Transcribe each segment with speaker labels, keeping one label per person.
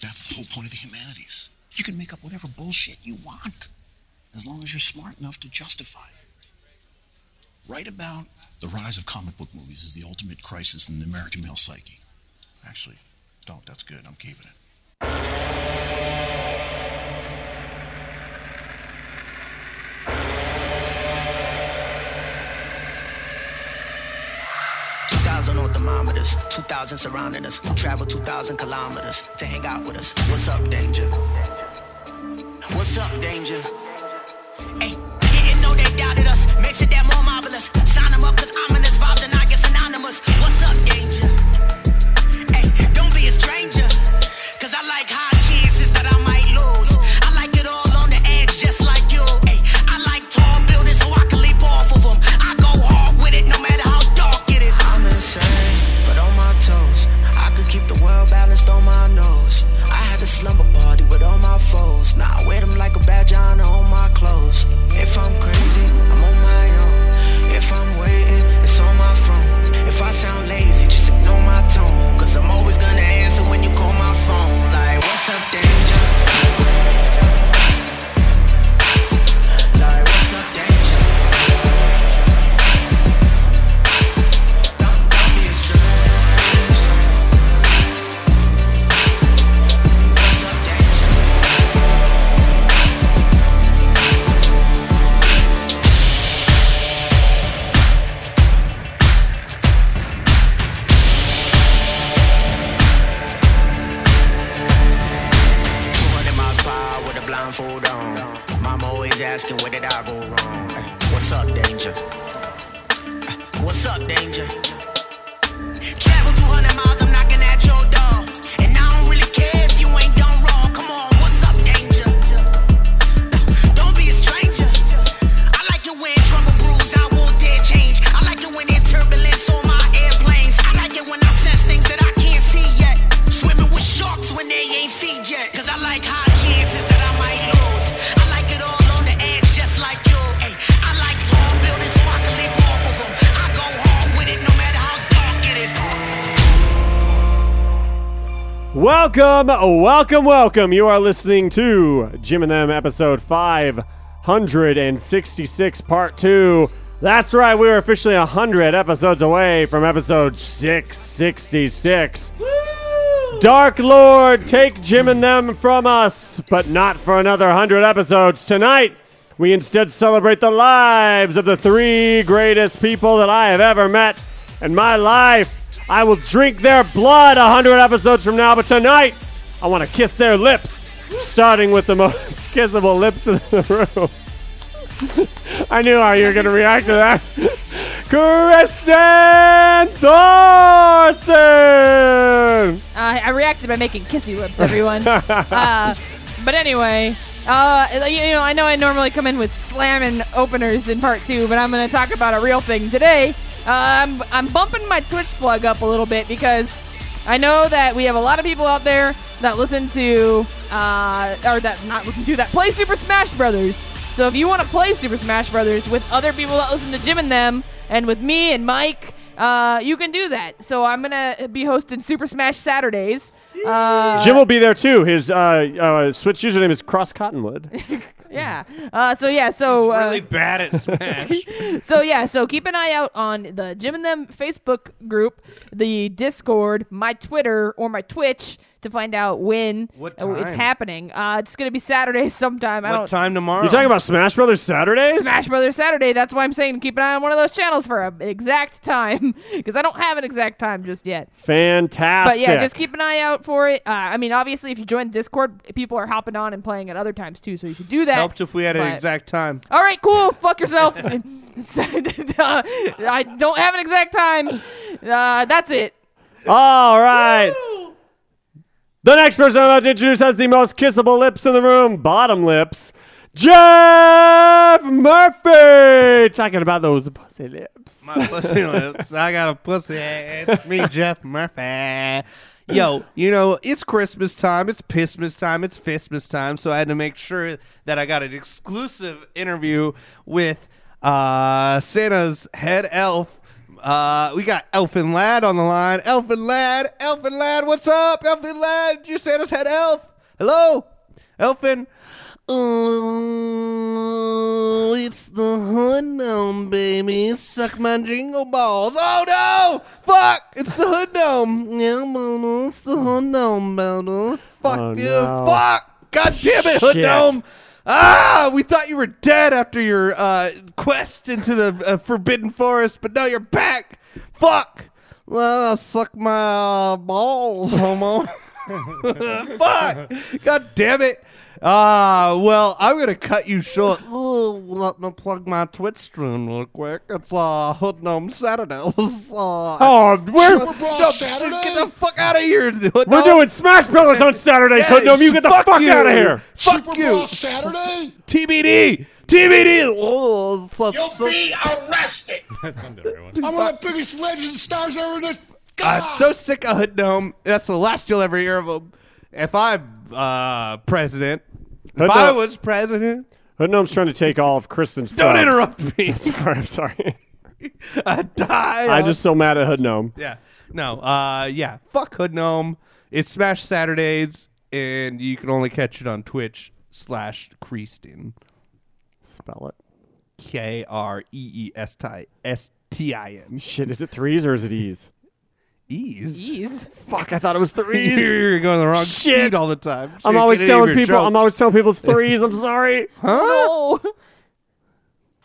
Speaker 1: That's the whole point of the humanities. You can make up whatever bullshit you want as long as you're smart enough to justify it. Write about the rise of comic book movies as the ultimate crisis in the American male psyche. Actually, don't. That's good. I'm keeping it.
Speaker 2: Thousand on thermometers, 2,000 surrounding us. Travel 2,000 kilometers to hang out with us. What's up, danger? What's up, danger? Hey, didn't know they doubted us. Makes it that more marvelous. Sign them up, cause ominous vibes and I get synonymous. What's up, danger? Hey, don't be a stranger. Cause I like high chances that I might lose. I like it all on the edge, just like you. Hey, I like tall buildings so I can leap off of them. I go hard with it no matter how dark it is. I'm insane, but on my toes. I could keep the world balanced on my nose. I had a slumber party with all my foes. Now I wear them like a badge of honor on my clothes. If I'm crazy, I'm on my own. If I'm waiting, it's on my phone. If I sound lazy, just ignore my tone. Cause I'm always gonna answer when you call my phone. Like, what's up, danger? Like, what's up, danger? Don't, don't be a stranger. What's up, danger? Two hundred miles per hour with a blindfold on. Mama always asking where did I go wrong? Eh, What's up, danger? Eh, What's up, danger? Travel 200 miles, I'm knocking at your door. And I don't really care if you ain't done wrong. Come on, what's up, danger? Eh, Don't be a stranger. I like it when trouble brews, I won't dare change. I like it when there's turbulence on my airplanes. I like it when I sense things that I can't see yet. Swimming with sharks when they ain't feed yet. Cause I like high chances that I might lose. I like it all on the edge, just like you. Ay, I like tall buildings so I can leap off of them. I go hard with it no matter how dark it is.
Speaker 3: Welcome, welcome, welcome. You are listening to Jim and Them episode 566, part 2. That's right, we are officially 100 episodes away from episode 666. Dark Lord, take Jim and Them from us, but not for another 100 episodes. Tonight, we instead celebrate the lives of the three greatest people that I have ever met in my life. I will drink their blood 100 episodes from now, but tonight, I want to kiss their lips, starting with the most kissable lips in the room. I knew how you were going to react to that. Kristen Thorson!
Speaker 4: Uh, I reacted by making kissy lips, everyone. uh, but anyway, uh, you know, I know I normally come in with slamming openers in part two, but I'm going to talk about a real thing today. Uh, I'm, I'm bumping my Twitch plug up a little bit because I know that we have a lot of people out there that listen to, uh, or that not listen to, that play Super Smash Brothers. So if you want to play Super Smash Brothers with other people that listen to Jim and them, and with me and Mike, uh, you can do that. So I'm gonna be hosting Super Smash Saturdays. Uh,
Speaker 3: Jim will be there too. His uh, uh, Switch username is Cross Cottonwood.
Speaker 4: Yeah. Uh, so yeah. So uh,
Speaker 5: really bad at Smash.
Speaker 4: so yeah. So keep an eye out on the Jim and Them Facebook group, the Discord, my Twitter, or my Twitch to find out when
Speaker 5: What
Speaker 4: uh, it's
Speaker 5: time?
Speaker 4: happening. Uh, it's gonna be Saturday sometime. I
Speaker 5: what
Speaker 4: don't.
Speaker 5: time tomorrow?
Speaker 3: You're talking about Smash Brothers Saturdays?
Speaker 4: Smash Brothers Saturday. That's why I'm saying keep an eye on one of those channels for an exact time because I don't have an exact time just yet.
Speaker 3: Fantastic.
Speaker 4: But yeah, just keep an eye out for it. Uh, I mean, obviously, if you join Discord, people are hopping on and playing at other times too, so you can do that.
Speaker 5: helped if we had an
Speaker 4: But-
Speaker 5: exact time.
Speaker 4: All right, cool. Fuck yourself. I don't have an exact time. Uh, that's it.
Speaker 3: All right. The next person I'm about to introduce has the most kissable lips in the room, bottom lips. Jeff Murphy! Talking about those pussy lips.
Speaker 5: My pussy lips. I got a pussy. It's me, Jeff Murphy. Yo, you know, it's Christmas time, it's Pissmas time, it's Fistmas time, so I had to make sure that I got an exclusive interview with uh, Santa's head elf, Uh, we got Elfin Lad on the line. Elfin Lad, Elfin Lad, what's up? Elfin Lad, you Santa's head elf. Hello, Elfin. Oh, it's the hood gnome, baby. Suck my jingle balls. Oh no! Fuck! It's the hood gnome. Yeah, Bono, it's the hood gnome, Bono. Fuck
Speaker 3: Oh,
Speaker 5: you.
Speaker 3: no.
Speaker 5: Fuck! God damn it, hood
Speaker 3: Shit.
Speaker 5: gnome. Ah, we thought you were dead after your uh, quest into the uh, Forbidden Forest, but now you're back. Fuck. Well, suck my uh, balls, homo. Fuck. God damn it. Ah, well, I'm gonna cut you short. Ooh, let me plug my Twitch stream real quick. It's uh, Hood Gnome Saturdays. Uh,
Speaker 3: Oh, we're-
Speaker 5: No,
Speaker 1: Brawl
Speaker 5: no,
Speaker 1: Saturday?
Speaker 5: Get the fuck out of here, Hood
Speaker 3: We're
Speaker 5: Gnome.
Speaker 3: doing Smash Brothers on Saturdays,
Speaker 5: Hey,
Speaker 3: Hood Gnome. You get the
Speaker 5: fuck
Speaker 3: fuck, out of
Speaker 5: you.
Speaker 3: here.
Speaker 5: Fuck
Speaker 1: Super
Speaker 5: you.
Speaker 1: Bowl Saturday?
Speaker 5: TBD. TBD. Oh, so,
Speaker 1: You'll
Speaker 5: so-
Speaker 1: be arrested. I'm one of the biggest legends, stars ever in this.
Speaker 5: I'm
Speaker 1: God.
Speaker 3: ah.
Speaker 5: so sick of Hood Gnome. That's the last you'll ever hear of him. If I'm uh, president, if
Speaker 3: Hood
Speaker 5: I
Speaker 3: Gnome-
Speaker 5: was president,
Speaker 3: Hood Gnome's trying to take all of Kristen's
Speaker 5: don't
Speaker 3: subs.
Speaker 5: interrupt me.
Speaker 3: Sorry, I'm sorry.
Speaker 5: I die.
Speaker 3: I'm just so mad at Hood Gnome.
Speaker 5: yeah. No. Uh, yeah. Fuck Hood Gnome. It's Smash Saturdays, and you can only catch it on Twitch slash Creastin.
Speaker 3: Spell it.
Speaker 5: K R E E S T S T I N.
Speaker 3: Shit, is it threes or is it E's?
Speaker 5: Ease.
Speaker 4: Jeez.
Speaker 3: Fuck, I thought it was threes.
Speaker 5: You're going the wrong
Speaker 3: Shit.
Speaker 5: speed all the time.
Speaker 3: I'm
Speaker 5: Shit,
Speaker 3: always
Speaker 5: get any of
Speaker 3: telling
Speaker 5: your
Speaker 3: people. I'm
Speaker 5: jokes.
Speaker 3: always telling people it's threes. I'm sorry.
Speaker 4: Oh.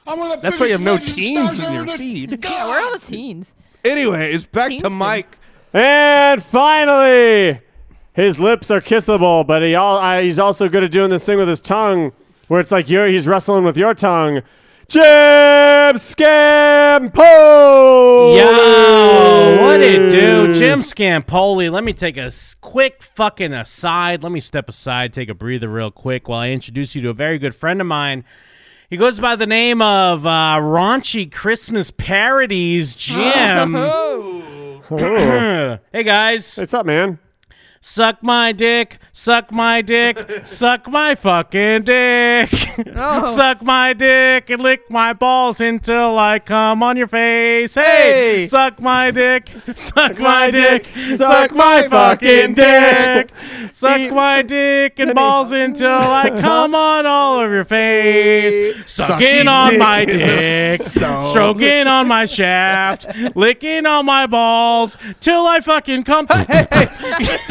Speaker 1: I'm one of the
Speaker 5: That's why you
Speaker 1: biggest
Speaker 5: have no
Speaker 1: legends,
Speaker 5: teens
Speaker 1: stars
Speaker 5: in
Speaker 1: ever
Speaker 5: your
Speaker 1: this-
Speaker 5: feed.
Speaker 4: Yeah, we're all the teens.
Speaker 5: Anyways, back to
Speaker 4: Kingston.
Speaker 5: Mike.
Speaker 3: And finally, his lips are kissable, but he all I, he's also good at doing this thing with his tongue, where it's like you're, he's wrestling with your tongue. Jim Scampo.
Speaker 6: Yo, what it do, Jim Scampoli? Let me take a s- quick fucking aside. Let me step aside, take a breather real quick while I introduce you to a very good friend of mine. He goes by the name of uh, Raunchy Christmas Parodies, Jim.
Speaker 5: Oh.
Speaker 6: hey guys,
Speaker 3: What's up, man?
Speaker 6: suck my dick, suck my dick, suck my fucking dick,
Speaker 4: Oh.
Speaker 6: suck my dick and lick my balls until I come on your face. Hey,
Speaker 5: Hey.
Speaker 6: suck my dick, suck my dick,
Speaker 3: suck my fucking dick.
Speaker 6: suck my dick and balls until I come on all of your face. Sucking
Speaker 5: Sucky
Speaker 6: on my
Speaker 5: dick.
Speaker 6: dick,
Speaker 5: Stone.
Speaker 6: stroking on my shaft, licking on my balls till I fucking come.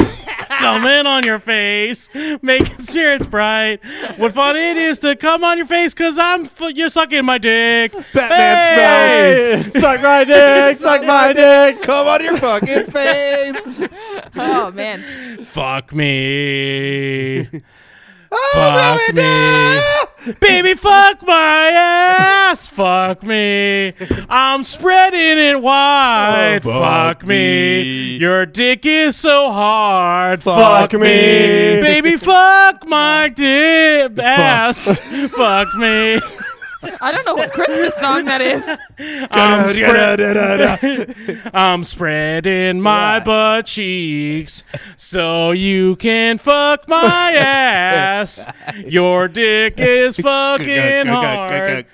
Speaker 6: Come in on your face, making sure it's bright. What fun it is to come on your face, cause I'm f- you're sucking my dick.
Speaker 5: Batman
Speaker 6: Hey!
Speaker 3: Hey, suck my dick. suck my dick.
Speaker 5: Come on your fucking face.
Speaker 4: Oh, man.
Speaker 6: Fuck me.
Speaker 5: Oh,
Speaker 6: Fuck
Speaker 5: no,
Speaker 6: me. Baby, fuck my ass. Fuck me. I'm spreading it wide.
Speaker 5: Oh,
Speaker 6: fuck
Speaker 5: fuck
Speaker 6: me.
Speaker 5: me.
Speaker 6: Your dick is so hard.
Speaker 5: Fuck
Speaker 6: me.
Speaker 3: me.
Speaker 6: Baby, fuck my dick ass. fuck me.
Speaker 4: I don't know what Christmas song that is.
Speaker 5: Ah,
Speaker 6: I'm, spread-
Speaker 5: Da-da-da-da-da.
Speaker 6: I'm spreading my butt cheeks so you can fuck my ass. Your dick is fucking hard.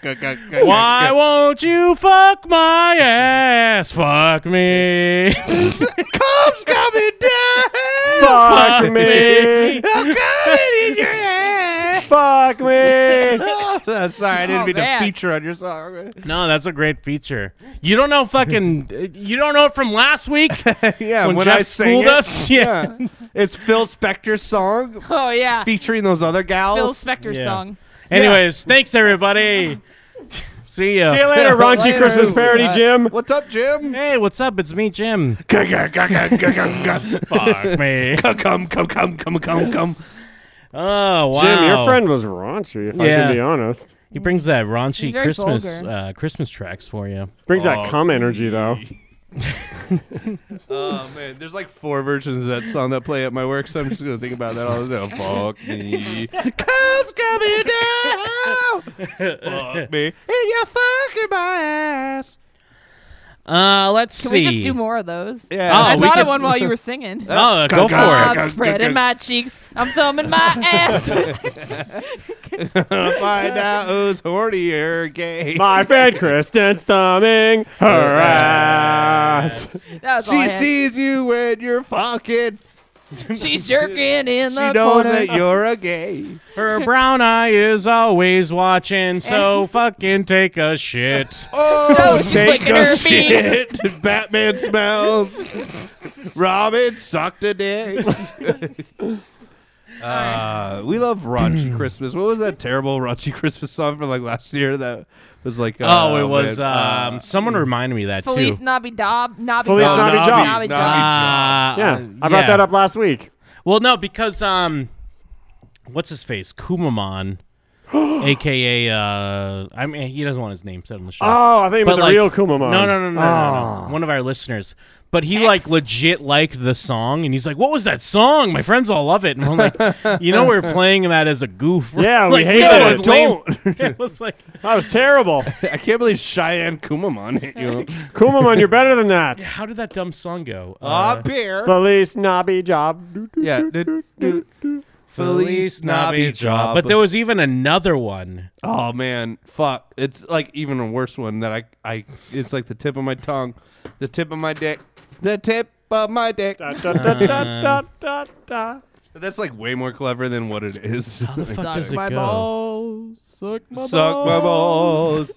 Speaker 6: Why won't you fuck my ass? Fuck me.
Speaker 5: Cops coming down.
Speaker 3: Fuck me.
Speaker 5: I'm coming in your ass.
Speaker 3: Fuck me.
Speaker 5: Oh, sorry, I didn't
Speaker 4: Oh,
Speaker 5: mean
Speaker 4: man.
Speaker 5: to feature on your song.
Speaker 6: No, that's a great feature. You don't know fucking. You don't know it from last week
Speaker 5: yeah,
Speaker 6: when,
Speaker 5: when,
Speaker 6: Jeff
Speaker 5: I sang
Speaker 6: schooled
Speaker 5: it,
Speaker 6: us. Yeah.
Speaker 5: yeah, it's Phil Spector's song
Speaker 4: Oh, yeah.
Speaker 5: featuring those other
Speaker 4: Phil
Speaker 5: gals.
Speaker 4: Spector
Speaker 6: Yeah.
Speaker 4: song.
Speaker 6: Anyways, thanks everybody. See ya.
Speaker 3: See you later, raunchy Christmas parody,
Speaker 5: Uh,
Speaker 3: Jim.
Speaker 5: What's up, Jim?
Speaker 6: Hey, what's up? It's me, Jim.
Speaker 5: come,
Speaker 6: Fuck me.
Speaker 5: come, come, come, come, come.
Speaker 6: Oh wow.
Speaker 3: Jim, your friend was raunchy, if I
Speaker 6: Yeah.
Speaker 3: can be honest.
Speaker 6: He brings that
Speaker 4: He's
Speaker 6: raunchy
Speaker 4: very
Speaker 6: Christmas
Speaker 4: vulgar.
Speaker 6: uh, Christmas tracks for you.
Speaker 3: Brings that cum energy, though.
Speaker 5: Oh man, there's like four versions of that song that play at my work, so I'm just gonna think about that all the time. Fuck me, comes coming down. Fuck me, and you're fucking my ass.
Speaker 6: Uh, let's
Speaker 4: Can
Speaker 6: see.
Speaker 4: we just do more of those?
Speaker 5: Yeah.
Speaker 6: Oh,
Speaker 4: I
Speaker 6: we
Speaker 4: thought
Speaker 6: could-
Speaker 4: of one while you were singing.
Speaker 6: Oh, go for it.
Speaker 4: I'm spreading my cheeks. I'm thumbing my ass.
Speaker 5: Find out who's horny or gay.
Speaker 3: My friend Kristen's thumbing her ass.
Speaker 4: That was all I
Speaker 5: She
Speaker 4: had.
Speaker 5: sees you when you're fucking.
Speaker 4: She's jerking in
Speaker 5: She
Speaker 4: the
Speaker 5: knows
Speaker 4: corner.
Speaker 5: that you're a gay.
Speaker 6: Her brown eye is always watching, so fucking take a shit.
Speaker 5: Oh,
Speaker 4: So she's
Speaker 5: take
Speaker 4: licking
Speaker 5: a
Speaker 4: her feet.
Speaker 5: shit. Batman smells. Robin sucked a dick. Uh, we love raunchy Christmas. What was that terrible raunchy Christmas song from like last year that was like?
Speaker 6: Oh,
Speaker 5: uh,
Speaker 6: it was.
Speaker 5: man,
Speaker 6: um,
Speaker 5: uh,
Speaker 6: someone reminded me of that
Speaker 4: Felice
Speaker 6: too.
Speaker 4: Nobby Dob. Nobby
Speaker 3: Felice
Speaker 4: Dob.
Speaker 3: Nobby Job.
Speaker 4: Nobby
Speaker 5: Nobby
Speaker 4: Job.
Speaker 6: Uh,
Speaker 3: Yeah,
Speaker 6: uh,
Speaker 3: I brought
Speaker 6: yeah.
Speaker 3: that up last week.
Speaker 6: Well, no, because um, what's his face, Kumamon, aka uh, I mean, he doesn't want his name said on the show.
Speaker 3: Oh, I think you meant the
Speaker 6: But, like-
Speaker 3: real Oh. Kumamon.
Speaker 6: No, no, no, no,
Speaker 3: Ah.
Speaker 6: no, no, One of our listeners. But he like
Speaker 4: X.
Speaker 6: legit liked the song, and he's like, "What was that song? My friends all love it." And I'm like, "You know, we're playing that as a goof." right?"
Speaker 3: Yeah, we
Speaker 6: like,
Speaker 3: hated
Speaker 6: no,
Speaker 3: it.
Speaker 6: it's lame. it was like,
Speaker 3: That was terrible.
Speaker 5: I can't believe Cheyenne Kumamon hit you.
Speaker 3: Kumamon, you're better than that.
Speaker 6: how did that dumb song go? Uh,
Speaker 5: Ah, beer.
Speaker 3: Felice Nobby Job.
Speaker 5: Yeah. do- do- Felice Nobby Job.
Speaker 6: But there was even another one.
Speaker 5: Oh man, fuck! It's like even a worse one that I, I, it's like the tip of my tongue, the tip of my dick, the tip of my dick.
Speaker 3: Da, da, da, da, da, da, da.
Speaker 5: That's like way more clever than what it is.
Speaker 6: Fuck
Speaker 4: Suck
Speaker 6: does it
Speaker 4: my
Speaker 6: go?
Speaker 3: Oh,
Speaker 4: balls. Suck my
Speaker 5: Suck my balls,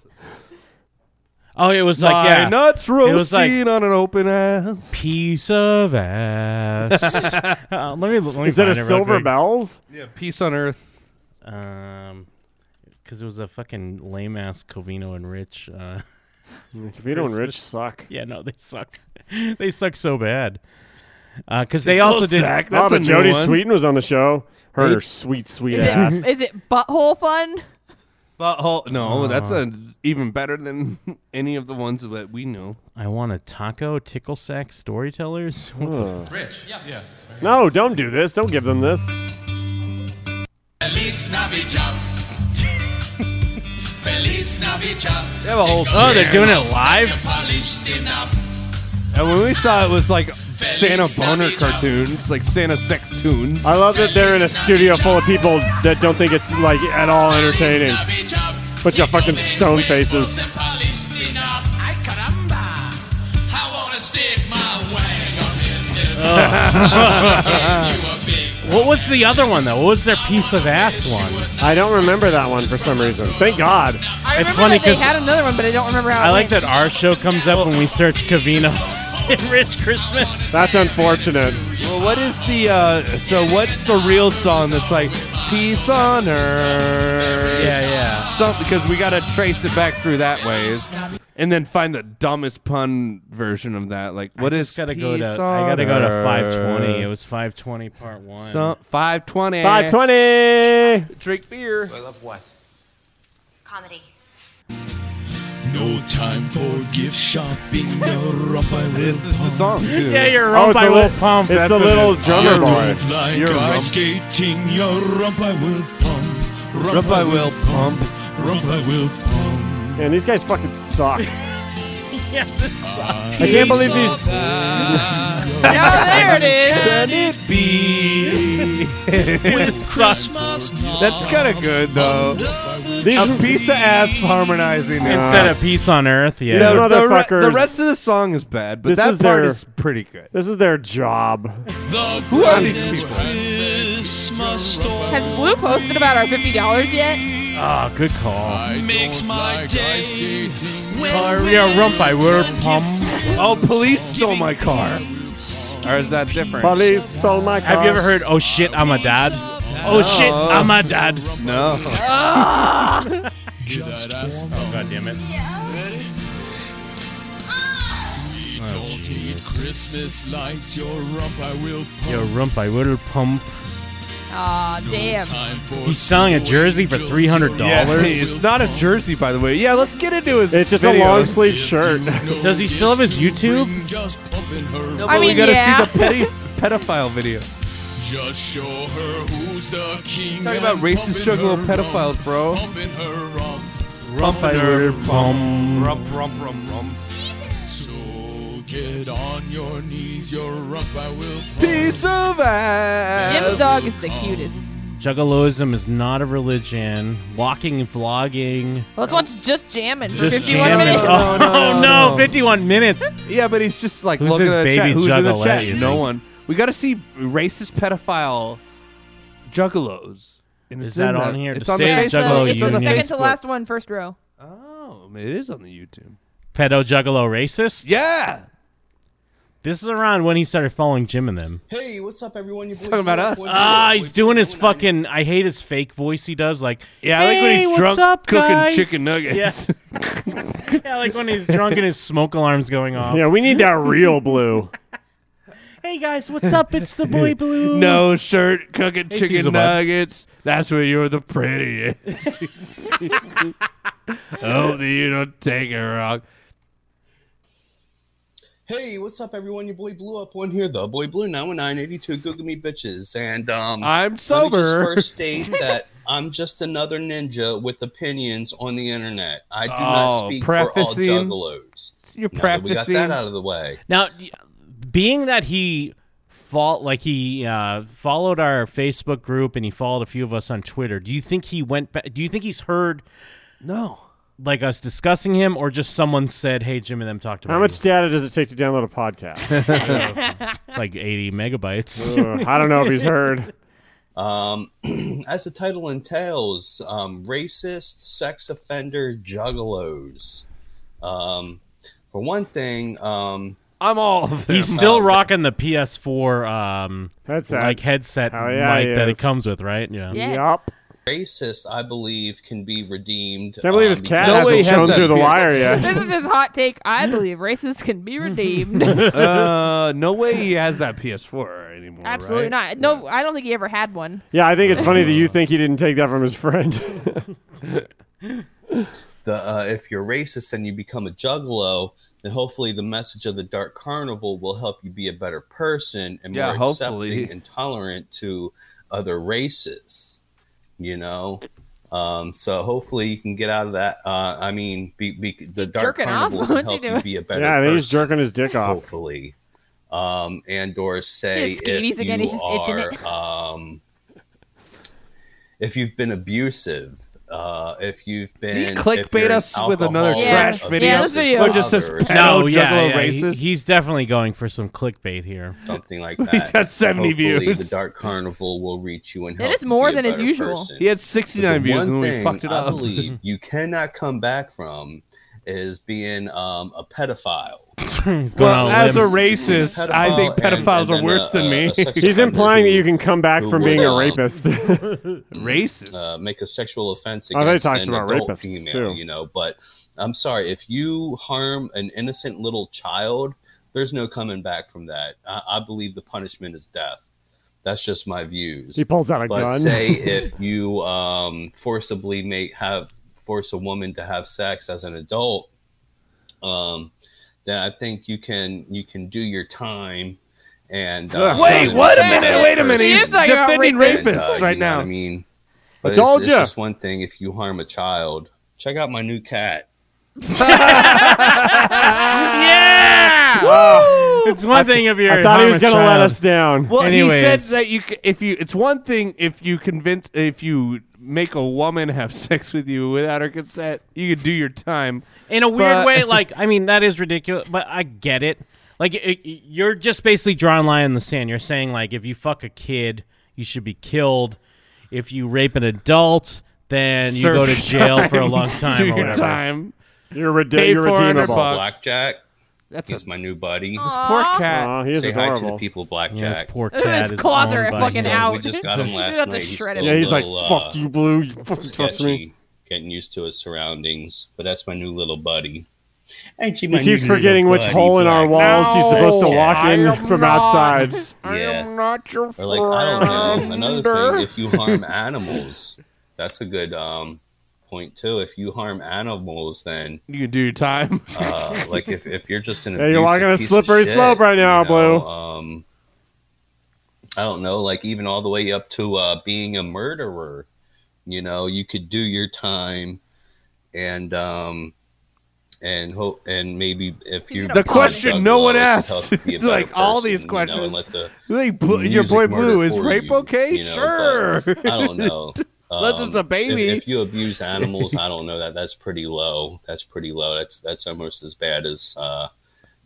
Speaker 6: Oh, it was like
Speaker 5: my
Speaker 6: yeah,
Speaker 5: nuts
Speaker 6: was
Speaker 5: roasting on an open ass.
Speaker 6: piece of ass. uh, let me let me.
Speaker 3: Is that
Speaker 6: find
Speaker 3: a
Speaker 6: it real
Speaker 3: silver
Speaker 6: quick.
Speaker 3: bells?
Speaker 5: Yeah, peace on earth.
Speaker 6: Um, because it was a fucking lame ass Covino and Rich. Uh,
Speaker 3: Vito and Rich suck.
Speaker 6: yeah, no, they suck. they suck so bad. Because they also
Speaker 5: oh,
Speaker 6: did.
Speaker 5: Zach,
Speaker 3: Oh,
Speaker 5: that's a
Speaker 3: but
Speaker 5: new
Speaker 3: Jody
Speaker 5: one.
Speaker 3: Sweeten was on the show. Her and her sweet, sweet
Speaker 4: Is
Speaker 3: ass.
Speaker 4: it, is it butthole fun?
Speaker 5: Butthole. No, that's a, even better than any of the ones that we know.
Speaker 6: I want a taco tickle sack storytellers. What the-
Speaker 7: Rich. Yeah. Yeah.
Speaker 3: No, don't do this. Don't give them this.
Speaker 7: Feliz Navidad. Feliz Navidad. They
Speaker 5: have a whole-
Speaker 6: Oh, they're doing it live?
Speaker 5: And when we saw it, it was like Santa boner cartoons, like Santa sex tunes.
Speaker 3: I love that they're in a studio full of people that don't think it's like at all entertaining. Bunch of fucking stone faces.
Speaker 6: What was the other one though? What was their piece of ass one?
Speaker 3: I don't remember that one for some reason. Thank God.
Speaker 4: I
Speaker 6: It's
Speaker 4: remember
Speaker 6: funny
Speaker 4: that they
Speaker 6: 'cause-
Speaker 4: had another one, but I don't remember how.
Speaker 6: I
Speaker 4: it
Speaker 6: like
Speaker 4: went.
Speaker 6: that our show comes up when we search Covino and Rich Christmas.
Speaker 3: That's unfortunate.
Speaker 5: Well, what is the uh, so? What's the real song that's like peace on earth?
Speaker 6: yeah.
Speaker 5: something because we gotta trace it back through that ways, and then find the dumbest pun version of that. Like, what is
Speaker 6: Just gotta go
Speaker 5: peace
Speaker 6: to.
Speaker 5: on
Speaker 6: I gotta go to
Speaker 5: earth?
Speaker 6: 520. It was 520 part one.
Speaker 5: So, 520.
Speaker 3: 520.
Speaker 5: Drink beer.
Speaker 7: I love what?
Speaker 8: Comedy.
Speaker 7: No time for gift shopping. You're up by
Speaker 5: This is the song too.
Speaker 6: yeah, you're
Speaker 3: Oh,
Speaker 6: wrong
Speaker 3: it's
Speaker 6: by
Speaker 3: a
Speaker 6: Lil
Speaker 3: little
Speaker 6: Pump.
Speaker 3: It's
Speaker 6: That's
Speaker 3: the
Speaker 6: what it
Speaker 3: little
Speaker 6: is.
Speaker 3: drummer boy.
Speaker 7: like
Speaker 5: You're
Speaker 7: ice
Speaker 5: rump-
Speaker 7: skating. You're up by Will Pump. Rump,
Speaker 5: Rub by Will Pump.
Speaker 7: Rump by Will Pump.
Speaker 3: Man, these guys fucking suck.
Speaker 6: Yeah, this-
Speaker 3: I can't believe these.
Speaker 4: Oh, there it is.
Speaker 5: Let it be. That's kind of good though. A
Speaker 3: these
Speaker 5: piece of ass harmonizing. it.
Speaker 6: Instead of peace on earth, yeah.
Speaker 3: No, no.
Speaker 5: the, the, re- the
Speaker 3: motherfuckers.
Speaker 5: rest of the song is bad, but
Speaker 3: This
Speaker 5: that
Speaker 3: is
Speaker 5: part
Speaker 3: their-
Speaker 5: is pretty good.
Speaker 3: this is their job.
Speaker 5: Who are these people?
Speaker 4: Has Blue posted about our fifty dollars yet?
Speaker 6: Ah, good call. Makes my day. we are rump by Will Pump.
Speaker 5: Oh, police stole my car. Or is that different?
Speaker 3: Police stole my car.
Speaker 6: Have you ever heard? Oh shit, I'm a dad. Oh shit, I'm a dad.
Speaker 5: No.
Speaker 6: Oh god damn it.
Speaker 7: Christmas lights. You're up by Will
Speaker 6: Yo, rump by Will Pump.
Speaker 4: Aw, damn.
Speaker 7: Pump. For
Speaker 6: He's selling a jersey for three hundred
Speaker 5: Yeah,
Speaker 6: dollars.
Speaker 5: it's not a jersey, by the way. Yeah, let's get into his.
Speaker 3: It's just
Speaker 5: videos.
Speaker 3: a long sleeve shirt.
Speaker 6: Does he still have his YouTube?
Speaker 3: Um.
Speaker 7: just pumping her.
Speaker 5: Well,
Speaker 4: I
Speaker 5: we
Speaker 4: mean,
Speaker 5: gotta
Speaker 4: yeah.
Speaker 5: see the petty, pedophile video.
Speaker 7: Just show her who's the king.
Speaker 5: Talking about racist struggle of pedophiles, bro.
Speaker 7: Pumping her rump.
Speaker 6: Rump by Will Pump.
Speaker 5: Rump, rump, rump, rump.
Speaker 7: So naked on your knees, your rump I will
Speaker 5: Piece of
Speaker 4: Jim's
Speaker 5: ass.
Speaker 4: dog is the cutest.
Speaker 6: Juggaloism is not a religion. Walking and vlogging.
Speaker 4: Let's watch Just Jammin' for
Speaker 6: Just
Speaker 4: 51
Speaker 6: jamming.
Speaker 4: minutes.
Speaker 6: Oh,
Speaker 5: No, no,
Speaker 6: no,
Speaker 5: no.
Speaker 6: 51 minutes.
Speaker 5: Yeah, but he's just like
Speaker 6: Who's
Speaker 5: looking
Speaker 6: his
Speaker 5: at
Speaker 6: baby
Speaker 5: the chat. Who's in the
Speaker 6: juggalo,
Speaker 5: chat?
Speaker 6: you
Speaker 5: No
Speaker 6: think?
Speaker 5: one. We got to see racist pedophile juggalos. And
Speaker 6: Is
Speaker 5: it's in
Speaker 6: that
Speaker 5: that
Speaker 6: on here?
Speaker 5: It's
Speaker 6: The
Speaker 5: on
Speaker 6: state
Speaker 4: Yeah,
Speaker 6: Hey,
Speaker 5: the
Speaker 4: it's, the-
Speaker 6: Juggalo
Speaker 4: it's the
Speaker 6: Union.
Speaker 4: second to
Speaker 5: Facebook.
Speaker 4: last one, first row.
Speaker 5: Oh, it is on the YouTube.
Speaker 6: Pedo Juggalo racist?
Speaker 5: Yeah,
Speaker 6: This is around when he started following Jim and them.
Speaker 9: Hey, what's up, everyone? You're
Speaker 5: talking about us.
Speaker 6: Ah, he's doing his fucking. I hate his fake voice he does. Like,
Speaker 5: yeah. I like when
Speaker 6: "Hey,
Speaker 5: he's
Speaker 6: what's
Speaker 5: drunk
Speaker 6: up,
Speaker 5: cooking
Speaker 6: guys?"
Speaker 5: chicken nuggets.
Speaker 6: Yes. yeah, like when he's drunk and his smoke alarm's going off.
Speaker 3: Yeah, we need that real blue.
Speaker 6: Hey guys, what's up? It's the boy blue.
Speaker 5: No shirt, cooking
Speaker 6: Caesar
Speaker 5: chicken
Speaker 6: bud.
Speaker 5: nuggets. That's where you're the prettiest. I hope that you don't take it wrong.
Speaker 9: Hey, what's up, everyone? Your boy Blue up one here, the boy Blue 91982 Google Me bitches, and um,
Speaker 5: I'm
Speaker 9: let me just
Speaker 5: sober.
Speaker 9: first state that I'm just another ninja with opinions on the internet. I do not
Speaker 5: Oh,
Speaker 9: speak
Speaker 5: prefacing.
Speaker 9: for all juggalos.
Speaker 5: You're
Speaker 9: Now that we got
Speaker 5: prefacing.
Speaker 9: that out of the way.
Speaker 6: Now, y- being that he fault like he uh, followed our Facebook group and he followed a few of us on Twitter, do you think he went back? Do you think he's heard
Speaker 5: No.
Speaker 6: like us discussing him, or just someone said, "Hey, Jim and them talked about
Speaker 3: How much
Speaker 6: you."
Speaker 3: data does it take to download a podcast?
Speaker 6: It's like eighty megabytes?"
Speaker 3: Uh, I don't know if he's heard.
Speaker 9: Um, as the title entails, um, racist sex offender juggalos. Um, for one thing, um,
Speaker 5: I'm all of them.
Speaker 6: He's still rocking the PS4 um,
Speaker 3: Headset.
Speaker 6: like headset
Speaker 3: Oh, yeah, he
Speaker 6: mic that it
Speaker 3: is.
Speaker 6: comes with, right? Yeah.
Speaker 4: Yeah.
Speaker 3: Yup.
Speaker 9: racist, I believe, can be redeemed.
Speaker 3: Can't believe his
Speaker 9: um,
Speaker 3: cat
Speaker 9: because-
Speaker 5: No way he
Speaker 3: hasn't
Speaker 5: has
Speaker 3: shown
Speaker 5: that
Speaker 3: through the
Speaker 5: feeling.
Speaker 3: wire yet.
Speaker 4: This is his hot take. I believe racists can be redeemed.
Speaker 5: uh, no way he has that PS4 anymore.
Speaker 4: Absolutely
Speaker 5: right?
Speaker 4: not. No, I don't think he ever had one.
Speaker 3: yeah, I think it's funny that you think he didn't take that from his friend.
Speaker 9: the uh, if you're racist and you become a juggalo, then hopefully the message of the Dark Carnival will help you be a better person and
Speaker 5: Yeah,
Speaker 9: more
Speaker 5: hopefully.
Speaker 9: accepting and tolerant to other races. You know, um, so hopefully you can get out of that. Uh, I mean, be, be, the Dark
Speaker 4: jerking off?
Speaker 9: Carnival
Speaker 4: What's
Speaker 9: can
Speaker 4: he
Speaker 9: help you
Speaker 4: doing?
Speaker 9: be a better.
Speaker 3: yeah, I think he's
Speaker 9: person
Speaker 3: jerking his dick off.
Speaker 9: hopefully. Um, and or say
Speaker 4: His skeeties
Speaker 9: if
Speaker 4: again,
Speaker 9: you
Speaker 4: he's just itching
Speaker 9: are,
Speaker 4: it.
Speaker 9: um, if you've been abusive, uh, if you've been
Speaker 5: He clickbait
Speaker 9: if you're an
Speaker 5: us with another
Speaker 9: alcoholic,
Speaker 4: trash
Speaker 9: abusive
Speaker 4: video. Yeah, this video.
Speaker 9: father
Speaker 5: Or just says
Speaker 9: or
Speaker 5: pedo
Speaker 6: No, Oh, yeah,
Speaker 5: juggalo
Speaker 6: yeah, he-
Speaker 5: racist.
Speaker 6: he's definitely going for some clickbait here.
Speaker 9: something like that.
Speaker 5: He's got 70
Speaker 9: Hopefully
Speaker 5: views.
Speaker 9: The Dark Carnival will reach you and
Speaker 4: That
Speaker 9: help
Speaker 4: is
Speaker 9: you
Speaker 4: more
Speaker 9: be a
Speaker 4: than is
Speaker 9: better
Speaker 4: usual.
Speaker 9: person.
Speaker 5: he had
Speaker 9: But
Speaker 5: 69
Speaker 9: the
Speaker 5: views and
Speaker 9: one
Speaker 5: we
Speaker 9: thing
Speaker 5: fucked it
Speaker 9: I
Speaker 5: up.
Speaker 9: believe you cannot come back from is being um, a pedophile.
Speaker 6: He's going
Speaker 5: Well,
Speaker 6: on a
Speaker 5: as a
Speaker 6: limb.
Speaker 5: racist,
Speaker 9: Pedophile
Speaker 5: I think
Speaker 9: and-
Speaker 5: pedophiles
Speaker 9: and
Speaker 5: are
Speaker 9: then
Speaker 5: worse
Speaker 9: a-
Speaker 5: than
Speaker 9: a-
Speaker 5: me.
Speaker 9: a sex
Speaker 3: He's
Speaker 9: offender
Speaker 3: implying that
Speaker 9: who-
Speaker 3: you can come back from
Speaker 9: would,
Speaker 3: being a
Speaker 9: um,
Speaker 3: rapist.
Speaker 5: racist.
Speaker 9: uh, make a sexual offense
Speaker 3: Oh, they
Speaker 9: against
Speaker 3: talked
Speaker 9: an
Speaker 3: about
Speaker 9: adult
Speaker 3: rapists,
Speaker 9: female,
Speaker 3: too.
Speaker 9: you know. But I'm sorry, if you harm an innocent little child, there's no coming back from that. I, I believe the punishment is death. That's just my views.
Speaker 3: he pulls out a
Speaker 9: But
Speaker 3: gun.
Speaker 9: say if you um, forcibly make have force a woman to have sex as an adult, um, then I think you can you can do your time. And uh,
Speaker 5: Wait, what a
Speaker 9: be
Speaker 5: minute,
Speaker 9: better
Speaker 5: wait a minute.
Speaker 4: He
Speaker 5: He's
Speaker 4: is talking about
Speaker 5: defending
Speaker 9: and,
Speaker 4: rapists.
Speaker 5: rapists
Speaker 9: uh, you
Speaker 5: right
Speaker 9: know what
Speaker 5: now.
Speaker 9: I mean, but it's,
Speaker 3: told
Speaker 9: it's
Speaker 3: ya.
Speaker 9: just one thing if you harm a child. Check out my new cat.
Speaker 6: It's one thing if you're.
Speaker 3: I thought he was
Speaker 6: going to
Speaker 3: let us down.
Speaker 5: Well, he said
Speaker 6: Anyways.
Speaker 5: that you c- if you it's one thing if you convince if you make a woman have sex with you without her consent, you could do your time.
Speaker 6: in a weird
Speaker 5: But-
Speaker 6: way. Like, I mean, that is ridiculous, but I get it. Like, it, it- you're just basically drawing a line in the sand. You're saying like, if you fuck a kid, you should be killed. If you rape an adult, then you
Speaker 5: Serve
Speaker 6: go to
Speaker 5: your
Speaker 6: jail for a
Speaker 5: time.
Speaker 6: long time.
Speaker 5: do
Speaker 6: or
Speaker 5: your
Speaker 6: whatever.
Speaker 5: time.
Speaker 3: You're, rede-
Speaker 5: Pay
Speaker 3: you're
Speaker 5: 400
Speaker 3: redeemable.
Speaker 5: bucks.
Speaker 9: Blackjack.
Speaker 5: That's a
Speaker 9: He's my new buddy.
Speaker 5: poor cat.
Speaker 3: Aw, he is
Speaker 9: Say hi to the
Speaker 3: adorable.
Speaker 9: people, of
Speaker 6: Yeah, this
Speaker 9: Blackjack.
Speaker 6: poor cat
Speaker 4: His
Speaker 6: is
Speaker 4: claws
Speaker 6: owned
Speaker 4: are
Speaker 6: by
Speaker 4: fucking
Speaker 6: him.
Speaker 4: out.
Speaker 9: We just got him
Speaker 4: You'd
Speaker 9: last
Speaker 4: have to
Speaker 9: night. He's
Speaker 4: shred
Speaker 9: still
Speaker 4: him.
Speaker 3: Yeah, he's
Speaker 9: a
Speaker 3: like,
Speaker 9: little, uh,
Speaker 3: fuck you, Blue. You fucking touch me.
Speaker 9: sketchy, getting used to his surroundings. But that's my new little buddy. Ain't you
Speaker 3: He
Speaker 9: my
Speaker 3: keeps
Speaker 9: new little
Speaker 3: forgetting which
Speaker 9: buddy,
Speaker 3: hole in our
Speaker 9: Blackjack?
Speaker 3: walls he's supposed to
Speaker 9: No,
Speaker 3: walk
Speaker 9: I
Speaker 3: in from outside.
Speaker 9: Yeah.
Speaker 5: not your
Speaker 9: Or like I don't know. Another thing, if you harm animals, that's a good um, point too. If you harm animals, then
Speaker 5: You can do your time.
Speaker 9: uh, like if, if you're just an
Speaker 3: Yeah, you're
Speaker 9: abusive
Speaker 3: walking a
Speaker 9: piece of
Speaker 3: slippery
Speaker 9: shit,
Speaker 3: slope right
Speaker 9: you
Speaker 3: now,
Speaker 9: know,
Speaker 3: Blue.
Speaker 9: Um, I don't know, like even all the way up to uh, being a murderer. You know, you could do your time, and um, and hope and maybe if you
Speaker 4: The
Speaker 9: become
Speaker 5: question
Speaker 9: Doug
Speaker 5: no
Speaker 9: Lowe,
Speaker 5: one
Speaker 9: it
Speaker 5: asked.
Speaker 9: helps you be a
Speaker 5: Like,
Speaker 9: better
Speaker 5: all these
Speaker 9: person, you know, and
Speaker 5: questions.
Speaker 9: let the
Speaker 5: They bl- your
Speaker 9: music
Speaker 5: boy
Speaker 9: murder
Speaker 5: Blue is
Speaker 9: for
Speaker 5: rape
Speaker 9: you,
Speaker 5: okay?
Speaker 9: you know,
Speaker 5: sure.
Speaker 9: but I don't know. Um,
Speaker 5: Unless it's a
Speaker 9: if-
Speaker 5: baby.
Speaker 9: If, you abuse animals, I don't know that. That's pretty low. That's pretty low. That's that's almost as bad as uh,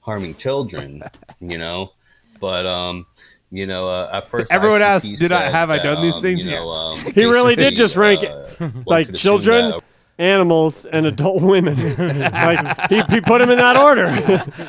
Speaker 9: harming children. You know, but um, you know, uh, at first
Speaker 5: Everyone
Speaker 9: ICP
Speaker 5: asked, "Did I-
Speaker 9: said
Speaker 5: have I
Speaker 9: that,
Speaker 5: done these
Speaker 9: um,
Speaker 5: things?"
Speaker 9: You know, um,
Speaker 3: He really did
Speaker 9: basically, uh,
Speaker 3: just rank it,
Speaker 9: one
Speaker 3: like
Speaker 9: could assume
Speaker 3: children,
Speaker 9: that-
Speaker 3: animals, and adult women. like he, he put him in that order.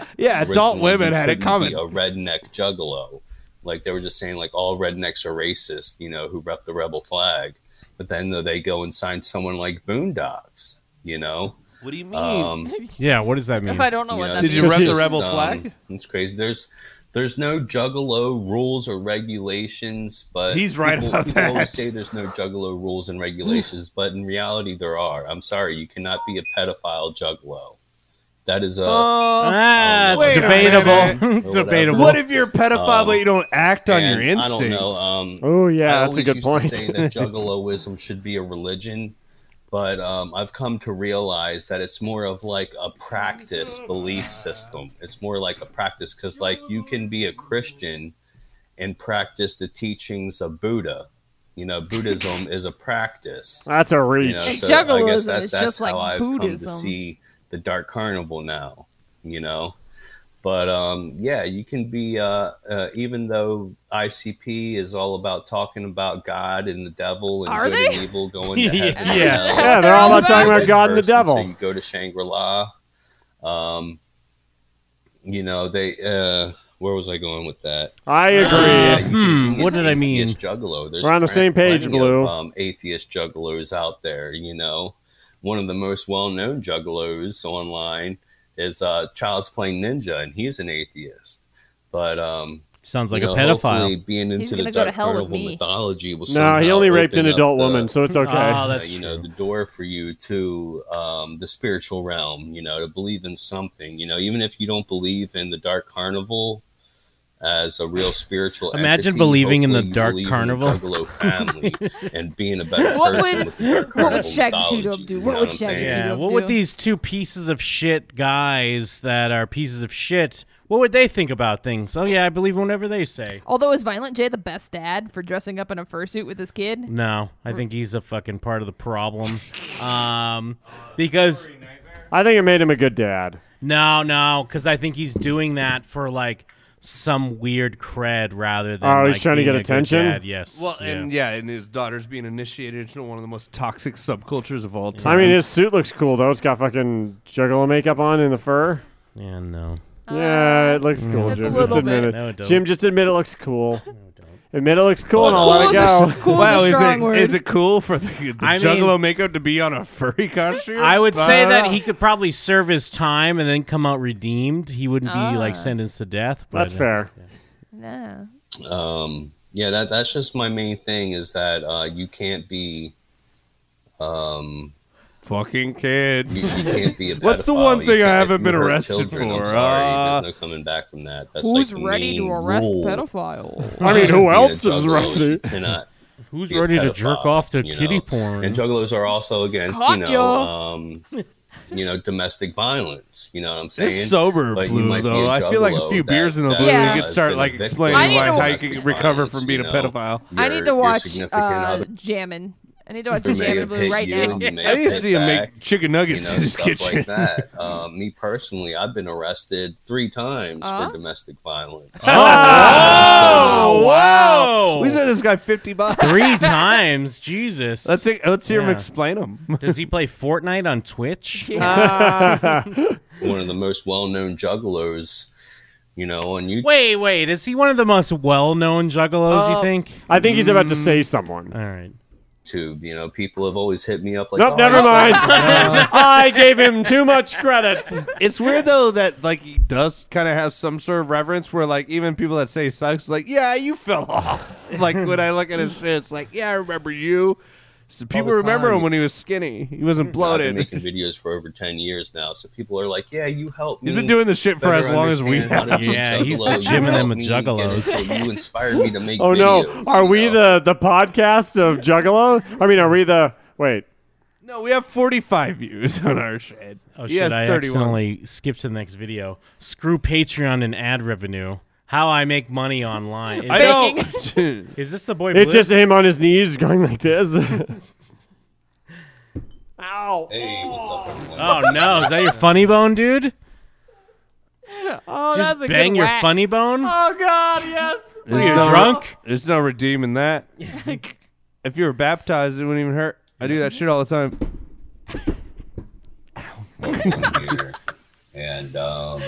Speaker 5: yeah, adult
Speaker 9: originally,
Speaker 5: women
Speaker 9: you
Speaker 5: had it
Speaker 9: couldn't
Speaker 5: coming.
Speaker 9: Be a redneck juggalo, like they were just saying, like all rednecks are racist, you know, who rep the rebel flag. But then uh, they go and sign someone like Boondocks, you know.
Speaker 5: What do you mean?
Speaker 9: Um,
Speaker 6: Yeah, what does that mean?
Speaker 4: I don't know
Speaker 9: you
Speaker 4: what
Speaker 9: know,
Speaker 4: that
Speaker 5: Did
Speaker 9: it's
Speaker 5: you
Speaker 9: just-
Speaker 5: rep the
Speaker 9: um,
Speaker 5: rebel flag?
Speaker 9: It's crazy. There's there's no juggalo rules or regulations, but
Speaker 5: He's right
Speaker 9: people,
Speaker 5: about
Speaker 9: people always
Speaker 5: that.
Speaker 9: say there's no juggalo rules and regulations, but in reality there are. I'm sorry, you cannot be a pedophile juggalo. That is a
Speaker 5: Oh,
Speaker 6: Ah,
Speaker 5: Wait a
Speaker 9: minute.
Speaker 6: debatable. debatable.
Speaker 5: Uh, what if you're a pedophile
Speaker 9: Um,
Speaker 5: but you don't act on your
Speaker 9: and
Speaker 5: instincts?
Speaker 9: I don't know. Um,
Speaker 3: Oh yeah,
Speaker 9: I
Speaker 3: that's a
Speaker 9: always
Speaker 3: good
Speaker 9: used
Speaker 3: point.
Speaker 9: To say that juggaloism should be a religion, but um, I've come to realize that it's more of like a practice belief system. It's more like a practice because, like, you can be a Christian and practice the teachings of Buddha. You know, Buddhism is a practice.
Speaker 3: That's a reach.
Speaker 9: You know,
Speaker 4: It's
Speaker 9: so I
Speaker 4: juggalism.
Speaker 9: guess that,
Speaker 4: It's
Speaker 9: that's
Speaker 4: just like
Speaker 9: how I've come to
Speaker 4: Buddhism.
Speaker 9: see the Dark Carnival now. You know, but um, yeah, you can be. Uh, uh, even though ICP is all about talking about God and the devil and
Speaker 4: Are
Speaker 9: good
Speaker 4: they?
Speaker 9: and evil going to heaven.
Speaker 6: Yeah.
Speaker 9: you know?
Speaker 3: yeah, they're all about talking
Speaker 9: Good
Speaker 3: about God and the
Speaker 9: person,
Speaker 3: devil.
Speaker 9: So you go to Shangri La. Um, you know they. Uh, where was I going with that?
Speaker 3: I
Speaker 9: Yeah,
Speaker 3: agree.
Speaker 9: Uh, you
Speaker 6: hmm,
Speaker 9: can be
Speaker 6: what
Speaker 9: an
Speaker 6: did I mean?
Speaker 9: atheist Juggalo. There's
Speaker 3: We're on the
Speaker 9: plen-
Speaker 3: same page,
Speaker 9: plenty
Speaker 3: Blue.
Speaker 9: Of, um, atheist juggalos out there, you know. One of the most well-known juggalos online is uh, Child's Playing Ninja, and he's an atheist. But um,
Speaker 6: Sounds like
Speaker 9: you
Speaker 6: a
Speaker 9: know, hopefully
Speaker 6: pedophile.
Speaker 9: being into
Speaker 4: gonna
Speaker 9: the
Speaker 4: go to
Speaker 9: Dark
Speaker 4: hell with
Speaker 9: Carnival
Speaker 4: me.
Speaker 9: mythology will
Speaker 3: no, he
Speaker 9: somehow
Speaker 3: only raped an
Speaker 9: open up
Speaker 3: adult
Speaker 9: the-
Speaker 3: woman, so it's okay.
Speaker 6: Oh,
Speaker 9: uh,
Speaker 6: that's
Speaker 9: you
Speaker 6: true.
Speaker 9: know the door for you to um, the spiritual realm you know to believe in something you know even if you don't believe in the dark carnival as a real spiritual
Speaker 6: Imagine
Speaker 9: entity,
Speaker 6: believing in the
Speaker 9: hopefully you
Speaker 6: Dark
Speaker 9: believe in the
Speaker 6: Carnival.
Speaker 9: Juggalo family and being a better
Speaker 4: What
Speaker 9: person
Speaker 4: would-
Speaker 9: with the dark
Speaker 4: what
Speaker 9: carnival
Speaker 4: would Shaggy Doo
Speaker 9: mythology,
Speaker 4: do?
Speaker 9: you
Speaker 4: What
Speaker 9: know
Speaker 4: would
Speaker 9: I'm
Speaker 4: Shaggy
Speaker 9: saying?
Speaker 4: Doo
Speaker 6: Yeah,
Speaker 4: don't
Speaker 6: what
Speaker 4: do.
Speaker 6: would these two pieces of shit guys that are pieces of shit? What would they think about things? Oh yeah, I believe whatever they say.
Speaker 4: Although is Violent J the best dad for dressing up in a fursuit with his kid?
Speaker 6: No, I think he's a fucking part of the problem. Um, because
Speaker 3: I think it made him a good dad.
Speaker 6: no, no, because I think he's doing that for like some weird cred rather than.
Speaker 3: Oh, he's
Speaker 6: like,
Speaker 3: trying to
Speaker 6: being
Speaker 3: get
Speaker 6: a good
Speaker 3: attention?
Speaker 6: dad, Yes.
Speaker 5: Well,
Speaker 6: yeah.
Speaker 5: and yeah, and his daughter's being initiated into one of the most toxic subcultures of all time.
Speaker 3: I mean, his suit looks cool though. It's got fucking juggalo makeup on in the fur.
Speaker 6: yeah, no.
Speaker 3: Yeah, it looks cool,
Speaker 4: it's a
Speaker 3: Jim. Just
Speaker 4: little
Speaker 3: admit
Speaker 4: bit.
Speaker 3: it.
Speaker 6: No, it don't.
Speaker 3: Jim, just admit it looks cool. Admit it looks cool, and I'll
Speaker 9: Cool
Speaker 3: let it go.
Speaker 4: Cool
Speaker 5: wow,
Speaker 4: is a
Speaker 5: is
Speaker 4: strong
Speaker 5: it
Speaker 4: word.
Speaker 5: is it cool for the, the
Speaker 6: I mean-
Speaker 5: Juggalo makeup to be on a furry costume?
Speaker 6: I would say
Speaker 5: don't
Speaker 6: that
Speaker 3: uh,
Speaker 5: know.
Speaker 6: he could probably serve his time and then come out redeemed. He wouldn't be like sentenced to death. But,
Speaker 3: That's
Speaker 6: uh,
Speaker 3: fair.
Speaker 4: no.
Speaker 9: um, yeah, that that's just my main thing is that uh, you can't be, um,
Speaker 5: fucking
Speaker 9: you,
Speaker 5: kids.
Speaker 9: you can't be a pedophile.
Speaker 5: What's the one
Speaker 9: You
Speaker 5: thing I
Speaker 9: can't- if
Speaker 5: haven't
Speaker 9: you
Speaker 5: been
Speaker 9: hurt
Speaker 5: arrested
Speaker 9: children, I'm
Speaker 5: for?
Speaker 9: sorry,
Speaker 5: Uh,
Speaker 9: there's no coming back from that. That's
Speaker 4: Who's
Speaker 9: like the
Speaker 4: ready to
Speaker 9: main
Speaker 4: arrest
Speaker 9: rule.
Speaker 4: pedophile?
Speaker 3: I mean,
Speaker 9: Being
Speaker 3: who
Speaker 9: a
Speaker 3: else is
Speaker 9: juggalo is you
Speaker 3: ready?
Speaker 9: Cannot
Speaker 6: Who's
Speaker 9: be a
Speaker 6: ready to
Speaker 9: pedophile,
Speaker 6: jerk off to
Speaker 9: you know?
Speaker 6: kitty porn?
Speaker 9: And juggalos are also against,
Speaker 4: Caught
Speaker 9: you know,
Speaker 4: ya.
Speaker 9: um, you know, domestic violence. You know what I'm saying?
Speaker 5: it's sober
Speaker 9: But you
Speaker 5: blue
Speaker 9: might be a
Speaker 5: though. I feel like a
Speaker 9: juggalo
Speaker 5: few
Speaker 9: that-
Speaker 5: beers in the
Speaker 9: that
Speaker 5: blue,
Speaker 4: Yeah.
Speaker 5: you
Speaker 9: has
Speaker 5: could start
Speaker 9: been
Speaker 5: like
Speaker 9: evicted
Speaker 5: explaining
Speaker 4: I
Speaker 5: why
Speaker 4: need to-
Speaker 5: how you can
Speaker 9: domestic
Speaker 5: recover
Speaker 9: violence,
Speaker 5: from being
Speaker 9: you
Speaker 5: a
Speaker 9: know?
Speaker 5: pedophile.
Speaker 4: I
Speaker 9: Your-
Speaker 4: need to
Speaker 9: your
Speaker 4: watch
Speaker 9: significant
Speaker 4: uh,
Speaker 9: other
Speaker 4: Jammin'. I need to watch
Speaker 9: who may
Speaker 4: Jammin'
Speaker 9: have
Speaker 4: Blue
Speaker 9: hit
Speaker 4: right
Speaker 9: you,
Speaker 4: now.
Speaker 9: you may
Speaker 5: I
Speaker 9: have
Speaker 5: need to
Speaker 9: hit
Speaker 5: see him
Speaker 9: back.
Speaker 5: make chicken
Speaker 9: you
Speaker 5: nuggets
Speaker 9: know,
Speaker 5: in his
Speaker 9: stuff
Speaker 5: kitchen.
Speaker 9: like that. Um, me personally, I've been arrested three times
Speaker 4: Uh-huh.
Speaker 9: for domestic violence.
Speaker 5: Oh,
Speaker 6: wow.
Speaker 5: We said this guy fifty bucks.
Speaker 6: Three times, Jesus.
Speaker 5: Let's think, let's hear him
Speaker 6: Yeah.
Speaker 5: explain them.
Speaker 6: Does he play Fortnite on Twitch? Ah.
Speaker 9: One of the most well-known juggalos, you know, on YouTube.
Speaker 6: Wait, wait. Is he one of the most well-known juggalos? you think?
Speaker 3: I think he's about to say someone.
Speaker 6: All right.
Speaker 9: You know, people have always hit me up like,
Speaker 3: Nope,
Speaker 9: "Oh,
Speaker 3: never
Speaker 9: I-
Speaker 3: mind. I gave him too much credit.
Speaker 5: it's weird though that like he does kind of have some sort of reverence where like even people that say he sucks like yeah you fell off like when I look at his shit it's like yeah I remember you so people remember him when he was skinny he wasn't
Speaker 9: I've been
Speaker 5: bloated
Speaker 9: making videos for over ten years now, so people are like, "Yeah, you helped me."
Speaker 5: he's been doing this shit for
Speaker 9: better
Speaker 5: as long as we
Speaker 9: understand how
Speaker 5: have
Speaker 9: to be a
Speaker 6: Yeah, he's
Speaker 9: juggalo. You
Speaker 6: gymming them
Speaker 9: helped
Speaker 6: with
Speaker 9: me get it,
Speaker 6: juggalos.
Speaker 9: so You inspired me to make.
Speaker 3: Oh no,
Speaker 9: videos,
Speaker 3: are
Speaker 9: you
Speaker 3: we
Speaker 9: know?
Speaker 3: the the podcast of Juggalo? I mean, are we the wait?
Speaker 5: No, we have 45 views on our shit.
Speaker 6: Oh
Speaker 5: He
Speaker 6: shit!
Speaker 5: has
Speaker 6: I
Speaker 5: 31.
Speaker 6: accidentally skipped to the next video. Screw Patreon and ad revenue. How I make money online.
Speaker 5: I
Speaker 6: Is,
Speaker 5: know.
Speaker 6: is this the boy?
Speaker 3: It's
Speaker 6: Blitz?
Speaker 3: just him on his knees going like this.
Speaker 9: Hey, what's up, everyone?
Speaker 6: Oh no! Is that your funny bone, dude?
Speaker 4: Oh, that
Speaker 6: just
Speaker 4: was a
Speaker 6: bang
Speaker 4: good
Speaker 6: your
Speaker 4: whack.
Speaker 6: funny bone.
Speaker 4: Oh God, yes.
Speaker 5: There's
Speaker 6: You're
Speaker 5: no-
Speaker 6: drunk.
Speaker 5: There's no redeeming that. if you were baptized, it wouldn't even hurt. I do that shit all the time.
Speaker 9: I'm here. And um,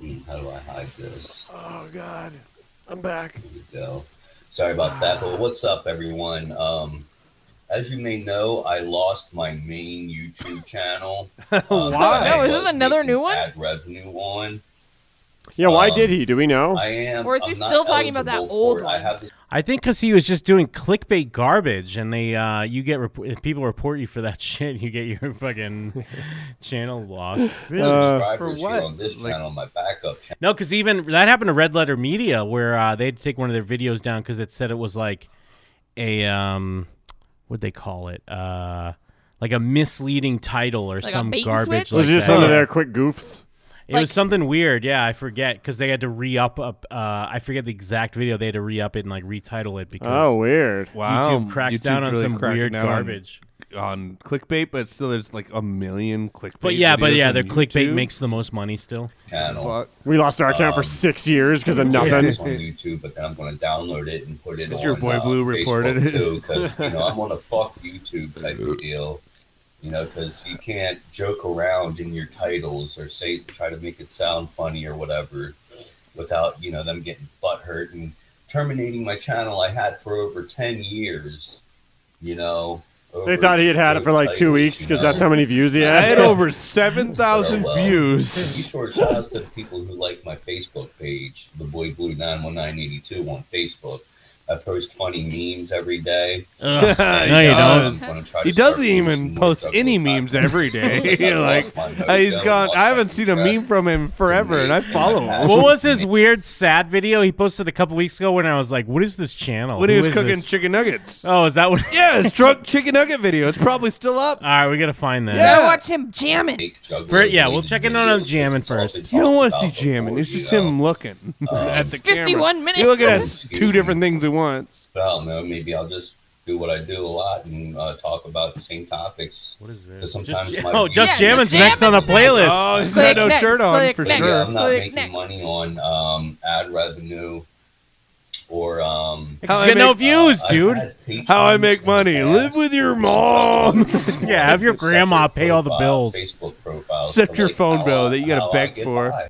Speaker 9: hmm, how do I hide this?
Speaker 3: oh, I'm back.
Speaker 9: Here we go. Sorry about that, but what's up, everyone? Um, as you may know, I lost my main YouTube channel. Um, that I
Speaker 4: No, is this
Speaker 9: was
Speaker 4: another
Speaker 9: making
Speaker 4: new one?
Speaker 9: Ad revenue on.
Speaker 3: Yeah, why
Speaker 9: Um,
Speaker 3: did he? Do we know?
Speaker 9: I am.
Speaker 4: Or is he
Speaker 9: I'm not
Speaker 4: still talking about that
Speaker 9: eligible for
Speaker 4: old
Speaker 9: it. I
Speaker 4: one?
Speaker 9: have this
Speaker 6: I think because he was just doing clickbait garbage, and they uh, you get rep- if people report you for that shit, you get your fucking channel lost.
Speaker 9: subscribers
Speaker 5: Uh, for
Speaker 9: here
Speaker 5: what?
Speaker 9: on this
Speaker 5: Like-
Speaker 9: channel, my backup channel.
Speaker 6: No, because even that happened to Red Letter Media, where uh, they had to take one of their videos down because it said it was like a um, what they call it, uh, like a misleading title or
Speaker 4: Like a
Speaker 6: some
Speaker 4: bait and switch?
Speaker 6: garbage.
Speaker 3: was
Speaker 6: Like
Speaker 3: it just
Speaker 6: that.
Speaker 3: one of their quick goofs?
Speaker 6: It was
Speaker 4: Like-
Speaker 6: something weird. Yeah, I forget because they had to re up. up uh, I forget the exact video. They had to re up it and like retitle it because
Speaker 3: Oh, weird.
Speaker 5: Wow.
Speaker 6: YouTube cracks
Speaker 5: YouTube's
Speaker 6: down on
Speaker 5: really
Speaker 6: some
Speaker 5: cracking
Speaker 6: weird
Speaker 5: down on-
Speaker 6: garbage.
Speaker 5: On, clickbait, but still there's like a million clickbait.
Speaker 6: But yeah, but
Speaker 5: videos
Speaker 6: yeah,
Speaker 5: on
Speaker 6: their clickbait
Speaker 5: YouTube.
Speaker 6: makes the most money still.
Speaker 9: channel.
Speaker 5: Fuck.
Speaker 3: We lost our account for six years because of
Speaker 9: Yeah,
Speaker 3: nothing.
Speaker 9: it's on YouTube, but then I'm going to download it and put it on
Speaker 5: Has your boy
Speaker 9: uh,
Speaker 5: Blue
Speaker 9: Facebook
Speaker 5: reported it?
Speaker 9: too, because you know I'm on a fuck YouTube type of deal. You know, because you can't joke around in your titles or say try to make it sound funny or whatever, without you know them getting butthurt and terminating my channel I had for over ten years. You know,
Speaker 3: They
Speaker 9: over
Speaker 3: thought he had had it for like two
Speaker 9: titles,
Speaker 3: weeks
Speaker 9: you
Speaker 3: because
Speaker 9: know.
Speaker 3: that's how many views he
Speaker 5: I had
Speaker 3: had.
Speaker 5: over 7,000
Speaker 9: Oh, well.
Speaker 5: views.
Speaker 9: Be sure to shout out to the people who like my Facebook page, the boy blue nine one nine eighty two on Facebook. I post funny memes every day.
Speaker 5: Yeah,
Speaker 6: No,
Speaker 5: he
Speaker 6: you
Speaker 5: does.
Speaker 6: don't.
Speaker 9: gonna try
Speaker 5: Uh, He
Speaker 9: to start
Speaker 5: doesn't
Speaker 9: posting
Speaker 5: even
Speaker 9: more
Speaker 5: post
Speaker 9: stuff
Speaker 5: any
Speaker 9: with that.
Speaker 5: memes every day. You're like,
Speaker 9: Lost my
Speaker 5: uh, he's
Speaker 9: mojo,
Speaker 5: gone.
Speaker 9: lost
Speaker 5: I
Speaker 9: my
Speaker 5: haven't seen a meme
Speaker 9: interest.
Speaker 5: from him forever, and I follow him.
Speaker 6: What was his weird sad video he posted a couple weeks ago when I was like, "What is this channel?"
Speaker 5: When he
Speaker 6: Who
Speaker 5: was
Speaker 6: is
Speaker 5: cooking
Speaker 6: this?
Speaker 5: chicken nuggets.
Speaker 6: oh, is that what?
Speaker 5: Yeah, his drunk chicken nugget video. It's probably still up.
Speaker 6: All right, we gotta find that.
Speaker 5: Yeah.
Speaker 4: Gotta watch him jam it.
Speaker 9: Make juggling
Speaker 6: Bert, yeah, we'll
Speaker 9: related
Speaker 6: check in on him
Speaker 9: videos
Speaker 6: jamming
Speaker 9: that's often
Speaker 6: first.
Speaker 5: You don't want to
Speaker 9: talked
Speaker 5: see
Speaker 9: about
Speaker 5: jamming.
Speaker 9: before,
Speaker 5: It's
Speaker 9: you Um,
Speaker 5: just
Speaker 9: know.
Speaker 5: him looking at the camera.
Speaker 4: 51 minutes.
Speaker 5: You're looking at s-
Speaker 9: Excuse
Speaker 5: two
Speaker 9: me.
Speaker 5: different things at once.
Speaker 9: I don't know. Maybe I'll just do what I do a lot and uh, talk about the same topics. What is this? Sometimes
Speaker 6: Just,
Speaker 9: my
Speaker 6: oh,
Speaker 9: views-
Speaker 6: just
Speaker 4: Yeah,
Speaker 6: jammin's
Speaker 4: Just
Speaker 6: next on the
Speaker 4: Jammin's next.
Speaker 6: playlist.
Speaker 5: Oh, he's
Speaker 4: Click
Speaker 5: got no
Speaker 4: next,
Speaker 5: shirt on
Speaker 4: click
Speaker 5: for
Speaker 4: next.
Speaker 5: sure.
Speaker 9: I'm not
Speaker 4: Click
Speaker 9: making
Speaker 4: next.
Speaker 9: money on um, ad revenue or um.
Speaker 5: How I
Speaker 6: He's got no
Speaker 5: make-
Speaker 6: views,
Speaker 10: Oh,
Speaker 9: uh, I've
Speaker 6: dude.
Speaker 9: had patrons
Speaker 5: How I make
Speaker 9: in the
Speaker 5: money.
Speaker 9: past
Speaker 5: Live with your
Speaker 9: who talk
Speaker 5: mom.
Speaker 9: about their
Speaker 6: Yeah, have your
Speaker 9: separate
Speaker 6: grandma pay all the
Speaker 9: profile,
Speaker 6: bills.
Speaker 9: Facebook profiles
Speaker 5: Except
Speaker 9: for,
Speaker 5: your
Speaker 9: like,
Speaker 5: phone
Speaker 9: how
Speaker 5: bill
Speaker 9: I-
Speaker 5: that you gotta
Speaker 9: how I
Speaker 5: beg
Speaker 9: get
Speaker 5: for.
Speaker 9: by.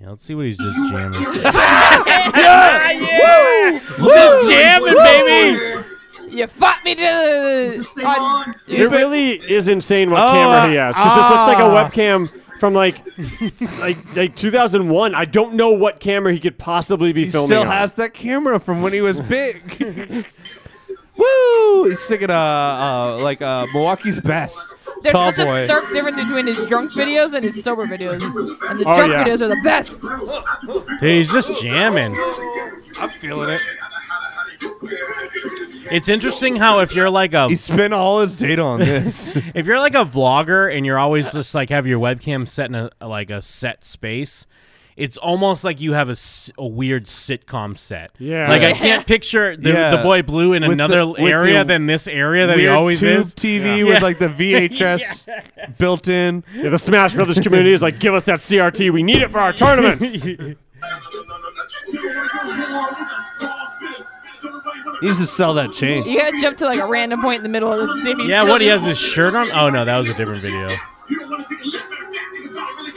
Speaker 6: Yeah, let's see what he's just jamming.
Speaker 5: Just
Speaker 6: jamming, baby.
Speaker 4: You fought me to the. on-
Speaker 3: It really is insane what
Speaker 5: Oh,
Speaker 3: camera he has because this looks like a
Speaker 5: ah.
Speaker 3: webcam from like like like 2001. I don't know what camera he could possibly be
Speaker 5: He
Speaker 3: filming.
Speaker 5: still
Speaker 3: on.
Speaker 5: has that camera from when he was big. Woo! He's singing uh, uh like uh Milwaukee's best.
Speaker 4: There's
Speaker 5: Tall
Speaker 4: such
Speaker 5: boy.
Speaker 4: a stark difference between his drunk videos and his sober videos. And his
Speaker 3: Oh,
Speaker 4: drunk
Speaker 3: yeah.
Speaker 4: videos are the best.
Speaker 6: Dude, he's just jamming.
Speaker 5: I'm feeling it.
Speaker 6: It's interesting how if you're like a
Speaker 5: He spent all his data on this.
Speaker 6: if you're like a vlogger and you're always just like have your webcam set in a like a set space it's almost like you have a, s- a weird sitcom set.
Speaker 3: Yeah.
Speaker 6: Like I can't picture the,
Speaker 5: Yeah.
Speaker 6: the boy blue in
Speaker 5: With
Speaker 6: another
Speaker 5: the- with
Speaker 6: area
Speaker 5: the
Speaker 6: than this area that he
Speaker 5: Weird
Speaker 6: always
Speaker 5: tube
Speaker 6: is.
Speaker 5: TV
Speaker 6: Yeah.
Speaker 5: with
Speaker 6: Yeah.
Speaker 5: like the VHS built in.
Speaker 3: Yeah, the Smash Brothers community is like, give us that CRT. We need it for our tournaments.
Speaker 5: He needs to sell that chain.
Speaker 4: You gotta jump to like a random point in the middle of this. see if he's
Speaker 6: Yeah,
Speaker 4: still
Speaker 6: what he
Speaker 4: just-
Speaker 6: has his shirt on? Oh no, that was a different video.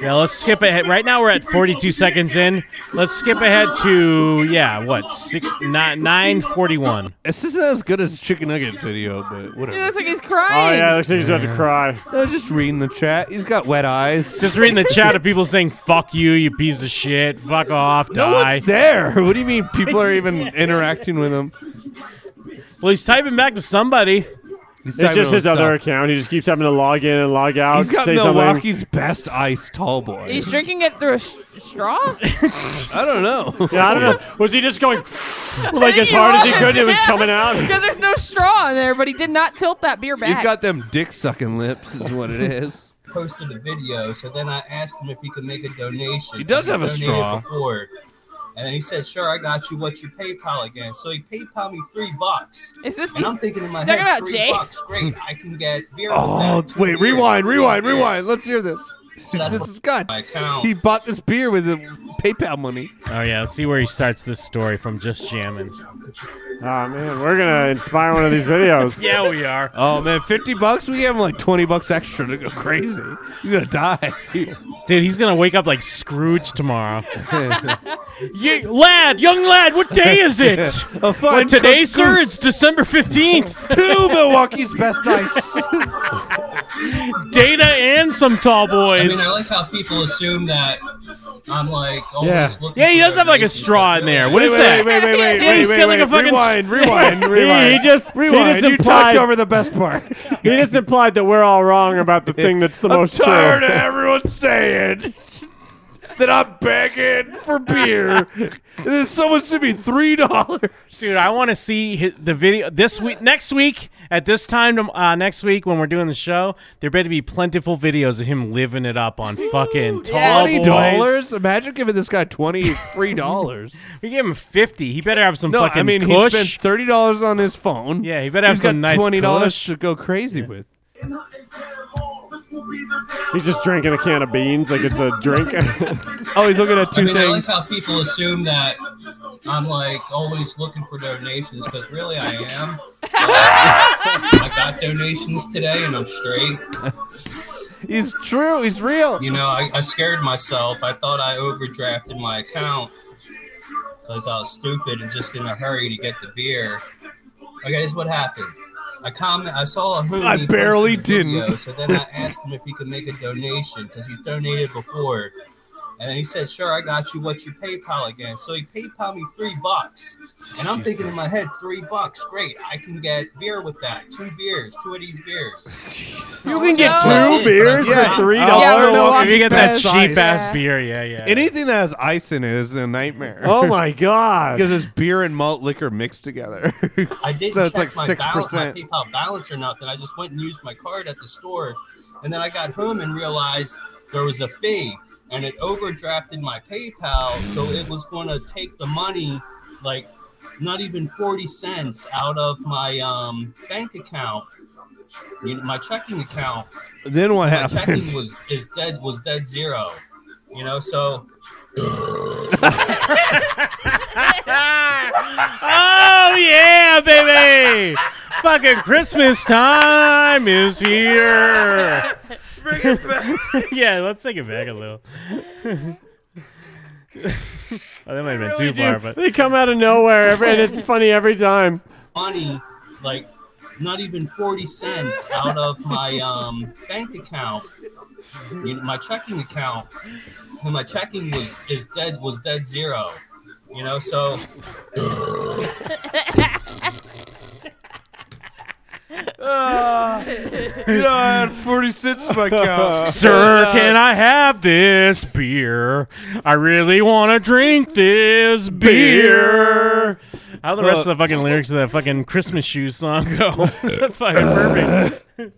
Speaker 6: Yeah, let's skip ahead. Right now we're at 42 seconds in. Let's skip ahead to yeah, what six nine nine forty one.
Speaker 5: This isn't as good as chicken nugget video, but
Speaker 4: It
Speaker 5: whatever.
Speaker 4: looks like he's
Speaker 3: Oh
Speaker 4: crying.
Speaker 3: yeah, it looks like he's about to cry.
Speaker 5: No, just reading the chat. He's got wet eyes.
Speaker 6: Just reading the chat of people saying "fuck you, you piece of shit," "fuck off,"
Speaker 5: no
Speaker 6: "die."
Speaker 5: one's there. What do you mean people are even interacting with him?
Speaker 6: well, he's typing back to somebody.
Speaker 5: He's
Speaker 3: It's
Speaker 5: typing
Speaker 3: just his
Speaker 5: himself.
Speaker 3: other account. He just keeps having to log in and log out.
Speaker 5: He's got
Speaker 3: say something.
Speaker 5: Milwaukee's best ice tall boy.
Speaker 4: He's drinking it through a sh- straw?
Speaker 5: I don't know.
Speaker 3: Yeah, I don't know. Was he just going like as
Speaker 4: think he
Speaker 3: hard as he
Speaker 4: was,
Speaker 3: could? It was
Speaker 4: yeah.
Speaker 3: coming out.
Speaker 4: Because there's no straw in there, but he did not tilt that beer back.
Speaker 5: He's got them dick sucking lips, is what it is.
Speaker 10: posted a video, so then I asked him if he could make a donation.
Speaker 5: He does
Speaker 10: He
Speaker 5: have a
Speaker 10: donated
Speaker 5: straw.
Speaker 10: Before. And then he said, "Sure, I got you. What's your PayPal again?" So he PayPal me three bucks,
Speaker 4: Is this
Speaker 10: and I'm thinking in my
Speaker 4: Talking
Speaker 10: head,
Speaker 4: about
Speaker 10: three
Speaker 4: Jay?
Speaker 10: bucks, great. I can get beer.
Speaker 5: Oh,
Speaker 10: with that.
Speaker 5: wait,
Speaker 10: Beer.
Speaker 5: rewind, rewind,
Speaker 10: Beer.
Speaker 5: rewind. Let's hear this.
Speaker 10: So that's
Speaker 5: This
Speaker 10: what
Speaker 5: is good.
Speaker 10: my account.
Speaker 5: He bought this beer with the PayPal money.
Speaker 6: Oh yeah, let's see where he starts this story from just jamming.
Speaker 3: Oh man, we're gonna inspire one of these videos.
Speaker 6: Yeah, we are.
Speaker 5: Oh man, fifty bucks? We gave him like twenty bucks extra to go crazy. He's gonna die.
Speaker 6: Dude, he's gonna wake up like Scrooge tomorrow. Ye- lad, young lad, what day is it?
Speaker 5: A fine
Speaker 6: Why, today,
Speaker 5: cooked
Speaker 6: sir,
Speaker 5: goose.
Speaker 6: it's December fifteenth.
Speaker 5: Two Milwaukee's best ice.
Speaker 6: Data and some tall
Speaker 10: I
Speaker 6: boys.
Speaker 10: mean, I like how people assume that I'm like always
Speaker 3: Yeah.
Speaker 10: looking.
Speaker 6: Yeah, he
Speaker 10: for
Speaker 6: does have like a
Speaker 10: donations,
Speaker 6: straw
Speaker 10: but
Speaker 6: in there.
Speaker 10: really,
Speaker 6: What is
Speaker 5: wait,
Speaker 6: that?
Speaker 5: wait, wait, wait, wait,
Speaker 6: Yeah,
Speaker 5: wait,
Speaker 6: he's
Speaker 5: wait,
Speaker 6: got
Speaker 5: wait.
Speaker 6: like a fucking-
Speaker 5: rewind, rewind, rewind.
Speaker 3: He, he just He
Speaker 5: rewind.
Speaker 3: just
Speaker 5: you
Speaker 3: implied,
Speaker 5: talked over the best part.
Speaker 3: he just implied that we're all wrong about the thing that's the
Speaker 5: I'm
Speaker 3: most
Speaker 5: tired
Speaker 3: true.
Speaker 5: of everyone saying that I'm begging for beer. and then someone sent me three dollars.
Speaker 6: Dude, I want to see hi the video this week, next week at this time tom- uh, next week when we're doing the show. There better be plentiful videos of him living it up on fucking tall
Speaker 5: Twenty
Speaker 6: boys.
Speaker 5: dollars? Imagine giving this guy twenty three dollars.
Speaker 6: We gave him fifty. He better have some
Speaker 5: No,
Speaker 6: fucking
Speaker 5: I mean
Speaker 6: kush.
Speaker 5: he spent thirty dollars on his phone.
Speaker 6: Yeah, he better have
Speaker 5: He's got
Speaker 6: some nice
Speaker 5: twenty dollars
Speaker 6: Kush.
Speaker 5: to go crazy with.
Speaker 3: He's just drinking a can of beans like it's a drink.
Speaker 5: Oh, he's looking at two
Speaker 10: I mean, I like
Speaker 5: things.
Speaker 10: how people assume that I'm like always looking for donations because really I am. I got donations today and I'm straight.
Speaker 5: he's true. He's real.
Speaker 10: You know, I, I scared myself. I thought I overdrafted my account because I was stupid and just in a hurry to get the beer. Okay, this is what happened. I comment. I saw a homie.
Speaker 5: I
Speaker 10: posted
Speaker 5: barely
Speaker 10: a video,
Speaker 5: didn't.
Speaker 10: so then I asked him if he could make a donation because he's donated before, and then he said, "Sure, I got you. What's your PayPal again?" So he PayPal me three bucks, and I'm thinking in my head, three bucks, great. I can get beer with that. Two beers, two of these beers.
Speaker 3: you can get
Speaker 4: No.
Speaker 3: two beers
Speaker 5: Oh, Yeah.
Speaker 3: for three
Speaker 5: Yeah,
Speaker 3: dollars.
Speaker 5: no,
Speaker 6: if you get that
Speaker 5: Best ice.
Speaker 6: cheap ass beer, yeah, yeah.
Speaker 5: Anything that has ice in it is a nightmare.
Speaker 3: Oh my god!
Speaker 5: Because it's beer and malt liquor mixed together.
Speaker 10: I didn't
Speaker 5: so it's like
Speaker 10: check my,
Speaker 5: six
Speaker 10: balance, my
Speaker 5: percent.
Speaker 10: PayPal balance or nothing. I just went and used my card at the store, and then I got home and realized there was a fee, and it overdrafted my PayPal, so it was going to take the money, like not even forty cents out of my um, bank account, you know, my checking account.
Speaker 5: Then what
Speaker 10: My
Speaker 5: happened?
Speaker 10: checking was is dead was dead zero, you know. So
Speaker 6: oh yeah, baby! Fucking Christmas time is here. Bring it back. yeah, let's take it back a little. oh, that might have been too far, but
Speaker 3: They come out of nowhere, every, and it's funny every time.
Speaker 10: money, like not even 40 cents out of my um, bank account, you know, my checking account, and my checking was is dead was dead zero. You know, so
Speaker 5: you know, I had forty cents in my uh, account.
Speaker 6: Sir, can I have this beer? I really want to drink this beer. How the rest of the fucking lyrics of that fucking Christmas shoes song go? fucking perfect.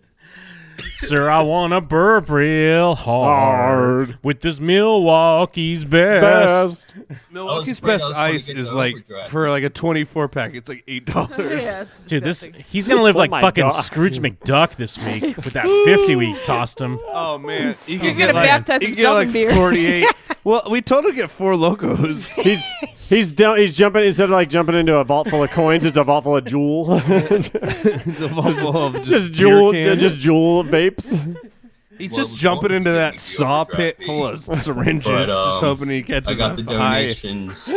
Speaker 6: Sir, I want to burp real hard,
Speaker 3: Hard.
Speaker 6: with this Milwaukee's best.
Speaker 3: Best.
Speaker 5: Milwaukee's
Speaker 10: afraid I
Speaker 5: best
Speaker 10: was gonna
Speaker 5: ice
Speaker 10: get
Speaker 5: is
Speaker 10: the
Speaker 5: like
Speaker 10: overdrive.
Speaker 5: for like a twenty-four pack. It's like eight dollars.
Speaker 4: Yeah, it's
Speaker 6: Dude, this
Speaker 4: disgusting.
Speaker 6: he's gonna live
Speaker 3: Oh
Speaker 6: like
Speaker 3: my
Speaker 6: fucking
Speaker 3: God.
Speaker 6: Scrooge McDuck this week with that fifty we tossed him.
Speaker 5: Oh man, you
Speaker 4: He's gonna baptize
Speaker 5: you can
Speaker 4: himself in
Speaker 5: get like
Speaker 4: beer.
Speaker 5: Forty-eight. well, we told him to get four locos.
Speaker 3: He's he's down, he's jumping instead of like jumping into a vault full of coins, it's a vault full of jewel,
Speaker 5: It's a bubble of just,
Speaker 3: just
Speaker 5: beer
Speaker 3: jewel,
Speaker 5: cans.
Speaker 3: just jewel vapes.
Speaker 5: He's
Speaker 10: Well,
Speaker 5: just
Speaker 10: the
Speaker 5: jumping
Speaker 10: goal
Speaker 5: into
Speaker 10: is to
Speaker 5: that
Speaker 10: get the
Speaker 5: saw
Speaker 10: overdrive
Speaker 5: pit full of syringes,
Speaker 10: But,
Speaker 5: just
Speaker 10: um,
Speaker 5: hoping he catches
Speaker 10: I got the
Speaker 5: a high.
Speaker 10: donations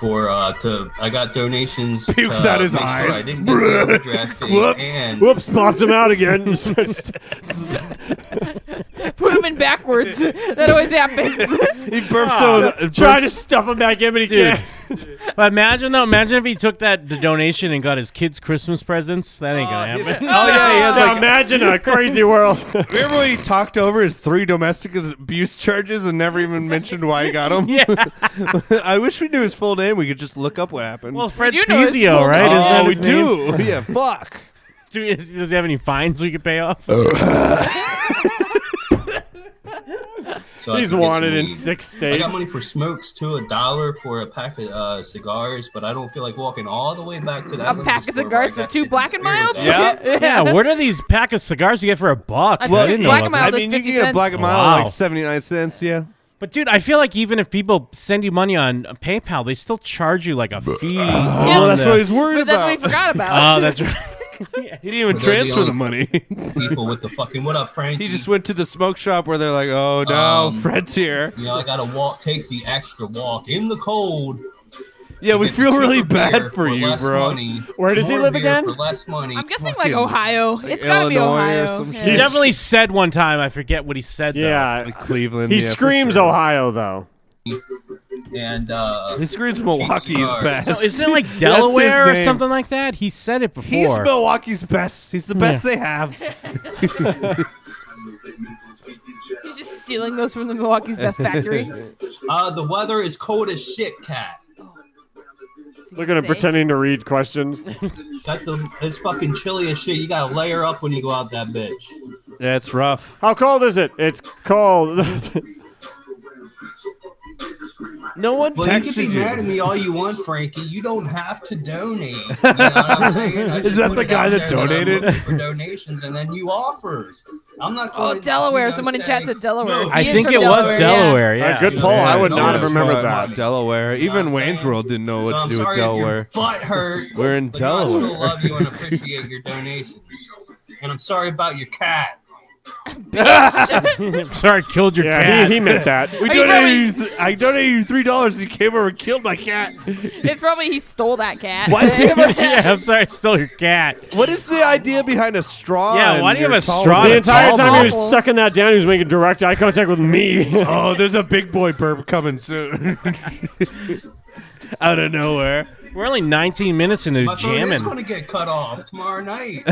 Speaker 10: for uh to I got donations
Speaker 5: Pukes
Speaker 10: to
Speaker 5: out his
Speaker 10: make sure
Speaker 5: eyes.
Speaker 10: I didn't get the overdraft fee,
Speaker 5: Whoops.
Speaker 10: and
Speaker 3: Whoops, popped him out again.
Speaker 4: Put him in backwards. that always happens.
Speaker 5: He burps so
Speaker 3: Trying to stuff him back in, but he
Speaker 6: Dude,
Speaker 3: can't.
Speaker 6: But imagine though, imagine if he took that the donation and got his kids Christmas presents. That ain't gonna happen.
Speaker 5: Oh yeah, he has
Speaker 3: Now
Speaker 5: like.
Speaker 3: imagine a crazy world.
Speaker 5: Remember when he talked over his three domestic abuse charges and never even mentioned why he got them? Yeah. I wish we knew his full name. We could just look up what happened.
Speaker 6: Well, Fred
Speaker 4: do know his
Speaker 6: Spezio,
Speaker 4: full
Speaker 6: right? Isn't that
Speaker 5: oh, we
Speaker 6: his name?
Speaker 5: do. Yeah, fuck.
Speaker 6: Do- is- does he have any fines we could pay off?
Speaker 5: Uh.
Speaker 10: So I
Speaker 3: He's
Speaker 10: can get some
Speaker 3: wanted in
Speaker 10: weed.
Speaker 3: six
Speaker 10: I
Speaker 3: states.
Speaker 10: got money for smokes too, a dollar for a pack of uh, cigars, but I don't feel like walking all the way back to that.
Speaker 4: A
Speaker 10: liquor
Speaker 4: pack of
Speaker 10: store where I
Speaker 4: cigars for
Speaker 10: got
Speaker 4: two
Speaker 10: the
Speaker 4: black and
Speaker 10: beers
Speaker 4: mild?
Speaker 10: at.
Speaker 5: Yeah.
Speaker 6: yeah, what are these pack of cigars you get for a buck?
Speaker 4: I
Speaker 6: I
Speaker 4: Well,
Speaker 6: didn't know
Speaker 4: Black
Speaker 6: about
Speaker 4: Mile
Speaker 6: that.
Speaker 5: I
Speaker 4: is
Speaker 5: mean, you
Speaker 4: 50
Speaker 5: can get
Speaker 4: cents.
Speaker 5: Black and Mile
Speaker 6: Wow.
Speaker 5: like 79 cents, yeah.
Speaker 6: But dude, I feel like even if people send you money on PayPal, they still charge you like a fee. on
Speaker 5: Oh, that's
Speaker 6: the-
Speaker 5: what he's worried
Speaker 4: But that's what we
Speaker 5: about.
Speaker 4: forgot about.
Speaker 3: Uh,
Speaker 6: Oh, that's right.
Speaker 5: He didn't even
Speaker 10: But they're the
Speaker 5: transfer the money.
Speaker 10: People with the fucking what up, Frankie?
Speaker 5: he just went to the smoke shop where they're like, oh, no,
Speaker 10: Um,
Speaker 5: Fred's here.
Speaker 10: You know, I gotta walk, take the extra walk in the cold.
Speaker 5: Yeah, we
Speaker 10: get
Speaker 5: feel really
Speaker 10: cheaper beer
Speaker 5: bad for you,
Speaker 10: less
Speaker 5: bro.
Speaker 10: money,
Speaker 3: Where does he
Speaker 10: more
Speaker 3: live
Speaker 10: beer
Speaker 3: again?
Speaker 10: For less money.
Speaker 4: I'm guessing like
Speaker 10: Fucking-
Speaker 4: Ohio. It's gotta be
Speaker 5: Illinois or
Speaker 4: Ohio.
Speaker 5: some
Speaker 4: Yeah.
Speaker 5: shit.
Speaker 6: He
Speaker 3: He's-
Speaker 6: definitely said one time. I forget what he said. though.
Speaker 3: yeah.
Speaker 5: Like Cleveland.
Speaker 3: He
Speaker 5: yeah, for
Speaker 3: screams
Speaker 5: sure.
Speaker 3: Ohio though.
Speaker 10: And uh,
Speaker 5: He screams Milwaukee's
Speaker 10: Cigars.
Speaker 5: best.
Speaker 6: No, isn't it like
Speaker 5: That's his
Speaker 6: Delaware or
Speaker 5: name.
Speaker 6: something like that? He said it before.
Speaker 5: He's Milwaukee's best. He's the best they have.
Speaker 4: He's just stealing those from the Milwaukee's Best Factory.
Speaker 10: uh, the weather is cold as shit, cat.
Speaker 3: Look at him
Speaker 4: Say.
Speaker 3: pretending to read questions.
Speaker 10: Got the it's fucking chilly as shit. You gotta layer up when you go out that bitch.
Speaker 5: That's rough.
Speaker 3: How cold is it? It's cold.
Speaker 5: No one
Speaker 10: Well, you
Speaker 5: texted
Speaker 10: can be
Speaker 5: you.
Speaker 10: mad at me all you want, Frankie. You don't have to donate. You know what I'm saying? I just
Speaker 5: that
Speaker 10: put
Speaker 5: the
Speaker 10: it
Speaker 5: guy
Speaker 10: out
Speaker 5: that
Speaker 10: there I'm
Speaker 5: donated?
Speaker 10: looking for donations, and then you offer. I'm not.
Speaker 4: Oh,
Speaker 10: Going,
Speaker 4: Delaware.
Speaker 10: you know,
Speaker 4: Someone in
Speaker 10: say,
Speaker 4: chat said Delaware.
Speaker 10: No,
Speaker 6: I
Speaker 4: He is
Speaker 6: think
Speaker 4: from
Speaker 6: it was
Speaker 4: yeah.
Speaker 6: Delaware. Yeah.
Speaker 3: A good poll. I would not
Speaker 5: Yeah, Delaware.
Speaker 3: have remembered that.
Speaker 5: Delaware.
Speaker 10: You know
Speaker 5: Even
Speaker 10: what I'm
Speaker 5: Wayne's
Speaker 10: saying?
Speaker 5: World didn't know
Speaker 10: So
Speaker 5: what
Speaker 10: I'm
Speaker 5: to do
Speaker 10: sorry
Speaker 5: with
Speaker 10: if your
Speaker 5: Delaware.
Speaker 10: butt hurt.
Speaker 5: We're in
Speaker 10: but you know, I still
Speaker 5: Delaware.
Speaker 10: love you and appreciate your donations. And I'm sorry about your cat.
Speaker 6: Sorry, I killed your
Speaker 3: Yeah,
Speaker 6: cat.
Speaker 3: he, he meant that.
Speaker 5: We
Speaker 4: Are you
Speaker 5: donated you th- I donated you three dollars. He came over and killed my cat.
Speaker 4: It's probably he stole that cat.
Speaker 5: Why does he have a,
Speaker 6: yeah, I'm sorry, I stole your cat.
Speaker 5: What is the idea behind a straw?
Speaker 6: Yeah,
Speaker 5: in
Speaker 6: why do you
Speaker 5: your
Speaker 6: have a
Speaker 5: towel?
Speaker 6: straw?
Speaker 3: The
Speaker 6: That's
Speaker 3: entire time he
Speaker 4: awful.
Speaker 3: was sucking that down, he was making direct eye contact with me.
Speaker 5: Oh, there's a big boy burp coming soon. Out of nowhere.
Speaker 6: We're only 19 minutes into
Speaker 10: My phone is going
Speaker 6: jamming.
Speaker 10: to get cut off tomorrow night.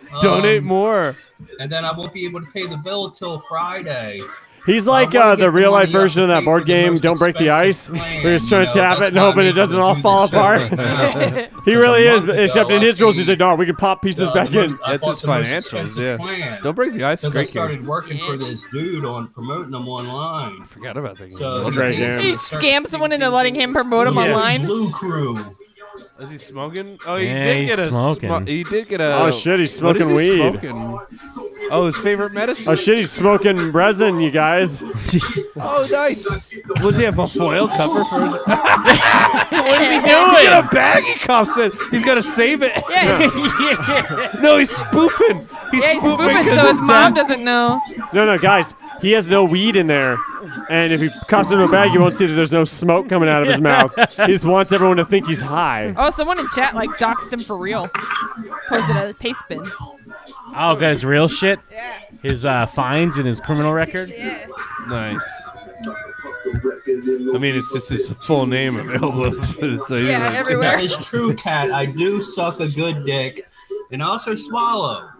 Speaker 5: Donate
Speaker 10: Um,
Speaker 5: more.
Speaker 10: and then I won't be able to pay the bill till Friday.
Speaker 3: He's like
Speaker 10: I wanna
Speaker 3: uh, the
Speaker 10: get
Speaker 3: real life
Speaker 10: money up
Speaker 3: version of
Speaker 10: to
Speaker 3: that
Speaker 10: pay
Speaker 3: board
Speaker 10: for the
Speaker 3: game,
Speaker 10: most
Speaker 3: Don't Break the Ice.
Speaker 10: expensive plan,
Speaker 3: We're just trying to
Speaker 10: you know,
Speaker 3: tap it
Speaker 10: that's
Speaker 3: and
Speaker 10: why
Speaker 3: hoping
Speaker 10: I'm
Speaker 3: it
Speaker 10: able to
Speaker 3: doesn't
Speaker 10: do
Speaker 3: all
Speaker 10: this
Speaker 3: fall
Speaker 10: shit
Speaker 3: apart.
Speaker 10: right now.
Speaker 3: He really
Speaker 10: a
Speaker 3: is,
Speaker 10: month ago,
Speaker 3: except in his
Speaker 10: I
Speaker 3: rules, he said,
Speaker 10: paid,
Speaker 3: no, we can pop pieces
Speaker 10: uh,
Speaker 3: back
Speaker 10: the most-
Speaker 3: in.
Speaker 10: I
Speaker 5: That's
Speaker 10: bought
Speaker 5: his
Speaker 10: the most
Speaker 5: financials,
Speaker 10: expensive
Speaker 5: yeah.
Speaker 10: plan.
Speaker 5: Don't break the ice.
Speaker 10: Because I
Speaker 5: Great game.
Speaker 10: started working for this dude on promoting them online.
Speaker 5: Forgot about that game.
Speaker 10: So
Speaker 5: Is
Speaker 10: he
Speaker 5: he-
Speaker 3: great
Speaker 10: pays
Speaker 3: game.
Speaker 10: me
Speaker 4: He
Speaker 10: a certain
Speaker 4: scammed someone into letting him promote him
Speaker 10: Yeah.
Speaker 4: online.
Speaker 10: Blue Crew.
Speaker 5: Is he smoking? Oh, he
Speaker 6: Yeah,
Speaker 5: did
Speaker 6: he's
Speaker 5: get a
Speaker 6: smoking.
Speaker 5: smo- he did get a.
Speaker 3: Oh, shit, he's
Speaker 5: What is
Speaker 3: smoking
Speaker 5: he
Speaker 3: weed.
Speaker 5: smoking? Oh, his favorite medicine.
Speaker 3: Oh shit, he's smoking resin, you guys.
Speaker 5: Oh, nice. Was he have a foil cover for his?
Speaker 6: Doing.
Speaker 5: a bag? He coughs it. He's got to save it.
Speaker 4: Yeah,
Speaker 5: No, he's spoofing. He's
Speaker 4: yeah, he's spooping so his mom doesn't know.
Speaker 3: No, no, guys, he has no weed in there. And if he coughs into a bag, you won't see that there's no smoke coming out of his mouth. He just wants everyone to think he's high.
Speaker 4: Oh, someone in chat like doxed him for real. Posted a paste bin.
Speaker 6: Oh, got his real shit. His uh, fines and his criminal record.
Speaker 5: Nice. I mean, it's just his full name available. so he's
Speaker 4: Yeah,
Speaker 5: like-
Speaker 4: everywhere.
Speaker 10: That is true, Cat. I do suck a good dick and also swallow.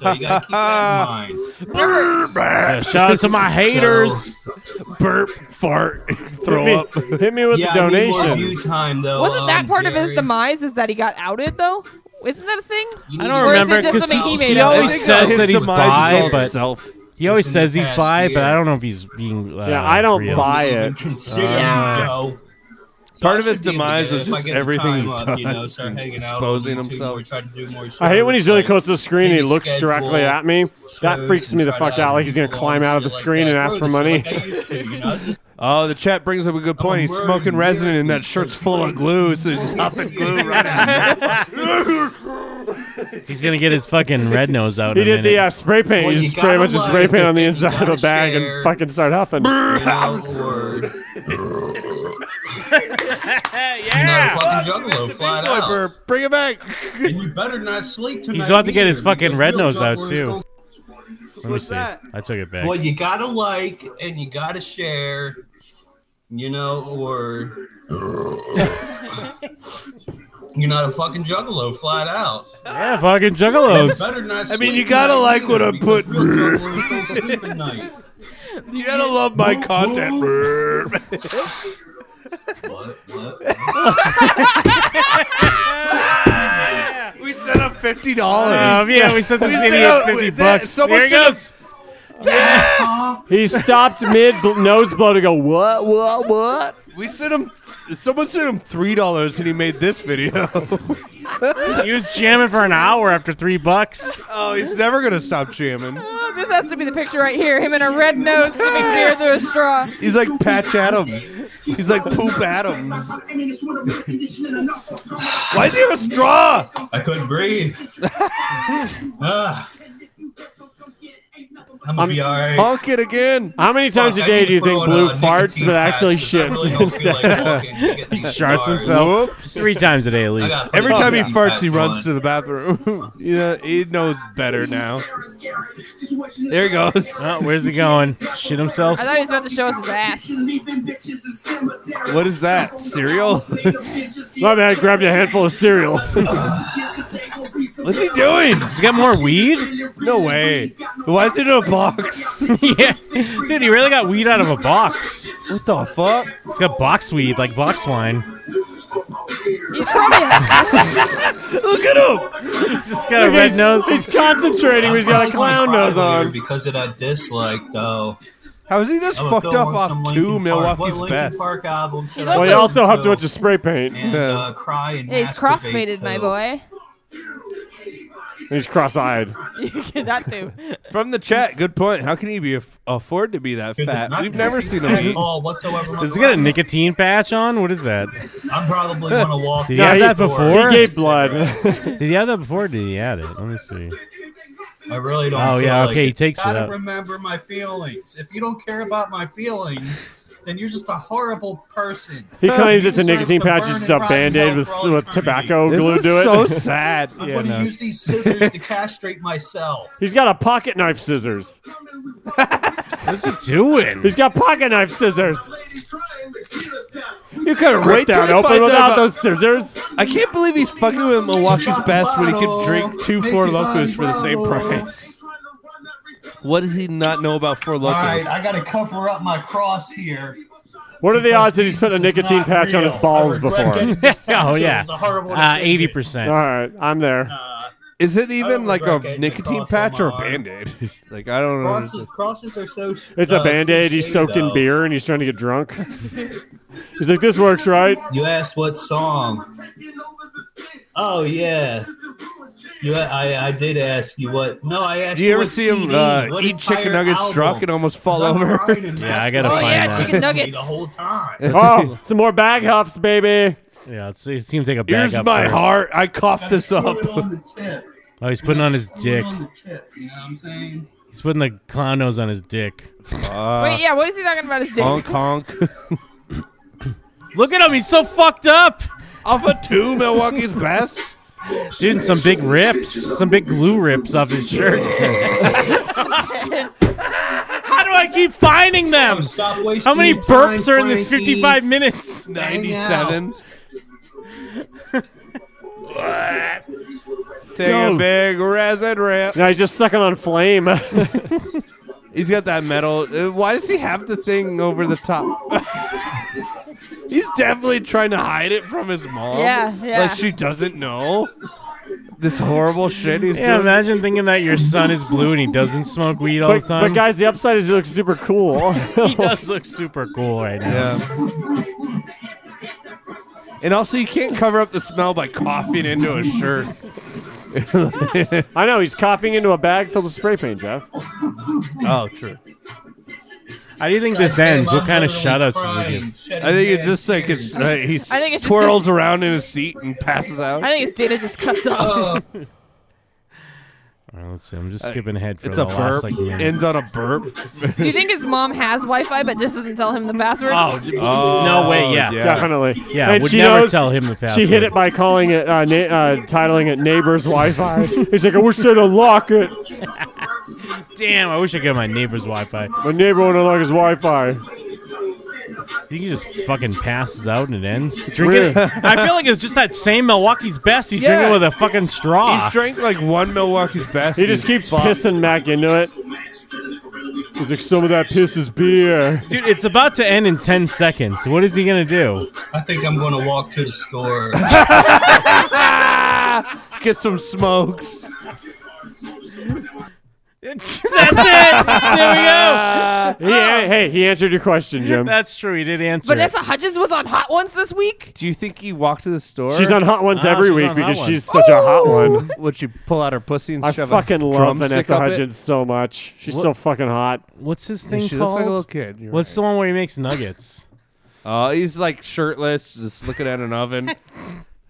Speaker 10: So you gotta keep that in mind.
Speaker 6: Yeah, Uh, shout out to my haters.
Speaker 10: So,
Speaker 5: burp, fart,
Speaker 3: Hit
Speaker 5: throw
Speaker 3: me,
Speaker 5: up.
Speaker 3: hit me with
Speaker 10: yeah,
Speaker 3: the
Speaker 10: I need more
Speaker 3: donation.
Speaker 10: view time though.
Speaker 4: Wasn't
Speaker 10: um,
Speaker 4: that part of his
Speaker 10: Jerry.
Speaker 4: demise? Is that he got outed though? Isn't that a thing?
Speaker 10: You
Speaker 6: I
Speaker 10: need
Speaker 6: don't
Speaker 10: to-
Speaker 4: Or is it
Speaker 6: remember
Speaker 4: just something he made
Speaker 6: he
Speaker 4: up? Oh,
Speaker 5: I
Speaker 6: always
Speaker 5: think
Speaker 6: says
Speaker 5: his
Speaker 6: that he's
Speaker 5: demise is
Speaker 6: bi,
Speaker 5: all
Speaker 6: but
Speaker 5: self.
Speaker 6: he always says he's
Speaker 10: past
Speaker 6: bi, but I
Speaker 10: year.
Speaker 6: don't know if he's being. Uh,
Speaker 3: Yeah, I don't
Speaker 6: real.
Speaker 3: buy it.
Speaker 10: Consider you know. So
Speaker 5: Part
Speaker 10: I
Speaker 5: of his
Speaker 10: should be able to
Speaker 5: demise
Speaker 10: do it
Speaker 5: was
Speaker 10: if I
Speaker 5: just
Speaker 10: get the
Speaker 5: everything he
Speaker 10: time up, you know,
Speaker 5: does
Speaker 10: start
Speaker 5: and
Speaker 10: hanging out on
Speaker 5: exposing
Speaker 10: YouTube
Speaker 5: himself.
Speaker 10: or try to do more
Speaker 3: I hate when he's really
Speaker 10: shows,
Speaker 3: close to the screen and he
Speaker 10: maybe
Speaker 3: looks directly
Speaker 10: schedule
Speaker 3: at me. That
Speaker 10: shows
Speaker 3: freaks
Speaker 10: and
Speaker 3: me the
Speaker 10: try
Speaker 3: fuck
Speaker 10: to
Speaker 3: out, like he's gonna
Speaker 10: vlog
Speaker 3: climb
Speaker 10: and
Speaker 3: out of the
Speaker 10: shit like
Speaker 3: screen and
Speaker 10: that.
Speaker 3: ask
Speaker 10: Bro,
Speaker 3: for
Speaker 10: this is
Speaker 3: money.
Speaker 10: like I used to, you know, it's just
Speaker 5: Oh, the chat brings up a good point. He's
Speaker 10: word,
Speaker 5: smoking
Speaker 10: yeah.
Speaker 5: resin, and that shirt's full of glue, so he's just hopping glue right out.
Speaker 6: He's gonna get his fucking red nose out.
Speaker 3: He
Speaker 6: in
Speaker 3: did
Speaker 6: a
Speaker 3: the
Speaker 6: minute.
Speaker 3: uh, spray paint.
Speaker 10: Well,
Speaker 3: you
Speaker 10: you
Speaker 3: just spray a bunch
Speaker 10: gotta
Speaker 3: of spray
Speaker 10: like
Speaker 3: paint
Speaker 10: it,
Speaker 3: on the
Speaker 10: you
Speaker 3: inside of
Speaker 10: gotta
Speaker 3: a bag and
Speaker 10: share.
Speaker 3: fucking start huffing.
Speaker 10: You know, or yeah, fucking juggalo, flat
Speaker 5: Boy,
Speaker 10: out.
Speaker 5: burp, bring it back.
Speaker 10: And you better not sleep tonight.
Speaker 6: He's about to get his
Speaker 10: either,
Speaker 6: fucking
Speaker 10: because
Speaker 6: red
Speaker 10: real
Speaker 6: nose out
Speaker 10: jugglers
Speaker 6: too.
Speaker 10: don't-
Speaker 6: Let me see. I took it back.
Speaker 10: Well, you gotta like and you gotta share. you know, or you're not a fucking juggalo flat out.
Speaker 6: Yeah, fucking juggalos.
Speaker 10: Better not.
Speaker 5: I mean,
Speaker 10: sleep
Speaker 5: you gotta
Speaker 10: tonight
Speaker 5: like what
Speaker 10: either,
Speaker 5: I'm
Speaker 10: because
Speaker 5: putting-
Speaker 10: real juggalos don't sleep at night.
Speaker 5: You gotta love my content.
Speaker 10: What? What?
Speaker 5: we sent up fifty dollars.
Speaker 6: Um, yeah, we sent this
Speaker 5: We sent
Speaker 6: idiot
Speaker 5: out-
Speaker 6: fifty
Speaker 5: we- that-
Speaker 6: bucks.
Speaker 5: someone
Speaker 6: There he
Speaker 5: sent a-
Speaker 6: goes.
Speaker 3: He stopped mid bl- nose blow to go, what, what, what?
Speaker 5: we sent him. Someone sent him three dollars, and he made this video.
Speaker 6: He was jamming for an hour after three bucks.
Speaker 5: oh, he's never gonna stop jamming.
Speaker 4: Oh, this has to be the picture right here. Him in a red nose sipping beer through a straw.
Speaker 5: He's like Patch Adams. He's like Poop Adams. Why does he have a straw?
Speaker 10: I couldn't breathe. Ah. I'm gonna be all right.
Speaker 5: Honk it again.
Speaker 3: How many times a
Speaker 10: I
Speaker 3: day
Speaker 10: need
Speaker 3: do you
Speaker 10: to put
Speaker 3: think
Speaker 10: on
Speaker 3: Blue
Speaker 10: a
Speaker 3: farts
Speaker 10: nicotine
Speaker 3: but
Speaker 10: patch
Speaker 3: actually
Speaker 10: 'cause I
Speaker 3: shits
Speaker 10: really don't feel like
Speaker 3: instead?
Speaker 10: walking to get these
Speaker 6: Sharts
Speaker 10: cigars.
Speaker 6: himself three times a day at
Speaker 10: I
Speaker 6: least.
Speaker 10: gotta put
Speaker 5: Every
Speaker 10: a
Speaker 5: time he
Speaker 10: nicotine
Speaker 5: farts,
Speaker 10: patch
Speaker 5: he runs
Speaker 10: on.
Speaker 5: to the bathroom. you know, he knows better now. There he goes.
Speaker 6: Oh, where's he going? Shit himself.
Speaker 4: I thought he was about to show us his ass.
Speaker 5: What is that? Cereal?
Speaker 3: My man grabbed a handful of cereal.
Speaker 5: What's he doing?
Speaker 6: He's got more weed.
Speaker 5: No way. Why is it in a box?
Speaker 6: yeah, dude, he really got weed out of a box.
Speaker 5: What the fuck?
Speaker 6: He's got box weed, like box wine.
Speaker 4: He's probably
Speaker 5: Look at him.
Speaker 6: He's just got a red
Speaker 3: he's,
Speaker 6: nose.
Speaker 3: he's concentrating. He's got a
Speaker 10: I'm gonna
Speaker 3: clown
Speaker 10: cry
Speaker 3: nose
Speaker 10: later
Speaker 3: on.
Speaker 10: Because of that dislike, though.
Speaker 5: How is he this
Speaker 10: I'm gonna
Speaker 5: fucked up
Speaker 10: throw on some
Speaker 5: off
Speaker 10: Linkin
Speaker 5: two
Speaker 10: Park.
Speaker 5: Milwaukee's
Speaker 10: What Linkin
Speaker 5: best?
Speaker 10: Park album should I
Speaker 3: Well, he
Speaker 10: listen
Speaker 3: also helped a
Speaker 10: to?
Speaker 3: bunch of spray paint.
Speaker 10: and uh, cry and
Speaker 4: Yeah, he's
Speaker 10: masturbate
Speaker 4: cross-mated,
Speaker 10: too.
Speaker 4: my boy.
Speaker 3: He's cross-eyed.
Speaker 4: You get that too.
Speaker 5: From the chat, good point. How can he be aff afford to be that
Speaker 10: Dude, it's
Speaker 5: fat?
Speaker 10: not
Speaker 5: We've
Speaker 10: good.
Speaker 5: never seen
Speaker 10: At
Speaker 5: him eat.
Speaker 10: all whatsoever.
Speaker 6: Does he got a nicotine patch on? What is that?
Speaker 10: I'm probably gonna walk.
Speaker 6: Did he
Speaker 3: No,
Speaker 6: have
Speaker 3: he-
Speaker 6: that before?
Speaker 3: He gave blood.
Speaker 6: Did he have that before? Or did he add it? Let me see.
Speaker 10: I really don't.
Speaker 6: Oh,
Speaker 10: feel
Speaker 6: yeah,
Speaker 10: like
Speaker 6: okay,
Speaker 10: it.
Speaker 6: he takes it
Speaker 10: Gotta
Speaker 6: out.
Speaker 10: remember my feelings. If you don't care about my feelings, then you're just a horrible person.
Speaker 3: He claims
Speaker 10: You
Speaker 3: it's a
Speaker 10: deserve
Speaker 3: nicotine
Speaker 10: to
Speaker 3: patch.
Speaker 10: burn
Speaker 3: It's just
Speaker 10: in
Speaker 3: a
Speaker 10: rotten
Speaker 3: band-aid
Speaker 10: hell
Speaker 3: with,
Speaker 10: for all
Speaker 3: with
Speaker 10: eternity.
Speaker 3: tobacco glued
Speaker 5: This
Speaker 3: to
Speaker 5: is
Speaker 3: it.
Speaker 5: so sad.
Speaker 10: I'm
Speaker 5: yeah,
Speaker 10: going to
Speaker 5: no.
Speaker 10: use these scissors to castrate myself.
Speaker 3: He's got a pocket knife scissors.
Speaker 6: What's he doing?
Speaker 3: He's got pocket knife scissors. You could have
Speaker 5: Wait
Speaker 3: ripped
Speaker 5: till
Speaker 3: that
Speaker 5: he
Speaker 3: open
Speaker 5: finds out
Speaker 3: without
Speaker 5: about-
Speaker 3: those scissors.
Speaker 5: I can't believe he's fucking with Milwaukee's best when he could drink two Four Locos for the same price. What does he not know about Four
Speaker 10: All
Speaker 5: Locos?
Speaker 10: right, I got to cover up my cross here.
Speaker 3: What are the
Speaker 10: because
Speaker 3: odds that he's put a
Speaker 10: Jesus is
Speaker 3: nicotine
Speaker 10: not
Speaker 3: patch on
Speaker 10: real.
Speaker 3: his balls
Speaker 10: I regret
Speaker 3: before?
Speaker 10: getting this
Speaker 6: Oh
Speaker 10: tattoo. It
Speaker 6: yeah, Uh,
Speaker 10: was a horrible decision.
Speaker 6: eighty
Speaker 3: All
Speaker 6: percent.
Speaker 3: right, I'm there.
Speaker 5: Is it
Speaker 10: I don't
Speaker 5: even like
Speaker 10: regret
Speaker 5: a
Speaker 10: getting
Speaker 5: nicotine
Speaker 10: across on
Speaker 5: patch or a
Speaker 10: my arm.
Speaker 5: band aid? like, I don't
Speaker 10: Crosses,
Speaker 5: know.
Speaker 10: crosses are so.
Speaker 3: It's
Speaker 10: uh,
Speaker 3: a band-aid. He's
Speaker 10: cliche,
Speaker 3: soaked in
Speaker 10: though.
Speaker 3: beer and he's trying to get drunk. he's like, this works, right?
Speaker 10: You asked what song? Oh yeah. You, I, I did ask you what. No, I asked.
Speaker 5: Do you ever
Speaker 10: what
Speaker 5: see him
Speaker 10: CD,
Speaker 5: uh,
Speaker 10: what
Speaker 5: eat chicken
Speaker 10: entire
Speaker 5: nuggets
Speaker 10: album.
Speaker 5: drunk and almost fall
Speaker 10: I'm
Speaker 5: over?
Speaker 10: crying and
Speaker 6: Yeah, I gotta
Speaker 4: Oh
Speaker 10: masturbating
Speaker 6: find
Speaker 4: yeah,
Speaker 6: that.
Speaker 4: chicken nuggets.
Speaker 10: the whole time.
Speaker 3: Oh, some more bag huffs, baby.
Speaker 6: Yeah, let's see. It seems like a bag
Speaker 5: Here's
Speaker 6: up
Speaker 5: my
Speaker 6: first.
Speaker 5: heart. I coughed
Speaker 10: Gotta
Speaker 5: this
Speaker 10: screw
Speaker 5: up.
Speaker 10: it on the tip.
Speaker 6: Oh, he's putting on his
Speaker 10: Screw it
Speaker 6: dick.
Speaker 10: on the tip, You know what I'm saying?
Speaker 6: He's putting the clown nose on his dick.
Speaker 4: Wait, yeah, what is he talking about? His dick?
Speaker 5: Honk honk.
Speaker 6: Look at him. He's so fucked up.
Speaker 5: Off of two Milwaukee's best.
Speaker 6: Dude, and some big rips, some big glue rips off his shirt. How do I keep finding them?
Speaker 10: Stop wasting
Speaker 6: How many
Speaker 10: your time,
Speaker 6: burps are in this
Speaker 10: Frankie.
Speaker 6: 55 minutes?
Speaker 5: Ninety-seven. Take a big resin ramp.
Speaker 3: Now he's just sucking on flame.
Speaker 5: He's got that metal. uh, Why does he have the thing over the top? He's definitely trying to hide it from his mom.
Speaker 4: Yeah, yeah.
Speaker 5: Like she doesn't know this horrible shit he's
Speaker 6: Yeah,
Speaker 5: doing.
Speaker 6: imagine thinking that your son is blue and he doesn't smoke weed all
Speaker 3: but,
Speaker 6: the
Speaker 3: but
Speaker 6: time.
Speaker 3: guys, the upside is he looks super cool.
Speaker 6: he does look super cool right now.
Speaker 5: Yeah. And also, you can't cover up the smell by coughing into a shirt.
Speaker 3: I know he's coughing into a bag filled with spray paint, Jeff.
Speaker 5: Oh, true.
Speaker 6: How do you think this
Speaker 10: Damn,
Speaker 6: ends?
Speaker 10: I'm
Speaker 6: What kind of
Speaker 10: literally
Speaker 6: shoutouts
Speaker 10: crying,
Speaker 6: is it?
Speaker 10: shedding
Speaker 5: I think
Speaker 10: bad
Speaker 5: it's just like
Speaker 10: tears.
Speaker 5: it's uh, he
Speaker 4: I think it's just
Speaker 5: twirls around in his seat and passes out.
Speaker 4: I think his data just cuts off.
Speaker 6: All right, let's see. I'm just skipping ahead for
Speaker 5: It's
Speaker 6: the
Speaker 5: a
Speaker 6: last
Speaker 5: burp.
Speaker 6: like minute.
Speaker 5: Ends on a burp.
Speaker 4: Do you think his mom has Wi-Fi but just doesn't tell him the password?
Speaker 6: Oh, d- no way! Oh, Yeah, yeah.
Speaker 3: Definitely. and
Speaker 6: would
Speaker 3: she
Speaker 6: never
Speaker 3: knows
Speaker 6: tell him the password.
Speaker 3: She hit it by calling it, uh, na- uh, titling it "Neighbor's Wi-Fi." He's like, "I wish they'd unlock it.
Speaker 6: Damn! I wish I could get my neighbor's Wi-Fi.
Speaker 3: My neighbor won't unlock his Wi-Fi."
Speaker 6: You think he just fucking passes out and it ends. Drinking. I feel like it's just that same Milwaukee's best. He's
Speaker 5: Yeah.
Speaker 6: drinking with a fucking straw.
Speaker 5: He's drank like one Milwaukee's best.
Speaker 3: Ah. He just keeps
Speaker 5: fucked.
Speaker 3: pissing back into it. He's like, some of that piss is beer.
Speaker 6: Dude, it's about to end in ten seconds. What is he gonna do?
Speaker 9: I think I'm going to walk to the store.
Speaker 5: Get some smokes.
Speaker 6: That's it. There
Speaker 3: Yeah, hey, he answered your question,
Speaker 6: we go.
Speaker 3: Jim.
Speaker 6: That's true. He did answer.
Speaker 4: Vanessa Hudgens was on Hot Ones this week.
Speaker 5: Do you think he walked to the store?
Speaker 3: She's on hot ones
Speaker 6: Oh,
Speaker 3: every
Speaker 6: she's
Speaker 3: week
Speaker 6: on Hot
Speaker 3: because
Speaker 6: Ones.
Speaker 3: she's such a hot one.
Speaker 5: Would she pull out her pussy and
Speaker 3: I
Speaker 5: shove
Speaker 3: fucking
Speaker 5: a
Speaker 3: love
Speaker 5: drumstick
Speaker 3: Vanessa
Speaker 5: up it?
Speaker 3: Hudgens so much. She's so fucking hot.
Speaker 6: it. What's his
Speaker 5: And
Speaker 6: thing
Speaker 5: she
Speaker 6: called?
Speaker 5: looks like a little kid. You're
Speaker 6: What's the
Speaker 5: right.
Speaker 6: one where he makes nuggets?
Speaker 5: Oh, he's like shirtless, just looking at an oven. This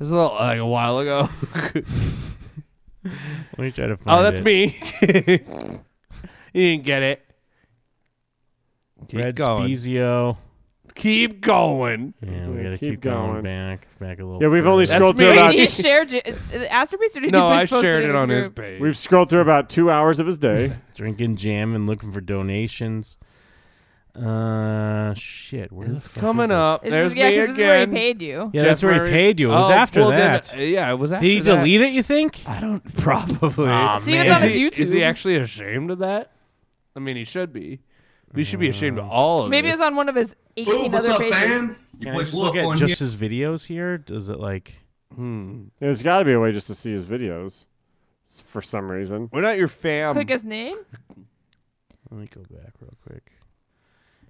Speaker 5: was a little like a while ago.
Speaker 6: Let me try to find.
Speaker 5: oh, that's
Speaker 6: it.
Speaker 5: me. you didn't get it. Keep
Speaker 6: Red
Speaker 5: going.
Speaker 6: Spezio.
Speaker 5: Keep going.
Speaker 6: Yeah, we
Speaker 3: Yeah,
Speaker 6: gotta
Speaker 3: keep
Speaker 6: keep, going.
Speaker 3: going.
Speaker 6: back, back a little.
Speaker 3: Yeah, we've only
Speaker 6: further.
Speaker 3: scrolled through
Speaker 5: me.
Speaker 4: Wait,
Speaker 3: about
Speaker 4: did you share J- uh, Astrobeast or did
Speaker 5: No,
Speaker 4: you
Speaker 5: I
Speaker 4: just post
Speaker 5: shared
Speaker 4: in
Speaker 5: it on his
Speaker 4: group?
Speaker 5: page.
Speaker 3: we've scrolled through about two hours of his day.
Speaker 6: drinking jam and looking for donations. Uh, shit. Where's
Speaker 5: it's coming up.
Speaker 4: This
Speaker 5: There's
Speaker 4: is, yeah,
Speaker 5: me
Speaker 4: 'cause this is where he
Speaker 5: again.
Speaker 4: paid you.
Speaker 6: Yeah,
Speaker 5: Jeff
Speaker 6: that's where
Speaker 5: Murray.
Speaker 6: he paid you. It was
Speaker 5: Oh,
Speaker 6: after
Speaker 5: well, then,
Speaker 6: that.
Speaker 5: uh, yeah, it was after
Speaker 6: Did he
Speaker 5: that.
Speaker 6: delete it? You think?
Speaker 5: I don't probably.
Speaker 6: Aw,
Speaker 4: See what's on
Speaker 6: man.
Speaker 5: is,
Speaker 4: his
Speaker 5: he,
Speaker 4: YouTube.
Speaker 5: is he actually ashamed of that? I mean, he should be. We should be ashamed of all of
Speaker 4: Maybe it
Speaker 5: this.
Speaker 4: was on one of his 18 other pages.
Speaker 6: Can I just look at just his videos here? Does it like?
Speaker 3: There's got to be a way just to see his videos s- for some reason.
Speaker 5: We're not your fam.
Speaker 4: Click his name.
Speaker 6: Let me go back real quick.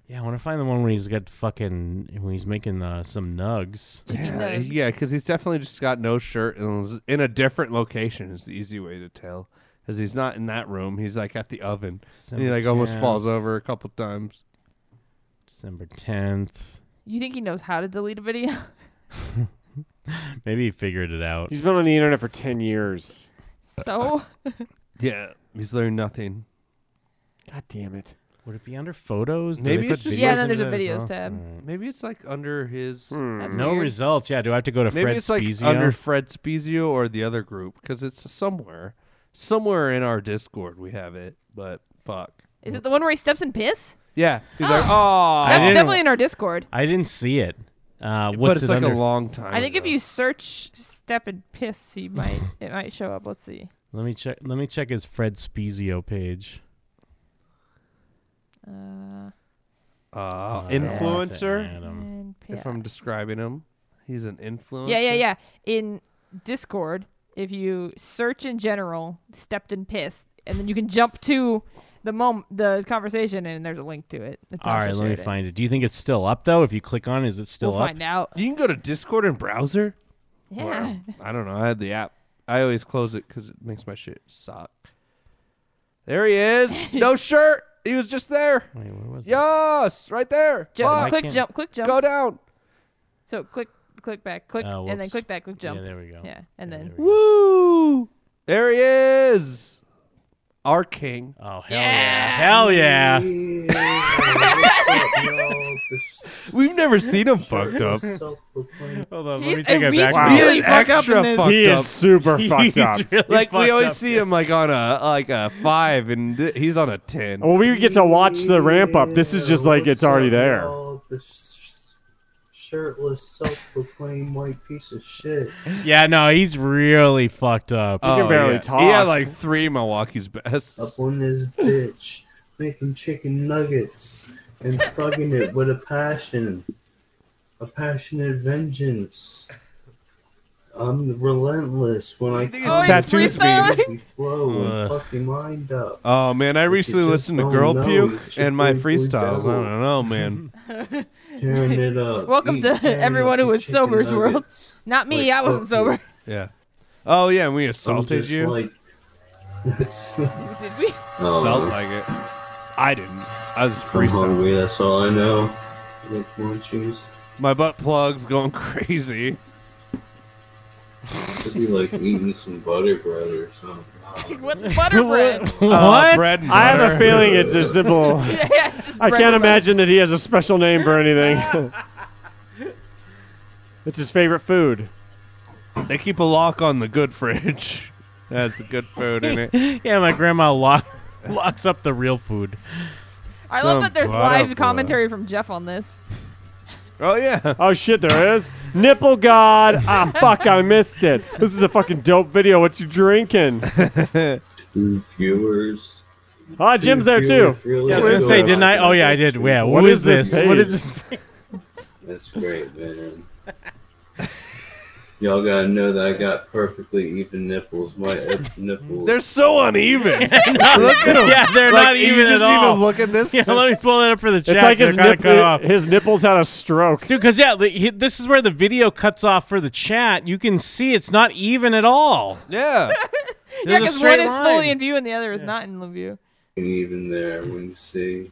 Speaker 6: Yeah, I want to find the one where he's got fucking when he's making uh, some nugs.
Speaker 5: Yeah,
Speaker 4: knows?
Speaker 5: yeah, because he's definitely just got no shirt and is in a different location is the easy way to tell. Because he's not in that room. He's like at the oven. And he like almost
Speaker 6: 10th,
Speaker 5: falls over a couple times.
Speaker 6: December tenth.
Speaker 4: You think he knows how to delete a video?
Speaker 6: Maybe he figured it out.
Speaker 3: He's been on the internet for 10 years.
Speaker 4: so
Speaker 5: Yeah. He's learned nothing.
Speaker 3: God damn it.
Speaker 6: Would it be under photos? Do
Speaker 5: Maybe
Speaker 6: they put
Speaker 5: it's just-
Speaker 4: yeah,
Speaker 6: videos
Speaker 4: then there's a
Speaker 6: into that as
Speaker 4: videos
Speaker 6: well?
Speaker 4: tab.
Speaker 5: Maybe it's like under his.
Speaker 4: That's
Speaker 6: No
Speaker 4: weird.
Speaker 6: results. Yeah, do I have to go to
Speaker 5: Maybe
Speaker 6: Fred
Speaker 5: it's like
Speaker 6: Spezia?
Speaker 5: under Fred Spezio or the other group because it's somewhere, somewhere in our Discord we have it. But fuck,
Speaker 4: Is it the one where he steps and piss?
Speaker 5: yeah, he's like, oh,
Speaker 6: I
Speaker 4: That's
Speaker 6: didn't-
Speaker 4: definitely in our Discord.
Speaker 6: I didn't see it. Uh,
Speaker 5: but
Speaker 6: what's
Speaker 5: it's
Speaker 6: it
Speaker 5: like
Speaker 6: under?
Speaker 5: a long time.
Speaker 4: I think if
Speaker 5: ago.
Speaker 4: you search "step and piss," he might it might show up. Let's see.
Speaker 6: let me check. Let me check his Fred Spezio page.
Speaker 4: Uh,
Speaker 5: Hmm. uh,
Speaker 6: Yeah,
Speaker 5: influencer,
Speaker 6: Adam.
Speaker 4: and
Speaker 5: if I'm
Speaker 4: piss.
Speaker 5: describing him, he's an influencer.
Speaker 4: yeah, yeah, yeah. In Discord, if you search in general "stepped and piss," and then you can jump to the mom the conversation, and there's a link to it.
Speaker 6: All right, let me find it. Do you think it's still up though? If you click on, it, is it still
Speaker 4: eh? We'll
Speaker 6: up?
Speaker 4: find out.
Speaker 5: You can go to Discord and browser.
Speaker 4: Yeah.
Speaker 5: I don't know. I had the app. I always close it because it makes my shit suck. There he is. No shirt. He was just there.
Speaker 6: Wait, where was it?
Speaker 5: Yes, right there.
Speaker 4: Jump,
Speaker 5: Fuck.
Speaker 4: click
Speaker 6: can't-
Speaker 4: jump, click jump.
Speaker 5: Go down.
Speaker 4: So click, click back, click,
Speaker 6: Oh,
Speaker 4: and then
Speaker 6: whoops.
Speaker 4: click back, click jump.
Speaker 6: Yeah, there we go.
Speaker 4: Yeah, and then
Speaker 6: there we go.
Speaker 5: Woo! There he is. Our king.
Speaker 6: Oh hell yeah! Hell yeah!
Speaker 5: We've never seen him fucked up.
Speaker 6: Hold
Speaker 4: He's-
Speaker 6: on, let me take
Speaker 4: and
Speaker 6: it back.
Speaker 4: he's really
Speaker 5: He is
Speaker 4: fucked up
Speaker 5: extra
Speaker 4: in this.
Speaker 5: fucked
Speaker 3: He
Speaker 5: up.
Speaker 3: is super fucked up.
Speaker 6: He's really
Speaker 5: Like we
Speaker 6: fucked
Speaker 5: always
Speaker 6: up.
Speaker 5: see him like on a like a five, and th- he's on a ten.
Speaker 3: Well, we get to watch the ramp up. This is just like it's already there.
Speaker 10: Shirtless, self-proclaimed white piece of shit.
Speaker 6: Yeah, no, he's really fucked up.
Speaker 5: Oh,
Speaker 3: barely
Speaker 5: yeah.
Speaker 3: talk.
Speaker 5: He had like three Milwaukee's best.
Speaker 10: Up on this bitch, making chicken nuggets and thugging it with a passion, a passionate vengeance. I'm relentless when I
Speaker 5: think
Speaker 10: come
Speaker 5: his
Speaker 10: to
Speaker 5: tattoos
Speaker 4: freestyling?
Speaker 10: crazy flow and
Speaker 6: Ugh.
Speaker 3: Uh.
Speaker 10: fuck your mind up.
Speaker 5: Oh man, I recently
Speaker 10: just
Speaker 5: listened to
Speaker 10: don't
Speaker 5: Girl
Speaker 10: know.
Speaker 5: Puke
Speaker 10: It's
Speaker 5: and my
Speaker 10: really good
Speaker 5: freestyles. I
Speaker 10: devil.
Speaker 5: don't know, man.
Speaker 10: Tearing it up.
Speaker 4: Welcome
Speaker 10: eat,
Speaker 4: to
Speaker 10: tearing
Speaker 4: everyone
Speaker 10: up
Speaker 4: who
Speaker 10: your
Speaker 4: was
Speaker 10: chicken
Speaker 4: sober's world.
Speaker 10: nuggets.
Speaker 4: Not me.
Speaker 10: Like,
Speaker 4: I wasn't
Speaker 10: fuck
Speaker 4: sober.
Speaker 5: Yeah. Oh yeah, and we
Speaker 10: I'm
Speaker 5: assaulted
Speaker 10: just
Speaker 5: you.
Speaker 10: Like, it's,
Speaker 4: Did we?
Speaker 5: Felt
Speaker 10: oh,
Speaker 5: like it. I didn't. I was
Speaker 10: I'm
Speaker 5: freestyling.
Speaker 10: hungry. That's all I know. Look, more cheese.
Speaker 5: My butt plugs going crazy.
Speaker 10: Could be like eating some butter bread or something.
Speaker 4: What's butter bread?
Speaker 6: what?
Speaker 5: Uh, bread and
Speaker 3: I have
Speaker 5: butter.
Speaker 3: a feeling it's a simple.
Speaker 4: yeah, just
Speaker 3: I
Speaker 4: bread
Speaker 3: can't
Speaker 4: with
Speaker 3: imagine that he has a special name for anything. it's his favorite food.
Speaker 5: They keep a lock on the good fridge. It has the good food in it.
Speaker 6: Yeah, my grandma lock, locks up the real food.
Speaker 4: butter. I love
Speaker 5: Some
Speaker 4: that there's
Speaker 5: butter
Speaker 4: live
Speaker 5: bread.
Speaker 4: commentary from Jeff on this.
Speaker 5: Oh yeah.
Speaker 3: Oh shit, there is nipple god. Ah fuck, I missed it. This is a fucking dope video. What you drinking?
Speaker 10: Two viewers.
Speaker 3: Ah, Jim's there too.
Speaker 10: Viewers really
Speaker 6: I was gonna
Speaker 10: go
Speaker 6: say,
Speaker 10: out
Speaker 6: didn't I?
Speaker 10: to
Speaker 6: Oh
Speaker 10: that.
Speaker 6: yeah, I did. Yeah.
Speaker 3: What
Speaker 6: what
Speaker 3: is
Speaker 6: is,
Speaker 3: this
Speaker 6: this? What
Speaker 3: page?
Speaker 6: is this?
Speaker 10: That's great, man. Y'all gotta know that I got perfectly even nipples. My ep- nipples.
Speaker 5: They're so uneven. look at them.
Speaker 6: Yeah, they're not even
Speaker 5: you
Speaker 6: at
Speaker 5: just
Speaker 6: all.
Speaker 5: Even look at this.
Speaker 6: Yeah, let me pull that up for the chat.
Speaker 3: It's like
Speaker 6: They're
Speaker 3: his,
Speaker 6: kinda
Speaker 3: nip-
Speaker 6: cut off.
Speaker 3: his nipples had a stroke.
Speaker 6: Dude, because yeah, the, he, this is where the video cuts off for the chat. You can see it's not even at all.
Speaker 5: yeah.
Speaker 4: Yeah,
Speaker 6: There's
Speaker 4: because
Speaker 6: a
Speaker 4: one
Speaker 6: straight
Speaker 4: is fully in
Speaker 6: line.
Speaker 4: view and the other is not in view.
Speaker 10: even there when you see.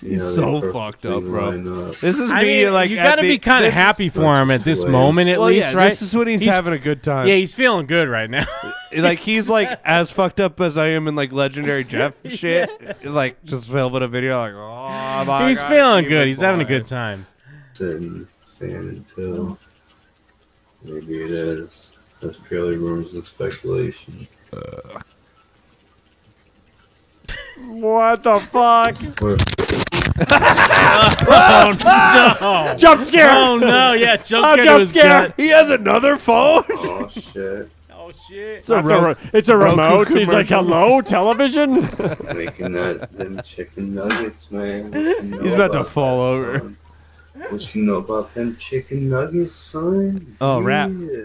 Speaker 10: You
Speaker 5: He's
Speaker 10: know, they
Speaker 5: so
Speaker 10: perfectly
Speaker 5: fucked up,
Speaker 10: line
Speaker 5: bro.
Speaker 10: up.
Speaker 5: This is
Speaker 6: I
Speaker 5: me.
Speaker 6: mean,
Speaker 5: like
Speaker 6: you
Speaker 5: at
Speaker 6: got to
Speaker 5: the-
Speaker 6: be kind of
Speaker 5: this-
Speaker 6: happy for him at this moment, at
Speaker 5: Well,
Speaker 6: least,
Speaker 5: yeah,
Speaker 6: right?
Speaker 5: This is when he's,
Speaker 6: He's-
Speaker 5: having a good time.
Speaker 6: yeah, he's feeling good right now.
Speaker 5: like he's like as fucked up as I am in like legendary Jeff shit. Like just filming a video, like oh my
Speaker 6: he's
Speaker 5: God,
Speaker 6: feeling
Speaker 5: even
Speaker 6: good. He's having a
Speaker 5: boy."
Speaker 6: good time.
Speaker 10: Sitting, standing until Maybe it is. That's purely rumors and speculation.
Speaker 3: What the fuck?
Speaker 10: What if
Speaker 6: Oh,
Speaker 3: Jump scare.
Speaker 6: oh no, yeah, jump
Speaker 3: Oh,
Speaker 6: scare. to
Speaker 3: jump
Speaker 6: his
Speaker 3: scare.
Speaker 6: gut.
Speaker 5: He has another phone.
Speaker 10: oh shit,
Speaker 6: Oh shit.
Speaker 3: It's a,
Speaker 5: Ro-
Speaker 3: re- it's a
Speaker 5: Roku
Speaker 3: remote. He's like,
Speaker 5: commercial.
Speaker 3: hello, television?
Speaker 10: making that them chicken nuggets, man. What you know
Speaker 5: He's about to
Speaker 10: that,
Speaker 5: fall over.
Speaker 10: son? What you know about them chicken nuggets, son?
Speaker 5: Oh, rap.
Speaker 10: Yeah.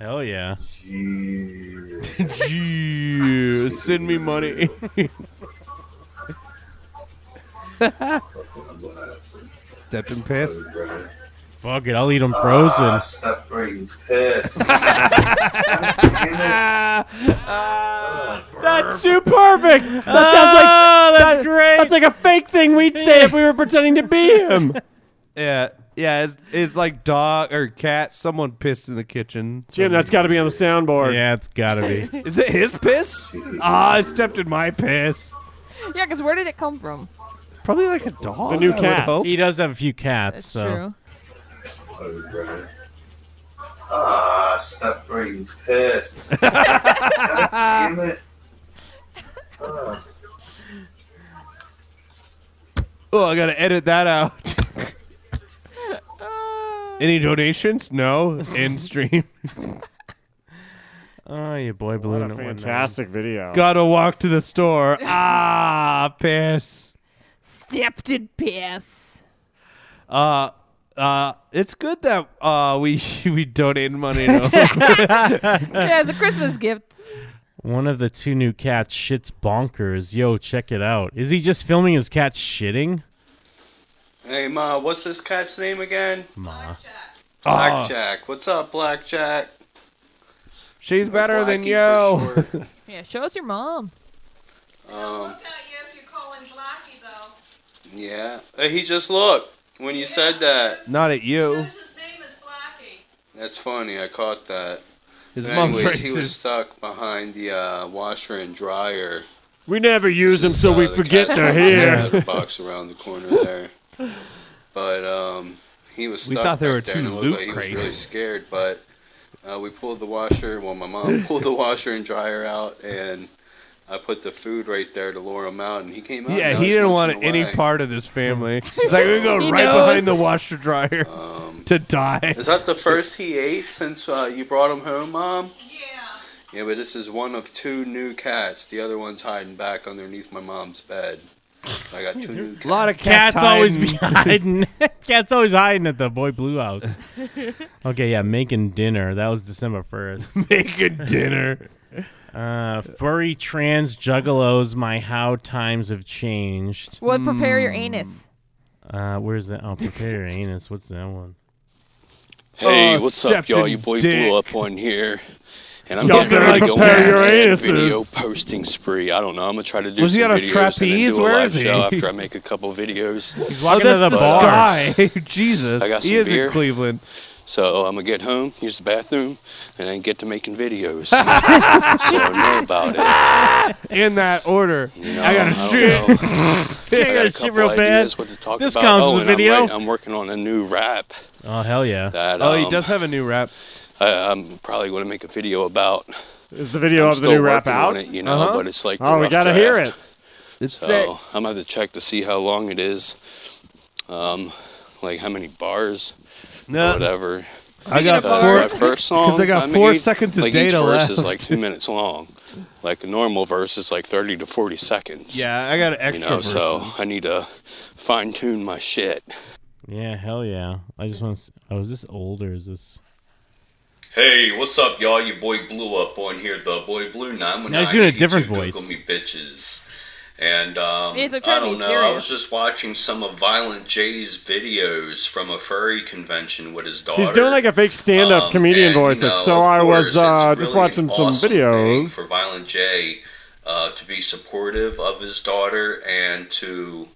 Speaker 6: Hell yeah.
Speaker 10: Yeah.
Speaker 5: Gee, send me money. Step and piss.
Speaker 6: Fuck it, I'll eat him frozen.
Speaker 10: Ah, stop bringing piss.
Speaker 3: That's too perfect. That sounds like
Speaker 6: oh, that's
Speaker 3: that-
Speaker 6: great.
Speaker 3: That's like a fake thing we'd say if we were pretending to be him.
Speaker 5: Yeah, yeah. It's, it's like dog or cat. Someone pissed in the kitchen.
Speaker 3: Jim, that's got to be on the soundboard.
Speaker 6: yeah, it's gotta be.
Speaker 5: Is it his piss? Ah, I stepped in my piss.
Speaker 4: Yeah, because where did it come from?
Speaker 5: Probably like a dog.
Speaker 3: The new
Speaker 5: I would
Speaker 3: cats.
Speaker 5: hope.
Speaker 6: he does have a few cats,
Speaker 4: That's true.
Speaker 6: so
Speaker 10: oh, Ah, stop bringing piss. God damn it. Ah,
Speaker 5: Oh, I gotta edit that out. Any donations? No. In stream.
Speaker 6: Oh, you boy
Speaker 3: What
Speaker 6: balloon.
Speaker 3: a
Speaker 6: at one
Speaker 3: fantastic video.
Speaker 5: Gotta walk to the store. Ah, piss.
Speaker 4: Stepped in piss.
Speaker 5: Uh, uh, it's good that uh we we donated money. To
Speaker 4: yeah, it's a Christmas gift.
Speaker 6: night. One of the two new cats shits bonkers. Yo, check it out. Is he just filming his cat shitting?
Speaker 9: Hey, Ma, what's this cat's name again?
Speaker 6: Ma.
Speaker 5: Ah.
Speaker 9: Blackjack. What's up, Blackjack?
Speaker 5: She's better than
Speaker 9: Blackie
Speaker 5: you.
Speaker 9: for short.
Speaker 4: Yeah, show us your mom.
Speaker 9: Yeah. Hey, he just looked when you said that.
Speaker 5: Not at you.
Speaker 9: That's funny. I caught that.
Speaker 5: His mom
Speaker 9: Anyways, he
Speaker 5: racist.
Speaker 9: was stuck behind the uh, washer and dryer.
Speaker 3: We never use them,
Speaker 9: Just,
Speaker 3: so
Speaker 9: uh,
Speaker 3: we
Speaker 9: the
Speaker 3: forget
Speaker 9: cat's
Speaker 3: they're
Speaker 9: in the
Speaker 3: here.
Speaker 9: litter box around the corner there. But um, he was
Speaker 5: We
Speaker 9: stuck.
Speaker 5: thought there
Speaker 9: back
Speaker 5: were
Speaker 9: and
Speaker 5: two
Speaker 9: it
Speaker 5: loot
Speaker 9: looked like He was really
Speaker 5: crates.
Speaker 9: scared, but uh, we pulled the washer. Well, my mom pulled the washer and dryer out, and I put the food right there to lure him out, and he came out.
Speaker 5: Yeah,
Speaker 9: Now
Speaker 5: he
Speaker 9: he's
Speaker 5: didn't
Speaker 9: munching
Speaker 5: want any
Speaker 9: away.
Speaker 5: part of this family. He's like, we go
Speaker 4: He
Speaker 5: right
Speaker 4: knows.
Speaker 5: behind the washer dryer
Speaker 9: Um,
Speaker 5: to die.
Speaker 9: Is that the first he ate since uh, you brought him home, Mom? Yeah, but this is one of two new cats. The other one's hiding back underneath my mom's bed. I got two new
Speaker 5: A
Speaker 9: cats.
Speaker 5: lot of cats,
Speaker 6: Cat's always be
Speaker 5: hiding.
Speaker 6: hiding. Cat's always hiding at the boy blue house. okay, yeah, making dinner. That was December first.
Speaker 5: making dinner.
Speaker 6: Uh, furry trans juggalos. My how times have changed.
Speaker 4: Well, prepare your anus.
Speaker 6: Uh, where's that? Oh, prepare your anus. What's that one?
Speaker 9: Hey,
Speaker 5: Oh,
Speaker 9: what's
Speaker 5: stepped
Speaker 9: up, y'all?
Speaker 5: in
Speaker 9: Your boy
Speaker 5: dick.
Speaker 9: blew up on here. And I'm
Speaker 5: Y'all
Speaker 9: getting ready
Speaker 5: better
Speaker 9: to go
Speaker 5: prepare
Speaker 9: on
Speaker 5: your
Speaker 9: a
Speaker 5: anuses.
Speaker 9: video posting spree. I don't know. I'm gonna try to do
Speaker 5: Was he
Speaker 9: some
Speaker 5: on a
Speaker 9: videos
Speaker 5: trapeze?
Speaker 9: and then do a
Speaker 5: Where
Speaker 9: live
Speaker 5: is he?
Speaker 9: show after I make a couple videos.
Speaker 6: He's
Speaker 5: Oh,
Speaker 6: walking
Speaker 5: that's the,
Speaker 6: to the, bar.
Speaker 5: sky. Jesus.
Speaker 9: I got
Speaker 5: He
Speaker 9: some
Speaker 5: is in
Speaker 9: beer.
Speaker 5: Cleveland.
Speaker 9: So I'm gonna get home, use the bathroom, and then get to making videos. so I know about it.
Speaker 5: In that order.
Speaker 9: You know,
Speaker 5: I got a
Speaker 9: don't
Speaker 5: shit.
Speaker 9: know.
Speaker 6: Yeah, I
Speaker 9: I
Speaker 6: got
Speaker 9: got a
Speaker 6: shit
Speaker 9: couple
Speaker 6: real bad.
Speaker 9: ideas What to talk
Speaker 6: This
Speaker 9: about.
Speaker 6: counts as
Speaker 9: oh,
Speaker 6: a
Speaker 9: and I'm
Speaker 6: video?
Speaker 9: writing- I'm, working on a new rap
Speaker 6: Oh hell yeah!
Speaker 9: that
Speaker 5: Oh, he
Speaker 9: um,
Speaker 5: does have a new rap.
Speaker 9: I, I'm probably going to make a video about.
Speaker 3: Is the video
Speaker 9: I'm
Speaker 3: of the
Speaker 9: still
Speaker 3: new rap
Speaker 9: working
Speaker 3: out?
Speaker 9: on it, you know,
Speaker 5: Uh-huh.
Speaker 9: but it's like the
Speaker 3: Oh, we
Speaker 9: rough
Speaker 3: gotta hear it.
Speaker 9: draft.
Speaker 5: It's
Speaker 9: So I'm gonna have to check to see how long it is. Um, like how many bars,
Speaker 5: No.
Speaker 9: or whatever.
Speaker 5: I got
Speaker 9: Uh,
Speaker 5: four-
Speaker 9: that first song
Speaker 5: 'cause I got
Speaker 9: mean,
Speaker 5: four
Speaker 9: each-
Speaker 5: seconds of
Speaker 9: like
Speaker 5: data
Speaker 9: each verse is
Speaker 5: left.
Speaker 9: like two minutes long. Like a normal verse is like thirty to forty seconds.
Speaker 5: Yeah, I got extra
Speaker 9: you know, so
Speaker 5: verses.
Speaker 9: I need to fine tune my shit.
Speaker 6: Yeah, hell yeah. I just want to. Oh, is this old or is this.
Speaker 9: Hey, what's up, y'all? Your boy Blue up on here, the boy Blue Nine.
Speaker 6: Now he's doing a different voice.
Speaker 9: Google me bitches. And um,
Speaker 4: It's okay
Speaker 9: I
Speaker 4: to
Speaker 9: don't
Speaker 4: be
Speaker 9: know. I
Speaker 4: serious.
Speaker 9: was just watching some of Violent J's videos from a furry convention with his daughter.
Speaker 3: He's doing like a fake stand-up
Speaker 9: Um,
Speaker 3: comedian
Speaker 9: and,
Speaker 3: voice.
Speaker 9: you know,
Speaker 3: so
Speaker 9: of
Speaker 3: I was
Speaker 9: course,
Speaker 3: uh,
Speaker 9: it's
Speaker 3: just
Speaker 9: really
Speaker 3: watching some
Speaker 9: awesome thing
Speaker 3: videos.
Speaker 9: for Violent J uh, to be supportive of his daughter and to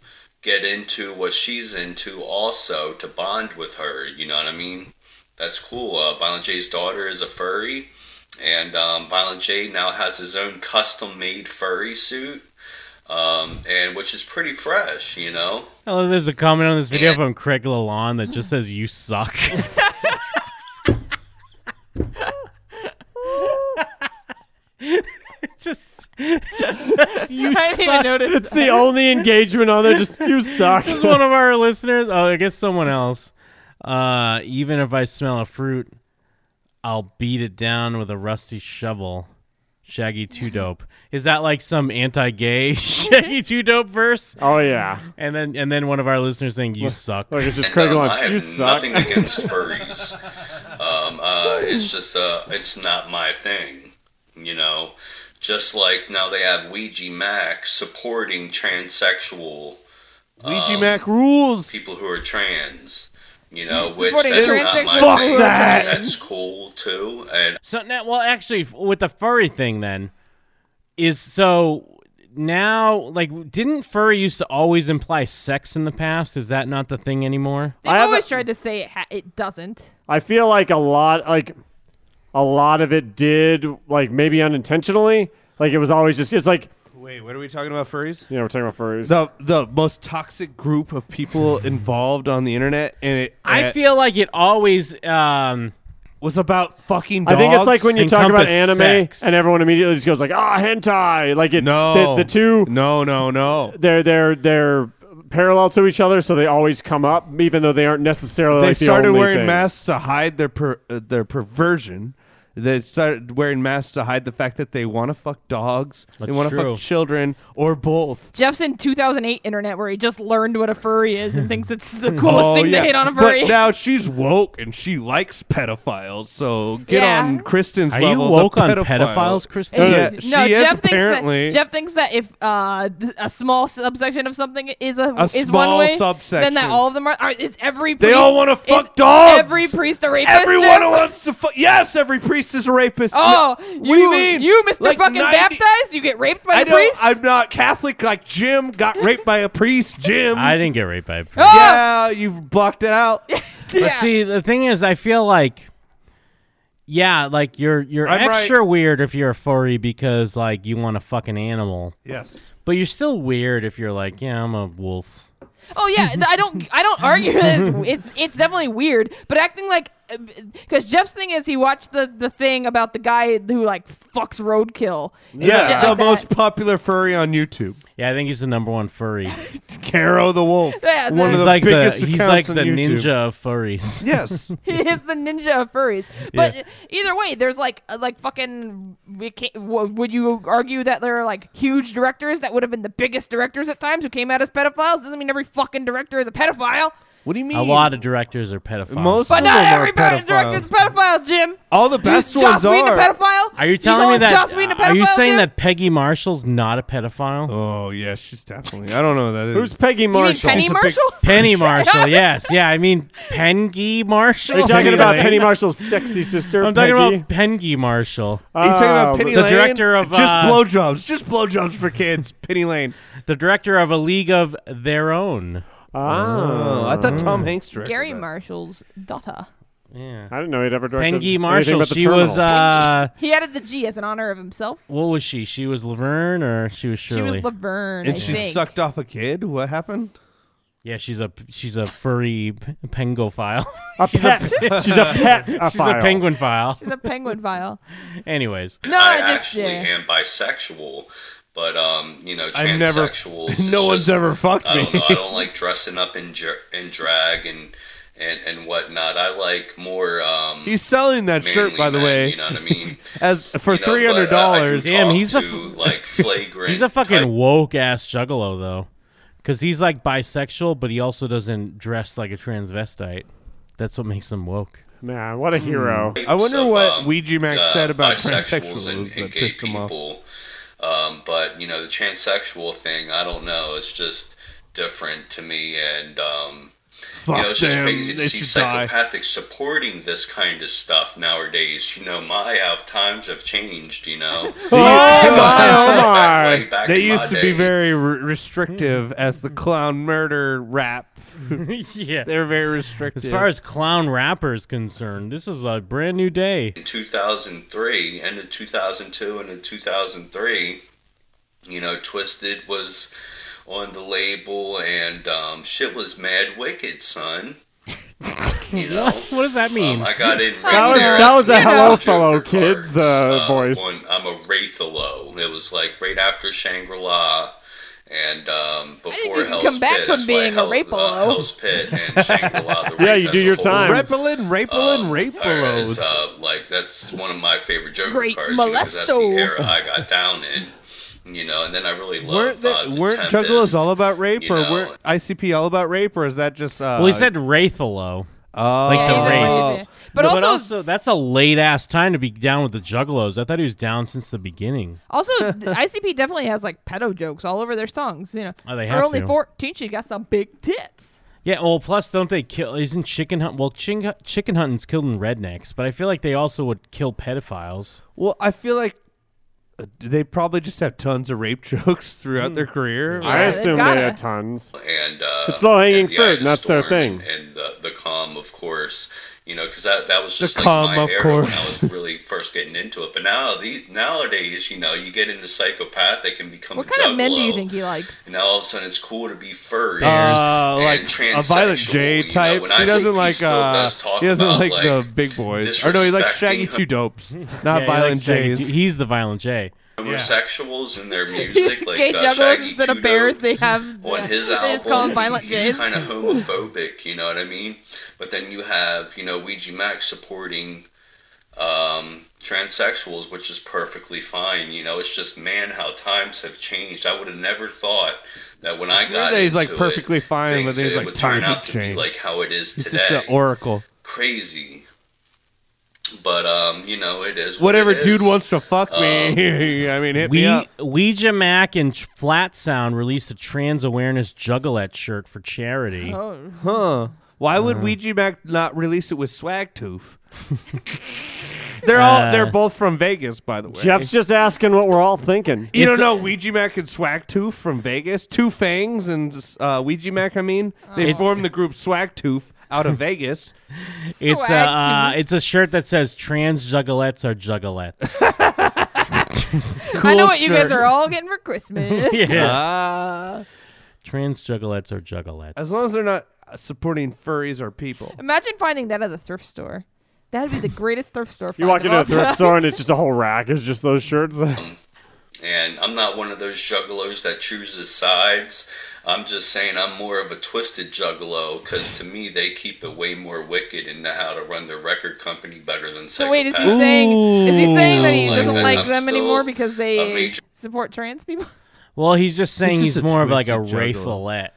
Speaker 9: get into what she's into, also to bond with her. You know what I mean? That's cool. Uh, Violent J's daughter is a furry, and um, Violent J now has his own custom-made furry suit, um, and which is pretty fresh. You know.
Speaker 6: Oh, there's a comment on this video from Craig Lalonde that just says, You suck. just, just says, You
Speaker 4: I didn't even
Speaker 6: suck.
Speaker 4: notice.
Speaker 3: It's the only engagement on there. Just you suck.
Speaker 6: This is one of our listeners. Oh, I guess someone else. Uh, even if I smell a fruit, I'll beat it down with a rusty shovel. Shaggy Two Dope. Is that like some anti-gay Shaggy Two Dope verse?
Speaker 3: Oh yeah.
Speaker 6: And then and then one of our listeners saying you suck.
Speaker 3: Look, it's just
Speaker 9: And,
Speaker 3: Craig
Speaker 9: um,
Speaker 3: going,
Speaker 9: I have
Speaker 3: You suck.
Speaker 9: nothing against furries. um, uh, it's just uh, it's not my thing, you know. Just like now they have Ouija Mac supporting transsexual
Speaker 5: Ouija Mac rules.
Speaker 9: um, people who are trans, you know, which
Speaker 4: Supporting
Speaker 9: that's
Speaker 4: transsexual
Speaker 9: not my
Speaker 5: Fuck
Speaker 9: thing.
Speaker 5: that!
Speaker 9: That's cool too, and
Speaker 6: So now, well, actually, f- with the furry thing, then is so now like didn't furry used to always imply sex in the past? Is that not the thing anymore?
Speaker 4: They've
Speaker 3: I have
Speaker 4: always
Speaker 3: a-
Speaker 4: tried to say it, ha- it doesn't.
Speaker 3: I feel like a lot like a lot of it did like maybe unintentionally. Like it was always just it's like
Speaker 5: Wait, what are we talking about, furries?
Speaker 3: you know, we're talking about furries.
Speaker 5: The the most toxic group of people involved on the internet, and it
Speaker 6: I
Speaker 5: and
Speaker 6: feel like it always. Um,
Speaker 5: was about fucking.
Speaker 3: I
Speaker 5: Dogs.
Speaker 3: think it's like when you talk about
Speaker 6: encompass
Speaker 3: anime
Speaker 6: sex.
Speaker 3: and everyone immediately just goes like, "Ah, hentai!" Like it.
Speaker 5: no
Speaker 3: the, the two
Speaker 5: No, no, no.
Speaker 3: they're they're they're parallel to each other, so they always come up, even though they aren't necessarily.
Speaker 5: they
Speaker 3: like, the
Speaker 5: started
Speaker 3: only
Speaker 5: wearing
Speaker 3: thing.
Speaker 5: masks to hide their per, uh, their perversion. They started wearing masks to hide the fact that they want to fuck dogs, they
Speaker 6: That's
Speaker 5: want to
Speaker 6: true.
Speaker 5: fuck children, or both.
Speaker 4: Jeff's in 2008 internet where he just learned what a furry is and thinks it's the coolest
Speaker 5: oh
Speaker 4: thing
Speaker 5: yeah,
Speaker 4: to hit on a furry.
Speaker 5: but now she's woke and she likes pedophiles. So get
Speaker 4: Yeah.
Speaker 5: on Kristen's
Speaker 6: are
Speaker 5: level.
Speaker 6: you
Speaker 5: the
Speaker 6: woke on
Speaker 5: pedophile.
Speaker 6: pedophiles, Kristen?
Speaker 5: Oh, Yeah,
Speaker 4: no,
Speaker 5: she is
Speaker 4: Jeff
Speaker 5: apparently.
Speaker 4: thinks that Jeff thinks that if uh, th- a small subsection of something is a,
Speaker 5: A
Speaker 4: is
Speaker 5: small
Speaker 4: one way,
Speaker 5: subsection.
Speaker 4: then that all of them are. are is every priest,
Speaker 5: They all want to
Speaker 4: is
Speaker 5: fuck dogs.
Speaker 4: Every priest a rapist.
Speaker 5: Everyone
Speaker 4: Jeff?
Speaker 5: wants to fuck. Yes, every priest is a rapist.
Speaker 4: Oh,
Speaker 5: No-
Speaker 4: you,
Speaker 5: what do you mean?
Speaker 4: You, Mister
Speaker 5: Like
Speaker 4: fucking
Speaker 5: 90
Speaker 4: baptized, you get raped by
Speaker 5: I
Speaker 4: the
Speaker 5: don't.
Speaker 4: priest.
Speaker 5: I'm not Catholic like Jim. Got raped by a priest, Jim.
Speaker 6: I didn't get raped by a priest.
Speaker 4: Oh,
Speaker 5: yeah, you blocked it out.
Speaker 6: But
Speaker 4: yeah.
Speaker 6: see, the thing is, I feel like, yeah, like you're you're
Speaker 5: I'm right.
Speaker 6: extra weird if you're a furry because like you want a fucking animal,
Speaker 5: Yes.
Speaker 6: but you're still weird if you're like, yeah, I'm a wolf.
Speaker 4: Oh yeah, th- I don't I don't argue that it's, it's it's definitely weird, but acting like uh, because Jeff's thing is he watched the the thing about the guy who like fucks roadkill. and
Speaker 5: Yeah,
Speaker 4: shit like
Speaker 5: the
Speaker 4: that.
Speaker 5: most popular furry on YouTube,
Speaker 6: Yeah, I think he's the number one furry.
Speaker 5: Caro the Wolf.
Speaker 4: Yeah,
Speaker 5: one of
Speaker 6: he's
Speaker 5: the
Speaker 6: like the
Speaker 5: biggest
Speaker 6: he's like
Speaker 5: accounts on
Speaker 6: the
Speaker 5: YouTube.
Speaker 6: ninja of furries.
Speaker 5: Yes.
Speaker 4: He is the ninja of furries. But
Speaker 6: Yeah.
Speaker 4: either way, there's like uh, like fucking. We can't, w- would you argue that there are like huge directors that would have been the biggest directors at times who came out as pedophiles? Doesn't mean every fucking director is a pedophile.
Speaker 5: what do you mean?
Speaker 6: A lot of directors are pedophiles.
Speaker 5: Most-
Speaker 4: But
Speaker 5: Some of
Speaker 4: not
Speaker 5: them are
Speaker 4: every pe- director is a pedophile, Jim.
Speaker 5: All the best
Speaker 4: Is
Speaker 5: ones
Speaker 4: Joss Whedon
Speaker 5: are.
Speaker 4: a pedophile?
Speaker 6: are you telling me
Speaker 4: calling
Speaker 6: that?
Speaker 4: Joss Whedon a
Speaker 6: are you
Speaker 4: pedophile,
Speaker 6: saying
Speaker 4: Jim?
Speaker 6: that Peggy Marshall's not a pedophile?
Speaker 5: oh yeah, she's definitely. I don't know who that is.
Speaker 3: Who's Peggy
Speaker 4: You mean
Speaker 3: Marshall?
Speaker 4: Penny
Speaker 5: She's a big
Speaker 4: Marshall?
Speaker 6: Penny Marshall, yes, yeah. I mean, Pengy Marshall.
Speaker 3: Are you talking
Speaker 5: Penny
Speaker 3: about
Speaker 5: Lane?
Speaker 3: Penny Marshall's sexy sister?
Speaker 6: I'm talking
Speaker 3: Peggy? Ah,
Speaker 6: about Pengy Marshall,
Speaker 5: Are you talking about Penny
Speaker 6: uh, the
Speaker 5: Lane?
Speaker 6: director of,
Speaker 5: just
Speaker 6: uh,
Speaker 5: blowjobs, just blowjobs for kids. Penny Lane.
Speaker 6: the director of A League of Their Own.
Speaker 3: Ah,
Speaker 6: Uh,
Speaker 5: Oh, I thought Tom Hanks directed
Speaker 4: Gary
Speaker 5: that.
Speaker 4: Marshall's daughter.
Speaker 6: Yeah.
Speaker 3: I didn't know he'd ever directed.
Speaker 6: Pengy
Speaker 3: anything
Speaker 6: Marshall.
Speaker 3: but The
Speaker 6: She was
Speaker 3: Terminal.
Speaker 6: uh,
Speaker 4: He added the G as an honor of himself.
Speaker 6: what was she? She was Laverne, or she was Shirley.
Speaker 4: She was Laverne,
Speaker 5: And
Speaker 4: I
Speaker 5: she
Speaker 4: think.
Speaker 5: sucked off a kid. What happened?
Speaker 6: yeah, she's a she's a furry p- pengophile.
Speaker 3: a pet. She's a pet.
Speaker 6: she's a penguin file.
Speaker 4: She's a penguin file.
Speaker 6: Anyways,
Speaker 4: No,
Speaker 9: I
Speaker 4: just
Speaker 9: actually
Speaker 4: yeah.
Speaker 9: am bisexual But um, you know,
Speaker 5: I never-
Speaker 9: transsexuals. it's
Speaker 5: no one's ever fucked
Speaker 9: I don't
Speaker 5: me.
Speaker 9: know. I don't like dressing up in dr- in drag and and and whatnot. I like more. Um,
Speaker 5: He's selling that shirt,
Speaker 9: manly
Speaker 5: by the
Speaker 9: men,
Speaker 5: way.
Speaker 9: You know what I mean?
Speaker 5: As for
Speaker 9: You know,
Speaker 5: three hundred dollars.
Speaker 9: but I- I
Speaker 6: Damn,
Speaker 9: can talk
Speaker 6: he's a
Speaker 9: to, like flagrant.
Speaker 6: He's a fucking woke ass juggalo though, because he's like bisexual, but he also doesn't dress like a transvestite. That's what makes him woke.
Speaker 3: Man, what a hero.
Speaker 5: I wonder
Speaker 9: of,
Speaker 5: what
Speaker 9: um,
Speaker 5: Ouija Max
Speaker 9: uh,
Speaker 5: said about
Speaker 9: bisexuals
Speaker 5: transsexuals
Speaker 9: and, and
Speaker 5: that
Speaker 9: gay
Speaker 5: pissed him off.
Speaker 9: people. Um, but you know, the transsexual thing, I don't know. It's just different to me, and um, you
Speaker 5: Fuck
Speaker 9: know, it's just
Speaker 5: them.
Speaker 9: crazy to
Speaker 5: They
Speaker 9: see
Speaker 5: should die.
Speaker 9: psychopathics supporting this kind of stuff nowadays. You know, my how times have changed. You know,
Speaker 3: Oh my.
Speaker 9: Way back
Speaker 5: They
Speaker 9: in my
Speaker 5: used to be
Speaker 9: day,
Speaker 5: very re- restrictive as the clown murder rap.
Speaker 6: yeah.
Speaker 5: They're very restrictive.
Speaker 6: As far as clown rapper is concerned, this is a brand new day.
Speaker 9: in 2003, end of 2002, and in 2003, you know, Twisted was on the label, and um, shit was mad wicked, son. You know,
Speaker 6: What does that mean?
Speaker 3: Oh
Speaker 9: um, I got in. right
Speaker 3: That was-
Speaker 9: there
Speaker 3: that was
Speaker 9: after
Speaker 3: a hello
Speaker 9: Joker
Speaker 3: fellow
Speaker 9: Parks,
Speaker 3: kids, uh, voice.
Speaker 9: On, I'm a Wraithalo. It was like right after Shangri La. And um, before
Speaker 4: think you can
Speaker 9: Hell's
Speaker 4: come back
Speaker 9: Pit,
Speaker 4: from
Speaker 9: That's why
Speaker 4: being a
Speaker 9: Hell- uh,
Speaker 4: Wraithalo.
Speaker 9: Hell's Pit and Shangri-La. the
Speaker 3: Yeah,
Speaker 9: Wraith
Speaker 3: you do
Speaker 9: as a
Speaker 3: your
Speaker 9: whole.
Speaker 3: time.
Speaker 5: Repelin, Rapelin, Rapelos.
Speaker 9: Whereas, Um, uh, like that's one of my favorite Joker
Speaker 4: Great
Speaker 9: cards because that's the
Speaker 4: molesto.
Speaker 9: era I got down in. You know, and then I really
Speaker 5: Weren't
Speaker 9: loved
Speaker 5: the,
Speaker 9: uh, the
Speaker 5: weren't
Speaker 9: Tempest.
Speaker 5: Juggalos all about rape,
Speaker 9: you
Speaker 5: or
Speaker 9: know.
Speaker 5: weren't ICP all about rape, or is that just? Uh,
Speaker 6: well, he said Wraithalo.
Speaker 5: oh,
Speaker 6: like the
Speaker 4: Yeah, he's a
Speaker 6: rape.
Speaker 4: Wraith. But
Speaker 6: No,
Speaker 4: also,
Speaker 6: that's a late ass time to be down with the Juggalos. I thought he was down since the beginning.
Speaker 4: also th- ICP definitely has like pedo jokes all over their songs. You know,
Speaker 6: Oh, they
Speaker 4: for
Speaker 6: have
Speaker 4: only
Speaker 6: to.
Speaker 4: fourteen, she got some big tits.
Speaker 6: Yeah. Well, plus don't they kill? Isn't chicken hunt? Well, ching, chicken hunting's killed in rednecks, but I feel like they also would kill pedophiles.
Speaker 5: Well, I feel like uh, they probably just have tons of rape jokes throughout their
Speaker 3: I
Speaker 5: career.
Speaker 4: Yeah, they've
Speaker 3: assume they
Speaker 4: gotta.
Speaker 3: had tons.
Speaker 9: and uh,
Speaker 3: It's low-hanging
Speaker 9: and the Eye
Speaker 3: fruit,
Speaker 9: of the
Speaker 3: that's their
Speaker 9: Storm
Speaker 3: thing.
Speaker 9: And, and the, the calm, of course, you know, because that that was just like
Speaker 5: Calm,
Speaker 9: my
Speaker 5: of
Speaker 9: era when
Speaker 5: course.
Speaker 9: I was really first getting into it. But now these nowadays, you know, you get into psychopathic and become
Speaker 4: What
Speaker 9: a
Speaker 4: kind of men do you
Speaker 9: juggalo.
Speaker 4: think he likes?
Speaker 9: And now all of a sudden, it's cool to be furry.
Speaker 5: Uh,
Speaker 9: and
Speaker 5: like a violent
Speaker 9: transsexual,
Speaker 5: J
Speaker 9: you know,
Speaker 5: type.
Speaker 9: when
Speaker 5: he
Speaker 9: I
Speaker 5: doesn't
Speaker 9: think
Speaker 5: like
Speaker 9: still
Speaker 5: uh,
Speaker 9: does talk
Speaker 5: he doesn't
Speaker 9: about,
Speaker 5: like, the big boys. Or no, he likes Shaggy
Speaker 9: disrespecting-
Speaker 5: Two Dopes,
Speaker 6: Yeah,
Speaker 5: not
Speaker 6: he
Speaker 5: violent
Speaker 6: likes Shaggy
Speaker 5: J's.
Speaker 6: T- He's the violent J.
Speaker 9: homosexuals in their music, like
Speaker 4: Gay
Speaker 9: uh,
Speaker 4: jugglers
Speaker 9: Shaggy
Speaker 4: instead of
Speaker 9: Tudo
Speaker 4: bears, they have
Speaker 9: on his
Speaker 4: they
Speaker 9: album.
Speaker 4: just call them violent
Speaker 9: he's
Speaker 4: J's.
Speaker 9: kind of homophobic, you know what I mean? But then you have, you know, Ouija Max supporting um, transsexuals, which is perfectly fine. You know, it's just man, how times have changed. I would have never thought that when I
Speaker 5: weird
Speaker 9: got
Speaker 5: that he's, like,
Speaker 9: into it,
Speaker 5: perfectly fine, but
Speaker 9: things-
Speaker 5: then he's
Speaker 9: it
Speaker 5: like,
Speaker 9: would turn
Speaker 5: times have
Speaker 9: out to be
Speaker 5: changed.
Speaker 9: like how it is
Speaker 5: He's
Speaker 9: today.
Speaker 5: just the oracle.
Speaker 9: Crazy. But um, you know, it is what
Speaker 5: Whatever
Speaker 9: it is.
Speaker 5: dude wants to fuck me.
Speaker 9: Um,
Speaker 5: I mean, hit me
Speaker 6: We
Speaker 5: up.
Speaker 6: Ouija Mac and Ch- Flat Sound released a trans awareness juggalette shirt for charity.
Speaker 4: Oh,
Speaker 5: Huh. Why would Ouija Mac not release it with Swag Tooth? they're all they're both from Vegas, by the way.
Speaker 3: Jeff's just asking what we're all thinking.
Speaker 5: you don't know Ouija Mac and Swag Tooth from Vegas? Two Fangs and uh, Ouija Mac, I mean. They formed the group Swag Tooth out of Vegas.
Speaker 6: It's a uh,
Speaker 4: Swag
Speaker 6: it's a shirt that says trans juggalettes are juggalettes.
Speaker 4: I know what you guys
Speaker 5: shirt.
Speaker 4: are all getting for Christmas.
Speaker 6: yeah.
Speaker 5: Ah.
Speaker 6: Trans juggalettes are juggalettes.
Speaker 5: as long as they're not uh, supporting furries or people.
Speaker 4: Imagine finding that at a thrift store. That'd be the greatest thrift store.
Speaker 3: You
Speaker 4: find
Speaker 3: walk
Speaker 4: of
Speaker 3: into
Speaker 4: all
Speaker 3: a thrift
Speaker 4: time.
Speaker 3: store and it's just a whole rack. It's just those shirts.
Speaker 9: and I'm not one of those juggalos that chooses sides. I'm just saying I'm more of a twisted juggalo because to me they keep it way more wicked and know how to run their record company better than
Speaker 4: So wait, is he
Speaker 9: psychopaths.
Speaker 4: saying is he saying that he
Speaker 9: Ooh.
Speaker 4: doesn't
Speaker 9: Like,
Speaker 4: like
Speaker 9: I'm
Speaker 4: them
Speaker 9: still
Speaker 4: anymore because
Speaker 9: a
Speaker 4: they
Speaker 9: major-
Speaker 4: support trans people?
Speaker 6: well, he's just saying
Speaker 5: He's
Speaker 6: he's,
Speaker 5: just a
Speaker 6: more of like a
Speaker 5: twisted
Speaker 6: Rafelette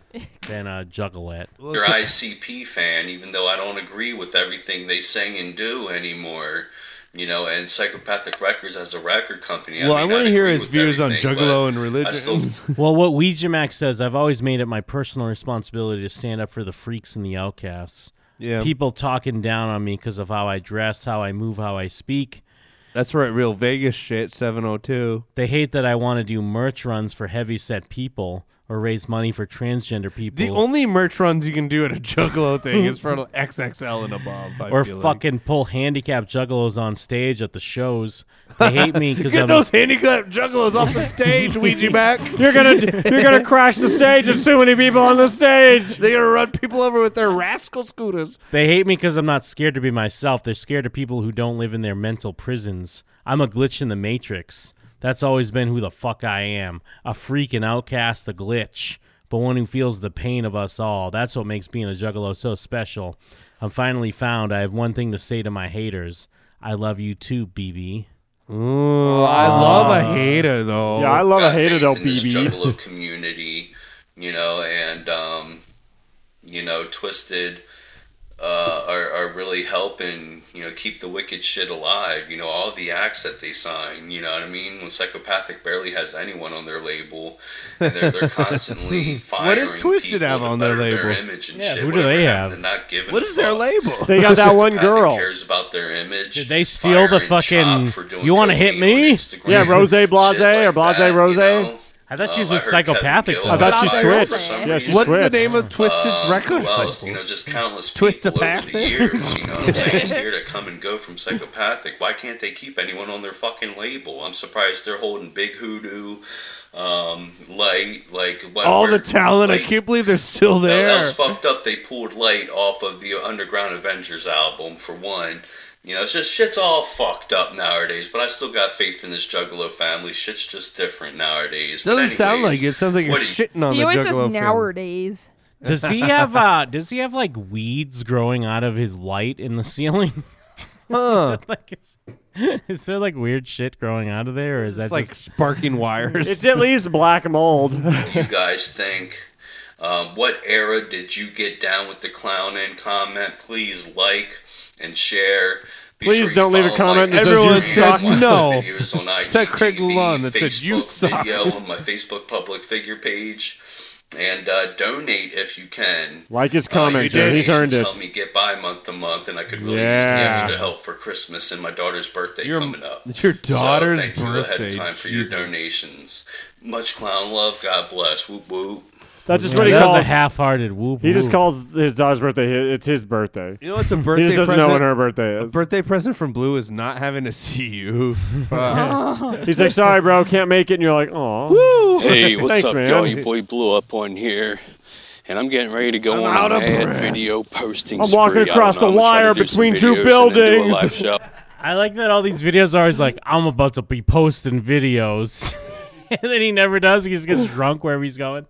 Speaker 6: than a juggalette.
Speaker 9: You're an ICP fan, even though I don't agree with everything they sing and do anymore. You know, and Psychopathic Records as a record company.
Speaker 5: Well, I
Speaker 9: mean,
Speaker 5: wanna
Speaker 9: I'd
Speaker 5: hear
Speaker 9: agree
Speaker 5: his
Speaker 9: with
Speaker 5: views on
Speaker 9: everything,
Speaker 5: juggalo
Speaker 9: but
Speaker 5: and
Speaker 9: I
Speaker 5: religion.
Speaker 9: still-
Speaker 6: Well, what Ouija Mac says, I've always made it my personal responsibility to stand up for the freaks and the outcasts.
Speaker 5: Yeah.
Speaker 6: People talking down on me because of how I dress, how I move, how I speak.
Speaker 5: That's right, real Vegas shit, 702.
Speaker 6: They hate that I want to do merch runs for heavy set people or raise money for transgender people.
Speaker 5: The only merch runs you can do at a Juggalo thing is for XXL and above. I
Speaker 6: or
Speaker 5: feel like.
Speaker 6: fucking pull handicapped juggalos on stage at the shows. They hate me because
Speaker 5: Get
Speaker 6: I'm
Speaker 5: those
Speaker 6: a,
Speaker 5: handicap juggalos off the stage, Ouija back.
Speaker 3: you're gonna you're gonna crash the stage. There's too many people on the stage.
Speaker 5: They're gonna run people over with their rascal scooters.
Speaker 6: they hate me 'cause I'm not scared to be myself. They're scared of people who don't live in their mental prisons. I'm a glitch in the matrix. That's always been who the fuck I am. A freak, an outcast, a glitch, but one who feels the pain of us all. That's what makes being a juggalo so special. I'm finally found. I have one thing to say to my haters. I love you too, BB.
Speaker 5: Ooh, I love a hater though.
Speaker 3: Yeah, I love a
Speaker 9: got
Speaker 3: hater
Speaker 9: faith
Speaker 3: though,
Speaker 9: in this
Speaker 3: BB.
Speaker 9: Juggalo community, you know, and um, you know, Twisted uh, are, are really helping, you know, keep the wicked shit alive. You know, all the acts that they sign. You know what I mean? When Psychopathic barely has anyone on their label, and they're, they're constantly firing.
Speaker 5: What does Twisted
Speaker 9: people
Speaker 5: have
Speaker 9: to
Speaker 5: on their
Speaker 9: better
Speaker 5: label?
Speaker 9: image and
Speaker 6: Yeah,
Speaker 9: shit,
Speaker 6: who do they
Speaker 9: whatever,
Speaker 6: have?
Speaker 9: and Not giving
Speaker 5: What
Speaker 9: a
Speaker 5: is their
Speaker 9: fuck.
Speaker 5: label?
Speaker 3: They got that one
Speaker 9: Pathic
Speaker 3: girl.
Speaker 9: cares about their image.
Speaker 6: Did they steal the
Speaker 9: Fire and
Speaker 6: fucking-
Speaker 9: Chop for doing
Speaker 6: You wanna
Speaker 9: cocaine
Speaker 6: hit me?
Speaker 9: on Instagram
Speaker 3: Yeah, Rose
Speaker 9: and shit
Speaker 3: Blase or
Speaker 9: like
Speaker 3: Blase
Speaker 9: that, you
Speaker 3: Rose.
Speaker 9: know?
Speaker 6: I thought she
Speaker 9: Um,
Speaker 6: was
Speaker 9: I
Speaker 6: with
Speaker 9: heard
Speaker 6: Psychopathic.
Speaker 9: Kevin
Speaker 6: though.
Speaker 3: I thought she
Speaker 5: Blase
Speaker 3: switched.
Speaker 9: Rose.
Speaker 3: Yeah, she
Speaker 5: What's the
Speaker 3: switched.
Speaker 5: name of Twisted's
Speaker 9: Um,
Speaker 5: record
Speaker 9: who else? You know, just countless
Speaker 5: Twist a
Speaker 9: people over the
Speaker 5: path?
Speaker 9: years. You know what I'm saying? Here to come and go from psychopathic. Why can't they keep anyone on their fucking label? I'm surprised they're holding Big Hoodoo, um, Light, like what,
Speaker 5: All the
Speaker 9: where-
Speaker 5: talent. I
Speaker 9: like,
Speaker 5: can't believe they're still
Speaker 9: no,
Speaker 5: there.
Speaker 9: That was fucked up. They pulled Light off of the Underground Avengers album for one. You know, it's just shit's all fucked up nowadays. But I still got faith in this Juggalo family. Shit's just different nowadays. But
Speaker 5: Doesn't sound
Speaker 9: anyways,
Speaker 5: like it. Sounds like you're
Speaker 9: what do you-
Speaker 5: shitting on
Speaker 4: He
Speaker 5: the
Speaker 4: always
Speaker 5: Juggalo.
Speaker 4: says
Speaker 5: film.
Speaker 4: nowadays.
Speaker 6: Does he have uh does he have like weeds growing out of his light in the ceiling?
Speaker 5: Huh.
Speaker 6: like is, is there like weird shit growing out of there or is that
Speaker 5: It's like
Speaker 6: just
Speaker 5: sparking wires.
Speaker 3: It's at least black mold.
Speaker 9: you guys think. Um, what era did you get down with the clown in? Comment, please like and share. Be
Speaker 3: Please
Speaker 9: you
Speaker 3: don't leave a
Speaker 9: follow
Speaker 3: comment
Speaker 9: my
Speaker 3: that
Speaker 5: says you
Speaker 9: Instagram,
Speaker 5: suck.
Speaker 9: watch my
Speaker 5: No.
Speaker 9: videos on
Speaker 5: that Craig
Speaker 9: IGTV,
Speaker 5: Lalonde that said, "You
Speaker 9: Facebook
Speaker 5: suck."
Speaker 9: Video on my Facebook public figure page, and uh, donate if you can.
Speaker 3: Like his
Speaker 9: Uh, your
Speaker 3: comment, Jared. He's earned
Speaker 9: donations
Speaker 3: it.
Speaker 9: Help me get by month to month, and I could really
Speaker 3: Yeah.
Speaker 9: use the extra help for Christmas and my daughter's birthday
Speaker 5: Your-
Speaker 9: coming up.
Speaker 5: it's your daughter's
Speaker 9: so thank you ahead
Speaker 5: birthday,
Speaker 9: of time for
Speaker 5: Jesus.
Speaker 9: your donations. Much clown love. God bless. Whoop whoop.
Speaker 3: That's just
Speaker 6: Yeah,
Speaker 3: what he
Speaker 6: that was a
Speaker 3: calls.
Speaker 6: half-hearted whoop?
Speaker 3: He just
Speaker 6: whoop.
Speaker 3: calls his daughter's birthday. hi- It's his birthday.
Speaker 5: you know, it's a
Speaker 3: He
Speaker 5: birthday
Speaker 3: just doesn't
Speaker 5: present.
Speaker 3: know when her birthday is.
Speaker 5: birthday present from Blue is not having to see you. Oh,
Speaker 3: He's like, "Sorry, bro, can't make it," and you're like, "Oh,
Speaker 7: Hey, what's
Speaker 3: Thanks,
Speaker 7: up,
Speaker 3: man.
Speaker 7: y'all? Your boy blew up on here, and I'm getting ready to go
Speaker 5: I'm
Speaker 7: on
Speaker 5: out
Speaker 7: an
Speaker 5: of
Speaker 7: ad
Speaker 5: breath.
Speaker 7: video posting.
Speaker 3: I'm walking
Speaker 7: spree. I don't
Speaker 3: across
Speaker 7: know.
Speaker 3: the
Speaker 7: I'm gonna try to
Speaker 3: wire
Speaker 7: do some
Speaker 3: between
Speaker 7: videos
Speaker 3: two
Speaker 7: and then do a
Speaker 3: buildings.
Speaker 7: live show.
Speaker 6: I like that all these videos are always like I'm about to be posting videos. and then he never does. He just gets drunk wherever he's going.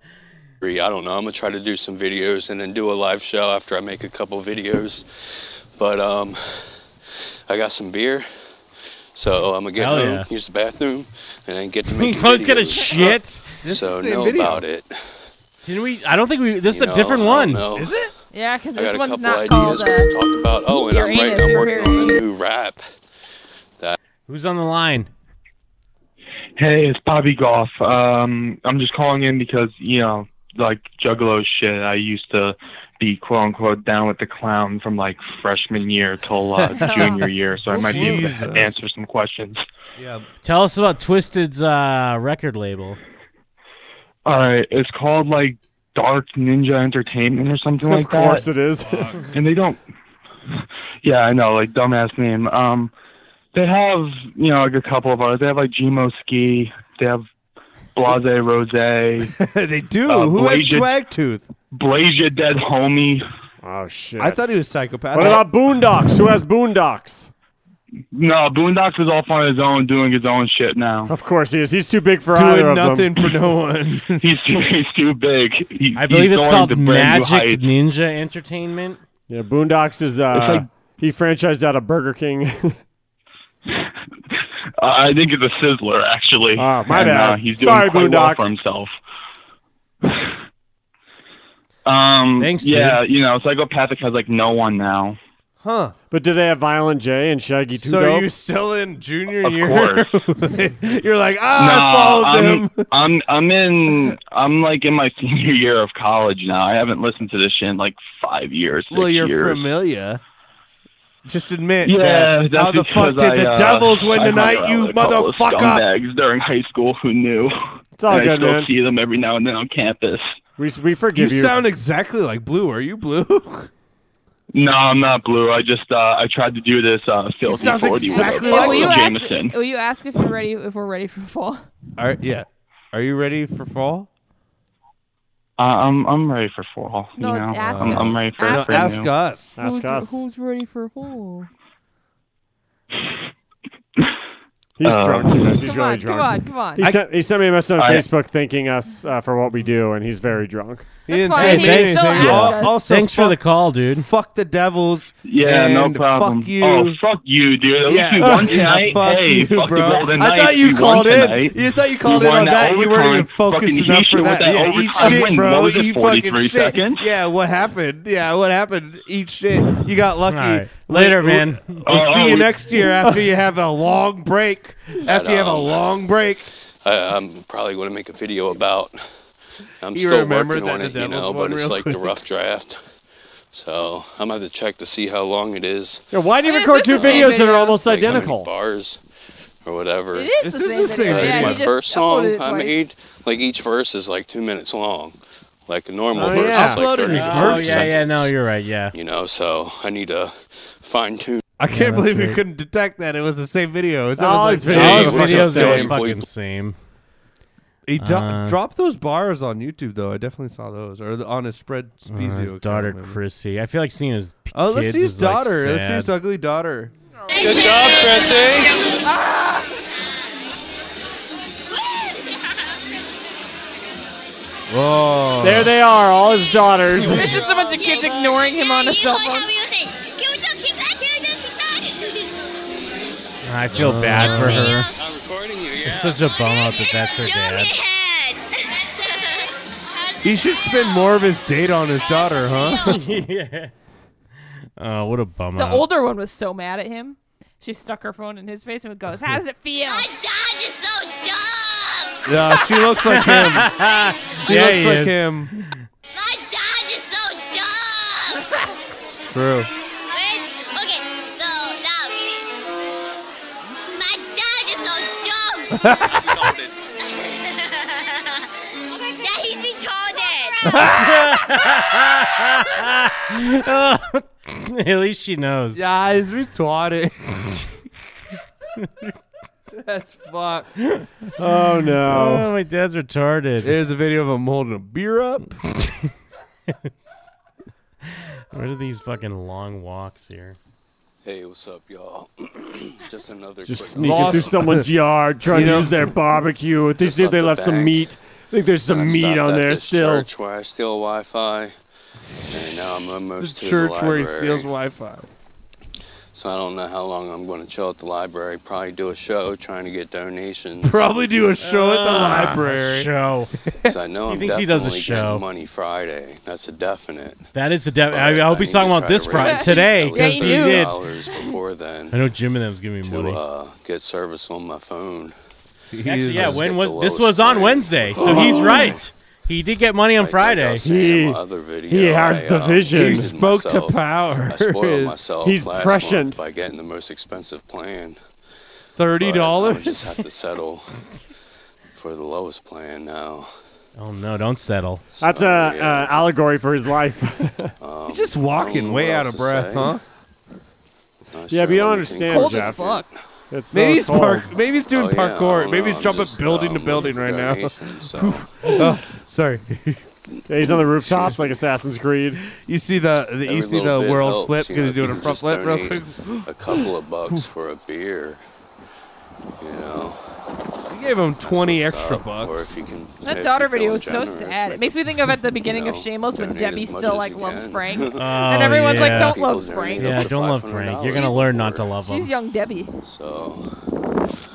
Speaker 7: Spree. I don't know. I'm gonna try to do some videos and then do a live show after I make a couple videos. But um, I got some beer, so I'm gonna get
Speaker 6: Hell
Speaker 7: home,
Speaker 6: yeah.
Speaker 7: use the bathroom, and then get to making
Speaker 6: He's always gonna
Speaker 7: videos.
Speaker 6: shit.
Speaker 7: So
Speaker 5: the same
Speaker 7: know
Speaker 5: video.
Speaker 7: about it. Oh,
Speaker 6: Didn't we I don't think we this is
Speaker 7: You
Speaker 6: a
Speaker 7: know,
Speaker 6: different
Speaker 7: I
Speaker 6: one.
Speaker 7: don't know.
Speaker 6: Is it?
Speaker 4: Yeah, because
Speaker 7: I got
Speaker 4: this
Speaker 7: a
Speaker 4: one's
Speaker 7: couple
Speaker 4: not
Speaker 7: ideas
Speaker 4: called.
Speaker 7: we
Speaker 4: Uh,
Speaker 7: can talk about. Oh, and I'm
Speaker 4: your
Speaker 7: right.
Speaker 4: anus,
Speaker 7: I'm
Speaker 4: your
Speaker 7: working on a
Speaker 4: anus.
Speaker 7: new rap.
Speaker 6: Who's on the line?
Speaker 11: Hey, it's Bobby Goff. Um, I'm just calling in because you know, like Juggalo shit. I used to be quote unquote down with the clown from like freshman year till uh, junior year, so I might be able
Speaker 5: Jesus.
Speaker 11: to answer some questions.
Speaker 5: yeah,
Speaker 6: Tell us about Twisted's uh, record label.
Speaker 11: All right, Uh, it's called like Dark Ninja Entertainment or something
Speaker 3: of
Speaker 11: like
Speaker 3: course
Speaker 11: that,
Speaker 3: it is."
Speaker 11: and they don't. yeah, I know, like dumbass name. Um, they have you know like a couple of others. They have like Gmo Ski. They have Blase Rose.
Speaker 5: they do.
Speaker 11: Uh,
Speaker 5: Who has
Speaker 11: Blazed-
Speaker 5: swag tooth?
Speaker 11: Blaze your dead homie.
Speaker 3: oh shit!
Speaker 5: I thought he was psychopath.
Speaker 3: What about Boondocks? Who has Boondocks?
Speaker 11: No, Boondocks is off on his own, doing his own shit now.
Speaker 3: Of course he is. He's too big for either
Speaker 5: doing
Speaker 3: of
Speaker 5: nothing
Speaker 3: them.
Speaker 5: for no one?
Speaker 11: He's too, he's too big. He-
Speaker 6: I believe
Speaker 11: he's
Speaker 6: it's
Speaker 11: going
Speaker 6: called
Speaker 11: to brand new
Speaker 6: Magic
Speaker 11: heights.
Speaker 6: Ninja Entertainment.
Speaker 3: Yeah, Boondocks is. uh
Speaker 11: like-
Speaker 3: He franchised out of Burger King.
Speaker 11: Uh, I think it's a sizzler, actually.
Speaker 3: Ah, my
Speaker 11: and,
Speaker 3: bad.
Speaker 11: Uh, he's doing
Speaker 3: Sorry,
Speaker 11: quite
Speaker 3: Boondocks.
Speaker 11: well for himself. um,
Speaker 6: Thanks,
Speaker 11: yeah, you know, Psychopathic has like no one now.
Speaker 5: Huh?
Speaker 3: but do they have Violent J and Shaggy Two
Speaker 5: So are
Speaker 3: Dope?
Speaker 5: you still in junior
Speaker 11: Of
Speaker 5: year?
Speaker 11: course.
Speaker 5: You're like, ah, I followed
Speaker 11: am
Speaker 5: them.
Speaker 11: I'm I'm in I'm like in my senior year of college now. I haven't listened to this shit in like five years. Six
Speaker 5: Well, you're
Speaker 11: years.
Speaker 5: familiar. Just admit
Speaker 11: Yeah,
Speaker 5: that.
Speaker 11: that's
Speaker 5: How the fuck
Speaker 11: because
Speaker 5: did the
Speaker 11: I, uh,
Speaker 5: Devils win
Speaker 11: I hung
Speaker 5: tonight,
Speaker 11: around
Speaker 5: you
Speaker 11: with a couple of
Speaker 5: motherfucker?
Speaker 11: Scumbags during high school who knew.
Speaker 3: it's all
Speaker 11: and I
Speaker 3: good,
Speaker 11: still
Speaker 3: man.
Speaker 11: see them every now and then on campus.
Speaker 3: We, we
Speaker 5: You
Speaker 3: forgive you.
Speaker 5: sound exactly like Blue. Are you Blue?
Speaker 11: No, I'm not blue. I just uh, I tried to do this uh, filthy
Speaker 5: sounds
Speaker 11: forty
Speaker 5: exactly
Speaker 11: with a
Speaker 4: will
Speaker 5: like
Speaker 11: bottle
Speaker 4: you
Speaker 11: of
Speaker 4: ask?
Speaker 11: Jameson.
Speaker 4: Will you ask if we're ready? If we're ready for fall?
Speaker 5: Are yeah. Are you ready for fall?
Speaker 11: Uh, I'm I'm ready for fall. You
Speaker 4: No,
Speaker 11: know,
Speaker 4: ask
Speaker 11: I'm,
Speaker 4: us.
Speaker 11: I'm ready for
Speaker 5: No,
Speaker 4: Ask
Speaker 11: everything
Speaker 5: ask
Speaker 11: new.
Speaker 5: us.
Speaker 3: Ask
Speaker 4: who's,
Speaker 3: us.
Speaker 4: who's ready for fall?
Speaker 3: He's
Speaker 11: Um,
Speaker 3: drunk, you guys. He's
Speaker 11: Come
Speaker 3: really
Speaker 11: on, come
Speaker 3: drunk.
Speaker 11: on, come on.
Speaker 3: He,
Speaker 11: I-
Speaker 3: sent, he sent me a message on
Speaker 11: I-
Speaker 3: Facebook thanking us uh, for what we do, and he's very drunk.
Speaker 5: He That's didn't fine, say he can anything. still ask Al- us. also
Speaker 6: Thanks for
Speaker 5: fuck-
Speaker 6: the call, dude.
Speaker 5: Fuck the Devils.
Speaker 11: Yeah, no
Speaker 5: and
Speaker 11: problem.
Speaker 5: Fuck you.
Speaker 11: Oh, fuck you, dude. At least
Speaker 5: yeah,
Speaker 11: we won
Speaker 5: yeah,
Speaker 11: tonight.
Speaker 5: fuck
Speaker 11: Hey,
Speaker 5: you,
Speaker 11: fuck the
Speaker 5: bro.
Speaker 11: Golden
Speaker 5: I thought
Speaker 11: Knights.
Speaker 5: you
Speaker 11: We
Speaker 5: called
Speaker 11: won
Speaker 5: in.
Speaker 11: tonight.
Speaker 5: You thought you
Speaker 11: We
Speaker 5: called in
Speaker 11: won
Speaker 5: on
Speaker 11: that
Speaker 5: that. You weren't
Speaker 11: overtime.
Speaker 5: even focused
Speaker 11: Fucking
Speaker 5: enough for
Speaker 11: Houston with
Speaker 5: that.
Speaker 11: that
Speaker 5: yeah, eat
Speaker 11: overtime
Speaker 5: shit,
Speaker 11: win.
Speaker 5: bro.
Speaker 11: What was it,
Speaker 5: eat fucking
Speaker 11: 43
Speaker 5: shit.
Speaker 11: seconds?
Speaker 5: Yeah, what happened? Yeah, what happened? Eat shit. You got lucky.
Speaker 6: All right. Later,
Speaker 5: We- we-
Speaker 6: man.
Speaker 5: We'll
Speaker 11: Oh,
Speaker 5: see
Speaker 11: oh,
Speaker 5: you
Speaker 11: we-
Speaker 5: next year after you have a long break. After you have a
Speaker 9: um,
Speaker 5: long break.
Speaker 9: I, I'm probably going to make a video about. I'm
Speaker 5: You
Speaker 9: still
Speaker 5: remember
Speaker 9: working
Speaker 5: that
Speaker 9: on
Speaker 5: the
Speaker 9: it, you
Speaker 5: Devils
Speaker 9: know,
Speaker 5: won
Speaker 9: but it's
Speaker 5: real
Speaker 9: like the
Speaker 5: quick.
Speaker 9: rough draft. So I'm gonna have to check to see how long it is.
Speaker 3: Yeah, why do you It record is two the same videos that are video. almost
Speaker 9: Like, how many
Speaker 3: identical?
Speaker 9: bars or whatever.
Speaker 4: It is This the is the same same video. video.
Speaker 9: Uh,
Speaker 4: Yeah,
Speaker 9: it's
Speaker 4: you
Speaker 9: my
Speaker 4: just
Speaker 9: first
Speaker 4: uploaded
Speaker 9: song
Speaker 4: it
Speaker 9: I
Speaker 4: twice.
Speaker 9: made. Like each verse is like two minutes long. Like a normal
Speaker 6: Oh,
Speaker 9: verse
Speaker 6: yeah.
Speaker 9: is like
Speaker 6: Uploaded
Speaker 9: 30
Speaker 6: his
Speaker 9: seconds.
Speaker 6: verse. Oh, yeah, yeah, no, you're right, yeah.
Speaker 9: You know, so I need to fine tune.
Speaker 5: I can't believe we couldn't detect that. It was the same video. It's
Speaker 3: All
Speaker 5: almost
Speaker 3: his
Speaker 5: like,
Speaker 3: videos
Speaker 5: Hey,
Speaker 3: are
Speaker 5: what's
Speaker 3: fucking
Speaker 5: up,
Speaker 3: same.
Speaker 5: Dave?
Speaker 6: Fucking same.
Speaker 5: He do-
Speaker 6: Uh,
Speaker 5: dropped those bars on YouTube though. I definitely saw those, or the, on his spread
Speaker 6: Uh,
Speaker 5: Spezio
Speaker 6: his
Speaker 5: account,
Speaker 6: daughter
Speaker 5: maybe.
Speaker 6: Chrissy. I feel like seeing his p-
Speaker 5: Oh, let's
Speaker 6: kids
Speaker 5: see his
Speaker 6: is, like,
Speaker 5: daughter. let's see
Speaker 6: sad.
Speaker 5: his ugly daughter.
Speaker 12: Good job, Chrissy.
Speaker 6: Whoa.
Speaker 3: There they are, all his daughters.
Speaker 4: It's just a bunch of kids ignoring him on a cell phone.
Speaker 6: I feel bad for her.
Speaker 9: I'm recording you,
Speaker 6: It's such a bummer that that's her dad.
Speaker 5: He should spend more of his date on his daughter, huh?
Speaker 6: yeah. Oh, what a bummer.
Speaker 4: The older one was so mad at him. She stuck her phone in his face and goes, "How does it feel?"
Speaker 5: yeah, she looks like him. She
Speaker 6: Yeah,
Speaker 5: looks
Speaker 6: he
Speaker 5: like
Speaker 6: is.
Speaker 5: him. True.
Speaker 6: Oh, At least she knows.
Speaker 5: Yeah, he's retarded. That's fuck.
Speaker 3: Oh, no.
Speaker 6: Oh, my dad's retarded.
Speaker 5: There's a video of him holding a beer up.
Speaker 6: What are these fucking long walks here?
Speaker 9: Hey, what's up, y'all? Just another
Speaker 3: Just
Speaker 9: quick
Speaker 3: sneaking through someone's yard, trying to use their barbecue. They
Speaker 9: Just
Speaker 3: see if
Speaker 9: off
Speaker 3: they
Speaker 9: the
Speaker 3: left some
Speaker 9: bank.
Speaker 3: meat. I think there's some
Speaker 9: I
Speaker 3: meat
Speaker 9: stopped
Speaker 3: on
Speaker 9: at
Speaker 3: there
Speaker 9: this
Speaker 3: still.
Speaker 9: Church where I steal Wi-Fi, and now I'm almost to
Speaker 5: church
Speaker 9: the
Speaker 5: where he
Speaker 9: library.
Speaker 5: steals Wi-Fi.
Speaker 9: So I don't know how long I'm going to chill at the library. Probably do a show trying to get donations.
Speaker 5: Probably do a show at the
Speaker 6: Ah,
Speaker 5: library.
Speaker 6: Show.
Speaker 9: 'Cause I know
Speaker 6: He
Speaker 9: I'm
Speaker 6: thinks he
Speaker 9: definitely
Speaker 6: does a
Speaker 9: getting
Speaker 6: show.
Speaker 9: money Friday. That's a definite.
Speaker 6: That is the devil.
Speaker 9: But
Speaker 6: I, I hope he's
Speaker 9: need
Speaker 6: talking
Speaker 9: to
Speaker 6: about
Speaker 9: try to
Speaker 6: this Friday
Speaker 9: raise
Speaker 6: today.
Speaker 9: at least
Speaker 6: 'cause he
Speaker 9: $30
Speaker 6: did.
Speaker 9: Before then,
Speaker 6: I know Jim and them's giving me
Speaker 9: to
Speaker 6: money.
Speaker 9: uh, get service on my phone.
Speaker 6: Actually, yeah.
Speaker 9: Let's
Speaker 6: When
Speaker 9: get
Speaker 6: was
Speaker 9: the
Speaker 6: this?
Speaker 9: lowest
Speaker 6: Was on
Speaker 9: price.
Speaker 6: Wednesday, so
Speaker 9: Oh.
Speaker 6: he's right. He did get money on
Speaker 9: Like, like I
Speaker 6: Friday.
Speaker 9: was saying in my
Speaker 3: He-
Speaker 9: other video,
Speaker 3: he has
Speaker 9: I,
Speaker 3: the
Speaker 9: um,
Speaker 3: vision.
Speaker 9: cheated
Speaker 3: He
Speaker 5: spoke to
Speaker 9: myself.
Speaker 5: power.
Speaker 9: I spoiled
Speaker 5: He's-
Speaker 9: myself
Speaker 3: he's
Speaker 9: last
Speaker 3: prescient.
Speaker 9: month by getting the most expensive plan.
Speaker 5: Thirty
Speaker 9: But I would just
Speaker 5: dollars.
Speaker 9: have to settle for the lowest plan now.
Speaker 6: Oh no! Don't settle.
Speaker 3: That's a uh, allegory for his life.
Speaker 9: Um,
Speaker 5: Just
Speaker 9: I don't
Speaker 5: walking,
Speaker 9: know
Speaker 5: way
Speaker 9: what
Speaker 5: out
Speaker 9: else
Speaker 5: of
Speaker 9: to
Speaker 5: breath,
Speaker 9: say.
Speaker 5: huh?
Speaker 9: Not
Speaker 3: yeah,
Speaker 9: sure
Speaker 3: but you don't
Speaker 9: what anything
Speaker 3: understand,
Speaker 9: comes
Speaker 4: Cold as
Speaker 3: Jeff.
Speaker 4: fuck.
Speaker 3: It's so
Speaker 5: Maybe he's
Speaker 3: cold.
Speaker 5: park. Maybe he's doing
Speaker 9: Oh, yeah, I
Speaker 5: parkour.
Speaker 9: don't
Speaker 5: maybe he's
Speaker 9: know. I'm
Speaker 5: jumping
Speaker 9: just,
Speaker 5: building
Speaker 9: um,
Speaker 5: to building right now.
Speaker 9: donations, so-
Speaker 5: oh, sorry.
Speaker 3: Yeah, he's on the rooftops like Assassin's Creed.
Speaker 5: you see the, the you
Speaker 9: Every
Speaker 5: see the
Speaker 9: little bit
Speaker 5: world
Speaker 9: helps,
Speaker 5: flip
Speaker 9: you
Speaker 5: because he's
Speaker 9: know,
Speaker 5: doing a
Speaker 9: if you
Speaker 5: front
Speaker 9: just
Speaker 5: flip real quick.
Speaker 9: donate A couple of bucks for a beer, you know.
Speaker 5: You gave him twenty
Speaker 9: That's what's
Speaker 5: extra
Speaker 9: up. Or
Speaker 5: bucks.
Speaker 9: if you can- if
Speaker 4: That
Speaker 9: you're
Speaker 4: daughter video
Speaker 9: feeling
Speaker 4: is so
Speaker 9: generous,
Speaker 4: sad. It
Speaker 9: like,
Speaker 4: makes me think of at the beginning
Speaker 9: you
Speaker 4: of
Speaker 9: know,
Speaker 4: Shameless when
Speaker 9: donate
Speaker 4: Debbie
Speaker 9: as much
Speaker 4: still
Speaker 9: as
Speaker 4: like
Speaker 9: you
Speaker 4: loves
Speaker 9: can.
Speaker 4: Frank.
Speaker 6: Oh,
Speaker 4: everyone's like,
Speaker 6: yeah.
Speaker 4: "Don't love
Speaker 9: People
Speaker 4: Frank."
Speaker 9: donate up
Speaker 6: Yeah,
Speaker 9: to
Speaker 6: don't love
Speaker 9: $500.
Speaker 6: Frank. You're gonna learn not to love
Speaker 4: She's
Speaker 6: him.
Speaker 4: young Debbie.
Speaker 9: So,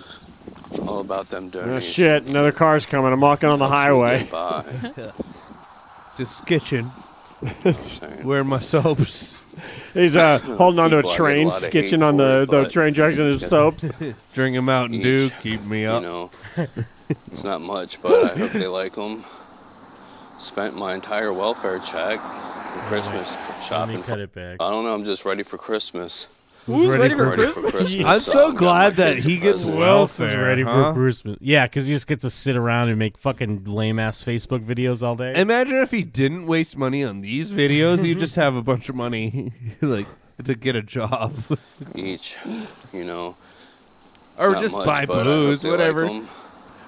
Speaker 9: all about them
Speaker 3: Oh,
Speaker 9: donations.
Speaker 3: shit, another car's coming. I'm walking on the highway.
Speaker 9: Bye.
Speaker 5: Just sketching.
Speaker 9: Saying.
Speaker 5: Wearing my soaps,
Speaker 3: He's uh, holding onto a
Speaker 9: People, I get a
Speaker 3: train,
Speaker 9: lot of hate
Speaker 3: skitching on
Speaker 9: for
Speaker 3: the,
Speaker 9: it,
Speaker 3: the
Speaker 9: but
Speaker 3: train tracks and his
Speaker 9: that's-
Speaker 3: soaps.
Speaker 5: drinking Mountain
Speaker 9: Each,
Speaker 5: Dew, keep me
Speaker 9: You
Speaker 5: up.
Speaker 9: know, it's not much, but I hope they like them. Spent my entire welfare check for Christmas
Speaker 6: Let
Speaker 9: shopping.
Speaker 6: me cut it back.
Speaker 9: I don't know. I'm just ready for Christmas.
Speaker 3: Who's ready, for
Speaker 9: ready
Speaker 3: Christmas?
Speaker 9: for Christmas.
Speaker 5: I'm so
Speaker 9: I've got my
Speaker 5: glad that
Speaker 9: kids
Speaker 5: he
Speaker 9: a
Speaker 5: gets
Speaker 6: This
Speaker 9: present.
Speaker 6: is
Speaker 5: welfare.
Speaker 6: ready
Speaker 5: huh?
Speaker 6: for Christmas. Yeah, because he just gets to sit around and make fucking lame ass Facebook videos all day.
Speaker 5: Imagine if he didn't waste money on these videos, he'd just have a bunch of money like to get a job
Speaker 9: Each, you know, it's
Speaker 5: or
Speaker 9: not
Speaker 5: just
Speaker 9: much,
Speaker 5: buy
Speaker 9: but I hope
Speaker 5: booze,
Speaker 9: they
Speaker 5: whatever.
Speaker 9: Like 'em.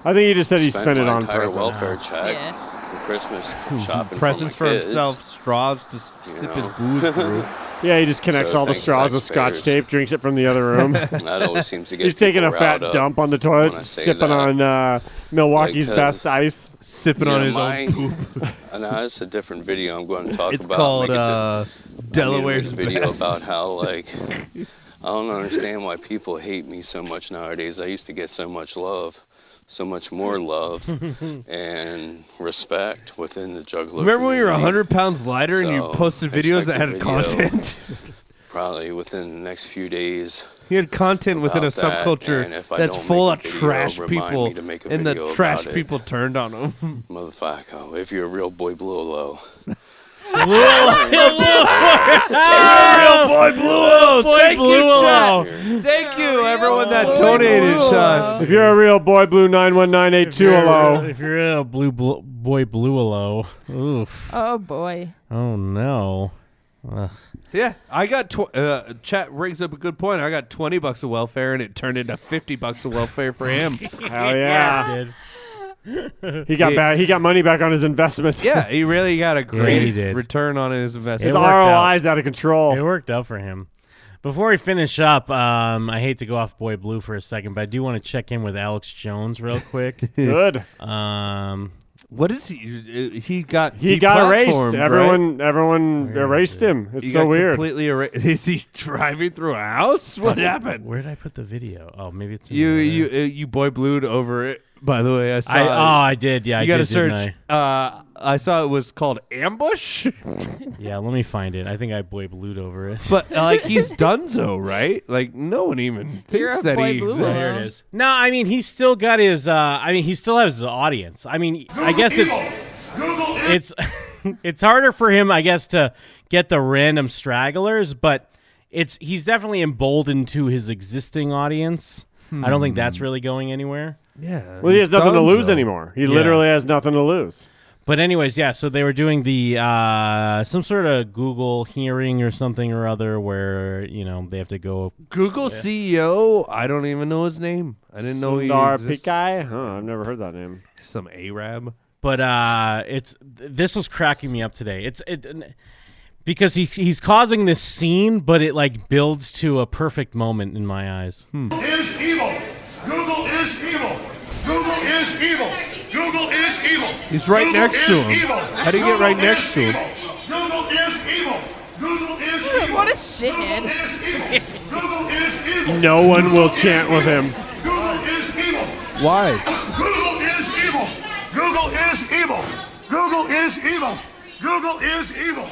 Speaker 3: I think he just said he spent it
Speaker 9: my
Speaker 3: on
Speaker 9: entire
Speaker 3: presents.
Speaker 9: welfare check.
Speaker 4: Yeah.
Speaker 7: for Christmas. Shopping
Speaker 5: Presents
Speaker 7: for,
Speaker 5: for
Speaker 7: my kids.
Speaker 5: himself, straws to s-
Speaker 7: you
Speaker 5: sip
Speaker 7: know.
Speaker 5: his booze through.
Speaker 3: Yeah, he just connects
Speaker 7: So
Speaker 3: all the
Speaker 7: thanks,
Speaker 3: straws with scotch
Speaker 7: taxpayers.
Speaker 3: tape, drinks it from the other room.
Speaker 7: That always seems to get
Speaker 3: He's taking a
Speaker 7: people
Speaker 3: fat
Speaker 7: riled up
Speaker 3: dump on the
Speaker 7: when I
Speaker 3: toilet,
Speaker 7: say
Speaker 3: sipping
Speaker 7: that.
Speaker 3: on uh, Milwaukee's
Speaker 7: Like, uh,
Speaker 3: best ice,
Speaker 5: sipping
Speaker 7: You know, mine- I know it's a different video I'm going to talk
Speaker 5: It's
Speaker 7: about.
Speaker 5: called,
Speaker 7: Make it
Speaker 5: uh,
Speaker 7: different.
Speaker 5: Delaware's
Speaker 7: I made this video
Speaker 5: Best.
Speaker 7: about how like I don't understand why people hate me so much nowadays. I used to get so much love, so much more love and respect within the juggler.
Speaker 5: Remember when you were
Speaker 7: community.
Speaker 5: 100 pounds lighter and you
Speaker 7: So,
Speaker 5: posted videos
Speaker 7: expect
Speaker 5: that had
Speaker 7: a video
Speaker 5: content?
Speaker 7: Probably within the next few days.
Speaker 5: He had content within a
Speaker 7: about that, and
Speaker 5: subculture
Speaker 7: if I
Speaker 5: that's
Speaker 7: don't
Speaker 5: full
Speaker 7: make a
Speaker 5: of
Speaker 7: video,
Speaker 5: trash
Speaker 7: remind
Speaker 5: people,
Speaker 7: me to make a
Speaker 5: and the
Speaker 7: video
Speaker 5: trash
Speaker 7: about it.
Speaker 5: people turned on him.
Speaker 7: Motherfucker, if you're a real boy, blow low.
Speaker 5: Real Oh, boy Blue
Speaker 6: Boy
Speaker 5: Thank you,
Speaker 6: Blue
Speaker 5: chat.
Speaker 6: Hello.
Speaker 5: Thank you, everyone that donated to us.
Speaker 3: If you're a real boy, blue nine one nine eight two hello.
Speaker 6: If you're a blue blo- boy, blue alo. Oof.
Speaker 4: Oh boy.
Speaker 6: Oh no. Ugh.
Speaker 5: Yeah, I got tw- uh, chat brings up a good point. I got twenty bucks of welfare, and it turned into fifty bucks of welfare for him.
Speaker 3: Hell yeah!
Speaker 6: Did.
Speaker 3: He got
Speaker 5: Yeah.
Speaker 3: back. He got money back on his investment.
Speaker 5: yeah, he really got a great
Speaker 6: did.
Speaker 5: return on his investment.
Speaker 3: his
Speaker 6: It worked out.
Speaker 3: ROI's out of
Speaker 5: Oh.
Speaker 3: control.
Speaker 6: It worked out for him. Before we finish up, um, I hate to go off Boy Blue for a second, but I do want to check in with Alex Jones real quick.
Speaker 3: Good.
Speaker 6: um,
Speaker 5: What is he? uh, He got
Speaker 3: He got erased.
Speaker 5: deplatformed, right?
Speaker 3: Everyone, everyone erased him. It's
Speaker 5: He
Speaker 3: so
Speaker 5: got
Speaker 3: weird.
Speaker 5: Completely erased. Is he driving through a house? What happened?
Speaker 6: where did I put the video? Oh, maybe it's in
Speaker 5: You
Speaker 6: there.
Speaker 5: you uh, you boy blued over it. By the way, I saw.
Speaker 6: I,
Speaker 5: it.
Speaker 6: oh, I did. Yeah,
Speaker 5: you
Speaker 6: I
Speaker 5: gotta
Speaker 6: did, didn't
Speaker 5: search. Uh, I saw it was called ambush,
Speaker 6: I? Yeah, let me find it. I think I boy blued over it.
Speaker 5: but uh, like he's Dunzo, right? Like no one even
Speaker 4: You're
Speaker 5: thinks
Speaker 4: a
Speaker 5: that
Speaker 4: boy
Speaker 5: he
Speaker 4: blue.
Speaker 5: exists.
Speaker 4: There it
Speaker 6: is. No, I mean he's still got his. Uh, I mean he still has his audience. I mean I guess it's it's it's harder for him, I guess, to get the random stragglers, but it's he's definitely emboldened to his existing audience. I don't think
Speaker 4: Hmm.
Speaker 6: that's really going anywhere.
Speaker 5: Yeah.
Speaker 3: Well, he has
Speaker 5: he's
Speaker 3: nothing to
Speaker 5: Dunzo.
Speaker 3: lose anymore. He literally has nothing to lose.
Speaker 6: But anyways, yeah. So they were doing the uh, some sort of Google hearing or something or other where you know they have to go.
Speaker 5: Google CEO. I don't even know his name. I didn't know he
Speaker 3: Sundar
Speaker 5: exists.
Speaker 3: Pichai? Huh, I've never heard that name.
Speaker 5: Some Arab.
Speaker 6: But uh, it's th- this was cracking me up today. It's it because he he's causing this scene, but it like builds to a perfect moment in my eyes.
Speaker 12: is evil. Google is evil. Google is evil. Google is evil.
Speaker 5: He's right
Speaker 12: Google
Speaker 5: next to
Speaker 12: is
Speaker 5: him.
Speaker 12: evil.
Speaker 5: How'd he get right
Speaker 12: Google
Speaker 5: next
Speaker 12: is
Speaker 5: to him?
Speaker 12: evil. Google is evil. Google is evil.
Speaker 4: What a shithead.
Speaker 12: Google is evil. Google is evil.
Speaker 3: No one will
Speaker 12: Google is
Speaker 3: chant with
Speaker 12: evil.
Speaker 3: him.
Speaker 12: Google is evil.
Speaker 5: Why?
Speaker 12: Google is evil. Google is evil. Google is evil. Google is evil.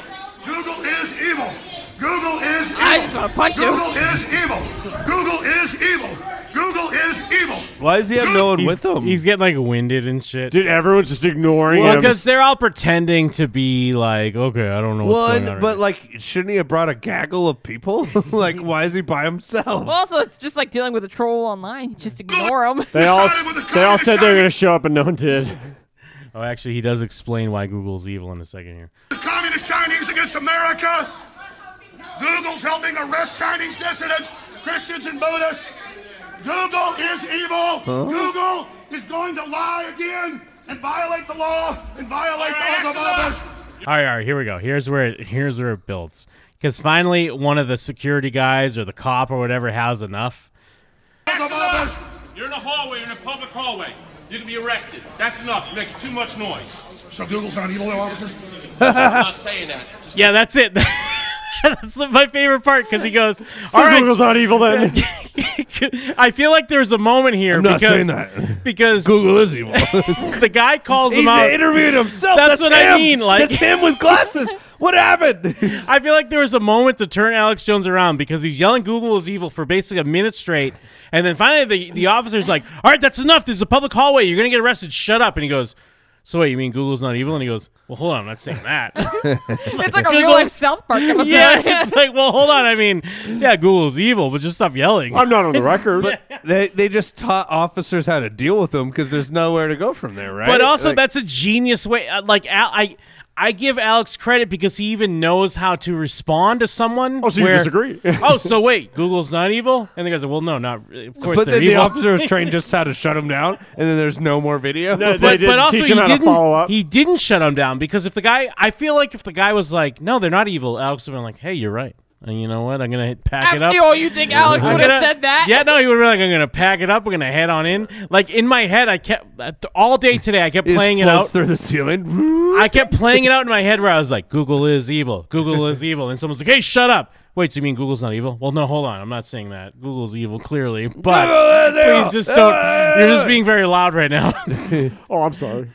Speaker 12: Google is evil. Google is evil.
Speaker 4: I just wanna punch you.
Speaker 12: Google is evil. Google is evil. Google is evil.
Speaker 5: Why does he have no one
Speaker 6: He's-
Speaker 5: with him?
Speaker 6: He's getting like winded and shit.
Speaker 3: Hmm. Dude, everyone's just ignoring
Speaker 6: Well,
Speaker 3: him.
Speaker 6: because they're all pretending to be like, okay, I don't know what's
Speaker 5: Well,
Speaker 6: going
Speaker 5: and-
Speaker 6: on.
Speaker 5: but like, shouldn't he have brought a gaggle of people? like, why is he by himself?
Speaker 4: Well, also it's just like dealing with a troll online. You Just ignore him.
Speaker 3: They all
Speaker 12: Started with the
Speaker 3: they all
Speaker 12: communist
Speaker 3: said they were
Speaker 12: army.
Speaker 3: going to show up, and no one did.
Speaker 6: oh, actually, he does explain why Google's evil in a second here.
Speaker 12: The communist Chinese against America. Google's helping arrest Chinese dissidents, Christians, and Buddhists. Google is evil. Google is going to lie again and violate the law and violate the oath of office.
Speaker 6: All right, all right, here we go. Here's where it here's where it builds. Because finally, one of the security guys or the cop or whatever has enough.
Speaker 12: Oath of office.
Speaker 13: You're in a hallway, in a public hallway. You can be arrested. That's enough. You're making too much noise.
Speaker 12: So Google's not evil, though, officer?
Speaker 13: I'm not saying that. Just
Speaker 6: Yeah, that's it. that's the, my favorite part because he goes, "All
Speaker 3: So
Speaker 6: right."
Speaker 3: Google's not evil then.
Speaker 6: I feel like there's a moment here
Speaker 5: I'm not
Speaker 6: because
Speaker 5: saying that.
Speaker 6: because
Speaker 5: Google is evil.
Speaker 6: the guy calls
Speaker 5: He's
Speaker 6: him out.
Speaker 5: interviewed himself.
Speaker 6: That's
Speaker 5: That's
Speaker 6: what I
Speaker 5: him.
Speaker 6: mean, like-
Speaker 5: that's him with glasses. What happened?
Speaker 6: I feel like there was a moment to turn Alex Jones around because he's yelling Google is evil for basically a minute straight. And then finally the, the officer's like, All right, that's enough. This is a public hallway. You're going to get arrested. Shut up. And he goes, So wait, you mean Google's not evil? And he goes, Well, hold on. I'm not saying that.
Speaker 4: It's like a real life South Park episode.
Speaker 6: yeah. It's like, Well, hold on. I mean, yeah, Google's evil, but just stop yelling.
Speaker 3: I'm not on the record.
Speaker 5: they they just taught officers how to deal with them because there's nowhere to go from there, right?
Speaker 6: But also,
Speaker 5: Like,
Speaker 6: that's a genius way. uh, Like Al, I, I give Alex credit because he even knows how to respond to someone. Oh,
Speaker 3: so you disagree.
Speaker 6: oh, so wait, Google's not evil? And the guy said, "Well, no, not re- of course."
Speaker 5: but
Speaker 6: they're
Speaker 5: then the
Speaker 6: evil.
Speaker 5: officer was trained just how to shut him down, and then there's no more video.
Speaker 6: No, but, but also he didn't, He didn't shut him down because if the guy, I feel like if the guy was like, "No, they're not evil," Alex would have been like, "Hey, you're right." And you know what? I'm gonna hit- pack it up.
Speaker 4: Oh, you think Alex
Speaker 6: I'm
Speaker 4: would have
Speaker 6: gonna-
Speaker 4: said that?
Speaker 6: Yeah, no, he would have been like, "I'm gonna pack it up. We're gonna head on in." Like in my head, I kept uh, th- all day today. I kept
Speaker 5: It just
Speaker 6: playing it
Speaker 5: floats
Speaker 6: out
Speaker 5: through the ceiling.
Speaker 6: I kept playing it out in my head where I was like, Google is evil. Google is evil. And someone's like, hey, shut up. Wait, so you mean Google's not evil? Well, no, hold on. I'm not saying that. Google's evil, clearly. But please just don't. You're just being very loud right now.
Speaker 3: oh, I'm sorry.